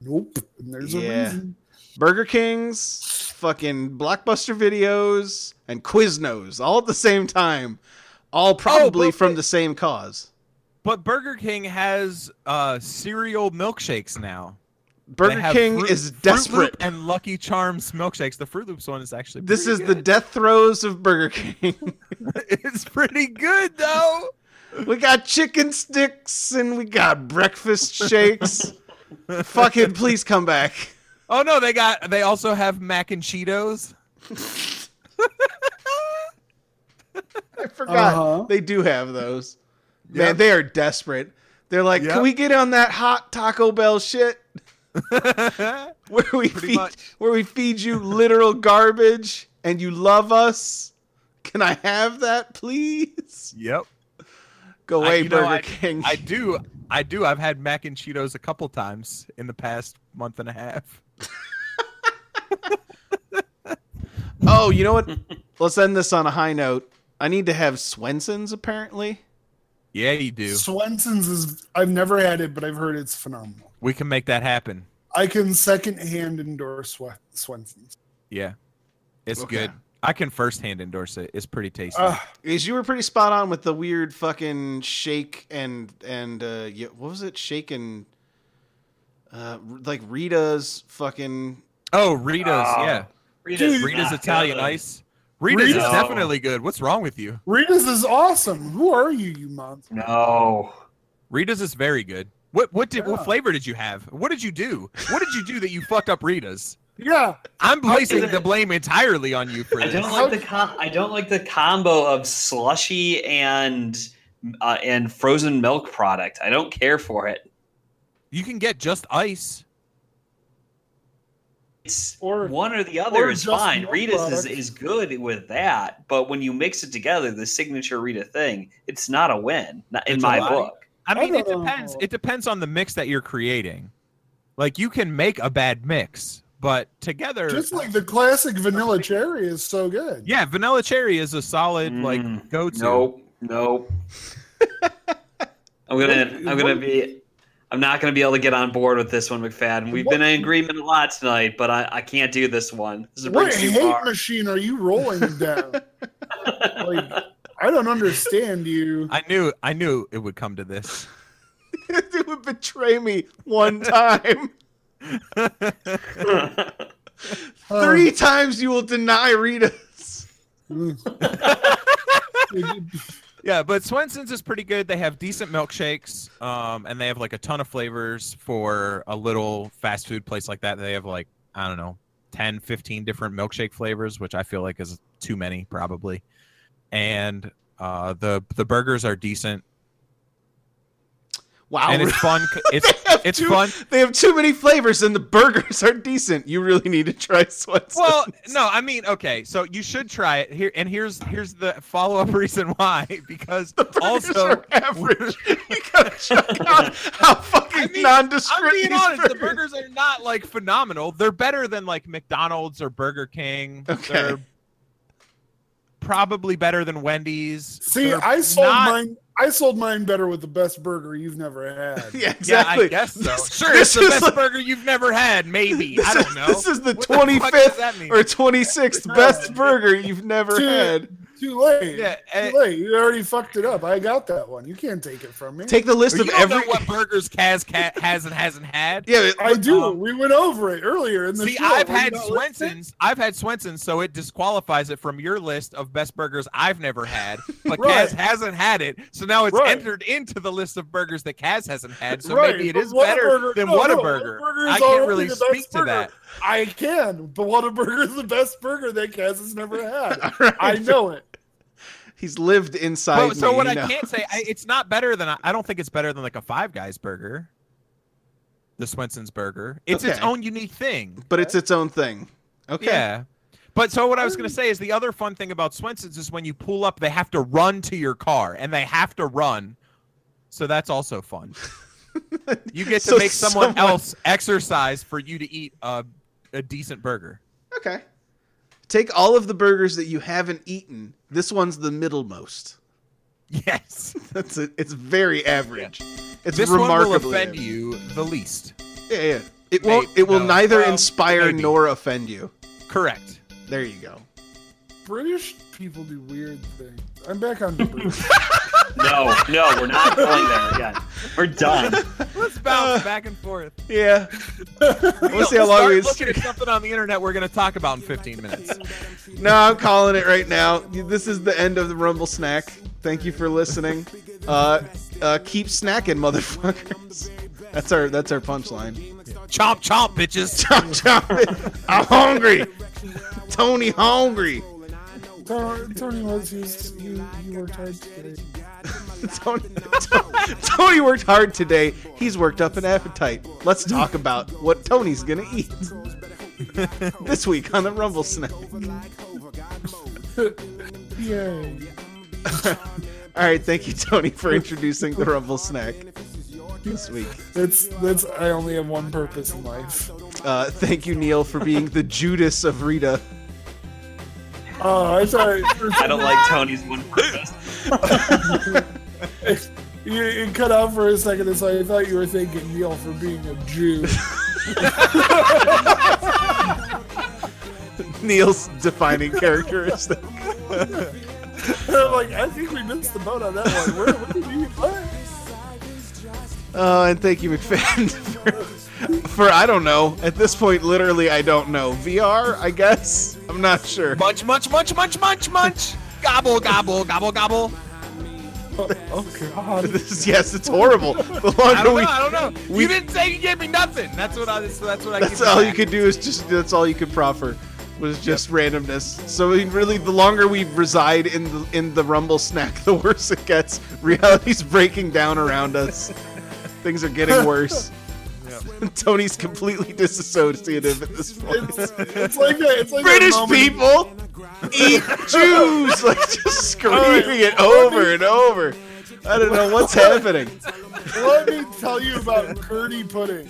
Speaker 5: Nope, and there's
Speaker 1: Yeah.
Speaker 5: a reason.
Speaker 1: Burger Kings, fucking Blockbuster videos, and Quiznos all at the same time, all probably
Speaker 2: but-
Speaker 1: from the same cause.
Speaker 2: But Burger King has uh, cereal milkshakes now. They
Speaker 1: Burger
Speaker 2: have
Speaker 1: King
Speaker 2: Fruit-
Speaker 1: is
Speaker 2: Fruit
Speaker 1: desperate.
Speaker 2: Loop and Lucky Charms milkshakes. The Fruit Loops one is actually
Speaker 1: This
Speaker 2: pretty
Speaker 1: is the death throes of Burger King.
Speaker 2: good. it's pretty good though.
Speaker 1: we got chicken sticks and we got breakfast shakes. fucking please come back.
Speaker 2: Oh no, they got they also have mac and Cheetos.
Speaker 1: I forgot.
Speaker 5: Uh-huh.
Speaker 1: Uh, They do have those. Man, they are desperate. They're like,
Speaker 2: Yep.
Speaker 1: can we get on that hot Taco Bell shit? where we feed
Speaker 2: much.
Speaker 1: where we feed you literal garbage and you love us. Can I have that, please?
Speaker 2: Yep.
Speaker 1: Go away,
Speaker 2: you know,
Speaker 1: Burger
Speaker 2: I-
Speaker 1: King.
Speaker 2: I do. I do. I've had mac and Cheetos a couple times in the past month and a half.
Speaker 1: oh, you know what? Let's end this on a high note. I need to have Swenson's apparently.
Speaker 2: Yeah, you do.
Speaker 5: Swenson's is I've never had it, but I've heard it's phenomenal.
Speaker 2: We can make that happen.
Speaker 5: I can secondhand endorse Swe- Swenson's.
Speaker 2: Yeah. It's
Speaker 1: Okay.
Speaker 2: good. I can firsthand endorse it. It's pretty tasty.
Speaker 5: Uh,
Speaker 1: Because you were pretty spot on with the weird fucking shake and and uh, y- what was it? Shake and uh, r- like Rita's fucking.
Speaker 2: oh, Rita's.
Speaker 4: Oh,
Speaker 2: yeah.
Speaker 4: Rita's,
Speaker 2: Rita's
Speaker 4: not
Speaker 2: Italian
Speaker 4: good.
Speaker 2: ice. Rita's is
Speaker 5: Rita's-
Speaker 2: definitely good. What's wrong with you?
Speaker 5: Rita's is awesome. Who are you, you monster?
Speaker 4: No.
Speaker 2: Rita's is very good. What what did what
Speaker 5: Yeah.
Speaker 2: flavor did you have? What did you do? What did you do that you fucked up Rita's?
Speaker 5: Yeah,
Speaker 2: I'm placing
Speaker 4: did
Speaker 2: the
Speaker 4: it-
Speaker 2: blame entirely on you for
Speaker 4: I
Speaker 2: this.
Speaker 4: don't like the com- I don't like the combo of slushy and uh, and frozen milk product. I don't care for it.
Speaker 2: You can get just ice.
Speaker 4: It's
Speaker 5: Or-
Speaker 4: one or the
Speaker 5: or
Speaker 4: other is
Speaker 5: just
Speaker 4: fine.
Speaker 5: milk
Speaker 4: Rita's is,
Speaker 5: product.
Speaker 4: is good with that, but when you mix it together, the signature Rita thing, it's not a win not, in
Speaker 2: It's a
Speaker 4: my
Speaker 2: lie.
Speaker 4: book.
Speaker 2: I
Speaker 5: I
Speaker 2: mean, it
Speaker 5: don't
Speaker 2: depends.
Speaker 5: know.
Speaker 2: It depends on the mix that you're creating. Like you can make a bad mix, but together,
Speaker 5: just like the classic vanilla cherry is so good.
Speaker 2: yeah, vanilla cherry is a solid like
Speaker 4: Mm,
Speaker 2: go to.
Speaker 4: Nope, nope. I'm gonna I'm gonna be I'm not going to be able to get on board with this one, McFadden. We've been in agreement a lot tonight, but I, I can't do this one. This is a
Speaker 5: What
Speaker 4: bridge too
Speaker 5: hate
Speaker 4: far.
Speaker 5: machine are you rolling down? like, I don't understand you.
Speaker 2: I knew I knew it would come to this.
Speaker 1: it would betray me one time.
Speaker 5: Uh,
Speaker 1: Three times you will deny Rita's.
Speaker 5: mm.
Speaker 2: Yeah, but Swenson's is pretty good. They have decent milkshakes, um, and they have like a ton of flavors for a little fast food place like that. They have like, I don't know, 10, 15 different milkshake flavors, which I feel like is too many probably. And uh, the the burgers are decent,
Speaker 1: Wow.
Speaker 2: and it's fun. It's
Speaker 1: They have
Speaker 2: it's
Speaker 1: too-
Speaker 2: fun.
Speaker 1: They have too many flavors, and the burgers are decent. You really need to try Swenson.
Speaker 2: Well, no, I mean, okay, so you should try it here, and here's here's the follow up reason why because
Speaker 1: the burgers
Speaker 2: also
Speaker 1: are average. you gotta check out how fucking
Speaker 2: I mean,
Speaker 1: nondescript
Speaker 2: I'm being
Speaker 1: these
Speaker 2: honest. The
Speaker 1: burgers-
Speaker 2: burgers are not like phenomenal. They're better than like McDonald's or Burger King.
Speaker 1: Okay.
Speaker 2: They're probably better than Wendy's.
Speaker 5: See,
Speaker 2: They're
Speaker 5: I sold
Speaker 2: not-
Speaker 5: mine. I sold mine better with the best burger you've never had.
Speaker 1: Yeah,
Speaker 2: Yeah,
Speaker 1: exactly.
Speaker 2: I guess so.
Speaker 1: This-
Speaker 2: sure,
Speaker 1: this
Speaker 2: it's
Speaker 1: is
Speaker 2: the best
Speaker 1: like-
Speaker 2: burger you've never had. Maybe
Speaker 1: This
Speaker 2: I don't
Speaker 1: is-
Speaker 2: know.
Speaker 1: This is the
Speaker 2: What fuck does
Speaker 1: 25th
Speaker 2: that mean?
Speaker 1: or 26th best burger you've never
Speaker 5: Dude.
Speaker 1: had.
Speaker 5: Too late.
Speaker 2: yeah, eh,
Speaker 5: Too late. You already fucked it up. I got that one. You can't take it from me.
Speaker 1: Take the list
Speaker 2: you
Speaker 1: of
Speaker 2: don't
Speaker 1: every.
Speaker 2: know what burgers Kaz ca- has and hasn't had.
Speaker 1: Yeah,
Speaker 5: I do.
Speaker 2: um,
Speaker 5: we went over it earlier in the
Speaker 2: See,
Speaker 5: show.
Speaker 2: I've
Speaker 5: Were you
Speaker 2: had
Speaker 5: not listening?
Speaker 2: Swenson's. I've had Swenson's, so it disqualifies it from your list of best burgers I've never had. But
Speaker 5: Right.
Speaker 2: Kaz hasn't had it, so now it's
Speaker 5: Right.
Speaker 2: entered into the list of burgers that Kaz hasn't had. So
Speaker 5: Right,
Speaker 2: maybe it
Speaker 5: but
Speaker 2: is better
Speaker 5: Whataburger-
Speaker 2: than
Speaker 5: no, no,
Speaker 2: Whataburger.
Speaker 5: Whataburger
Speaker 2: I
Speaker 5: is already
Speaker 2: can't really
Speaker 5: the best
Speaker 2: speak to
Speaker 5: burger.
Speaker 2: that.
Speaker 5: I can. The Whataburger is the best burger that Kaz has never had.
Speaker 1: All right.
Speaker 5: I know it.
Speaker 1: He's lived inside.
Speaker 2: But, so
Speaker 1: me,
Speaker 2: what
Speaker 1: you
Speaker 2: I
Speaker 1: know.
Speaker 2: can't say, I, it's not better than. I, I don't think it's better than like a Five Guys burger. The Swenson's burger. It's its
Speaker 1: Okay.
Speaker 2: own unique thing.
Speaker 1: But it's its own thing. Okay.
Speaker 2: Yeah. But so what I was
Speaker 1: Um,
Speaker 2: going to say is the other fun thing about Swenson's is when you pull up, they have to run to your car and they have to run. So that's also fun. You get to
Speaker 1: So
Speaker 2: make someone,
Speaker 1: someone-
Speaker 2: else exercise for you to eat a, a decent burger.
Speaker 1: Okay. Take all of the burgers that you haven't eaten. This one's the middlemost.
Speaker 2: Yes.
Speaker 1: That's it. It's very average. It's
Speaker 2: this one will
Speaker 1: remarkably
Speaker 2: offend
Speaker 1: average.
Speaker 2: you the least.
Speaker 1: Yeah, yeah. It won't.
Speaker 2: Maybe.
Speaker 1: It will
Speaker 2: No.
Speaker 1: neither
Speaker 2: Well,
Speaker 1: inspire
Speaker 2: maybe.
Speaker 1: nor offend you.
Speaker 2: Correct.
Speaker 1: There you go.
Speaker 5: British people do weird things. I'm back on the burger.
Speaker 4: No, no, we're not going there again. We're done.
Speaker 2: Let's bounce back and forth.
Speaker 1: Yeah.
Speaker 2: We'll
Speaker 1: Let's Uh, see how long
Speaker 2: start
Speaker 1: we.
Speaker 2: looking at something on the internet we're going to talk about in 15 minutes.
Speaker 1: No, I'm calling it right now. This is the end of the Rumble Snack. Thank you for listening. Uh, uh, keep snacking, motherfuckers. That's our that's our punchline.
Speaker 2: Chomp, chomp, bitches.
Speaker 1: Chomp, chomp. I'm hungry. Tony hungry.
Speaker 5: Tony, Tony was you, you, you worked hard today.
Speaker 1: Tony, Tony worked hard today. He's worked up an appetite. Let's talk about what Tony's gonna eat this week on the Rumble Snack.
Speaker 5: Yay.
Speaker 1: All right, thank you, Tony, for introducing the Rumble Snack this week.
Speaker 5: That's that's. I only have one purpose in life.
Speaker 1: Uh, thank you, Neil, for being the Judas of Rita.
Speaker 5: Oh, I thought
Speaker 4: I don't like Tony's one purpose.
Speaker 5: it, it cut out for a second, and so I thought you were thanking Neil for being a Jew.
Speaker 1: Neil's defining characteristic.
Speaker 5: I'm like, I think we missed the boat on that one. Where, where did you? What?
Speaker 1: Oh, and thank you, McFadden, for, for I don't know. At this point, literally, I don't know. VR, I guess. I'm not sure.
Speaker 2: Munch, munch, munch, munch, munch, munch. Gobble, gobble, gobble, gobble.
Speaker 5: Oh, God.
Speaker 1: This is, yes, it's horrible. The
Speaker 2: I
Speaker 1: longer
Speaker 2: don't
Speaker 1: we,
Speaker 2: know. I don't know.
Speaker 1: we-
Speaker 2: you didn't say you gave me nothing. That's what I. That's, that's what I.
Speaker 1: that's
Speaker 2: give
Speaker 1: all you
Speaker 2: back.
Speaker 1: could do is just that's all you could proffer was just randomness. So I mean, really, the longer we reside in the in the rumble snack, the worse it gets. Reality's breaking down around us. Things are getting worse. Tony's completely disassociative at this point.
Speaker 5: It's, it's like that. It's like that
Speaker 1: British
Speaker 5: moment-
Speaker 1: people eat Jews, like just
Speaker 5: right.
Speaker 1: screaming it over and over. I don't know what's happening.
Speaker 5: Let me tell you about curdy pudding,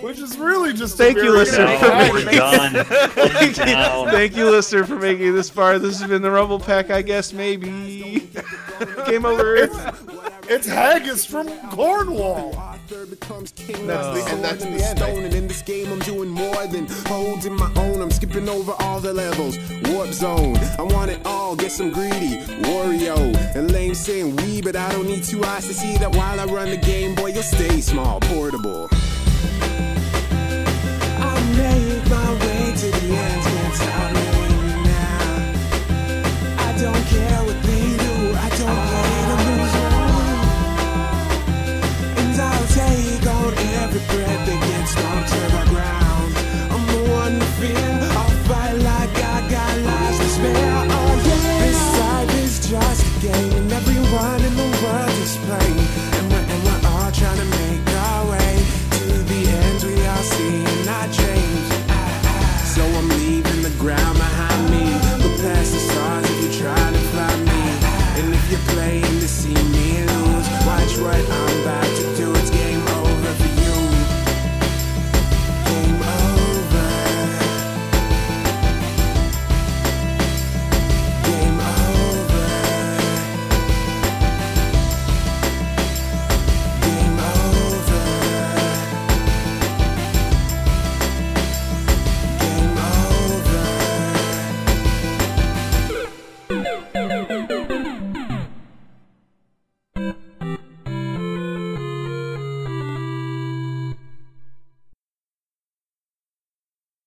Speaker 5: which is really just.
Speaker 1: Thank you, listener,
Speaker 5: listener.
Speaker 1: for
Speaker 4: No, we're
Speaker 1: making-
Speaker 4: done.
Speaker 1: Thank you,
Speaker 4: Down.
Speaker 1: thank you, listener, for making it this far. This has been the Rumble Pack, I guess, maybe. Game over.
Speaker 5: It's haggis from Cornwall.
Speaker 6: third becomes king.
Speaker 1: That's
Speaker 6: That's
Speaker 1: the- and that's
Speaker 6: the sword and
Speaker 1: the
Speaker 6: the
Speaker 1: end, I
Speaker 6: stone. And in this game, I'm doing more than holding my own. I'm skipping over all the levels. Warp zone. I want it all. Get some greedy. Wario. And lame saying we, but I don't need two eyes to see that while I run the game, boy, you'll stay small, portable. I made my way to the end without knowing you now. I don't care what they do, I don't play to lose And I'll take on every breath that gets stomped to the ground. I'm the one to fear, I'll fight like I got lives to spare. Oh yeah, this life is just a game, and everyone in the world is playing.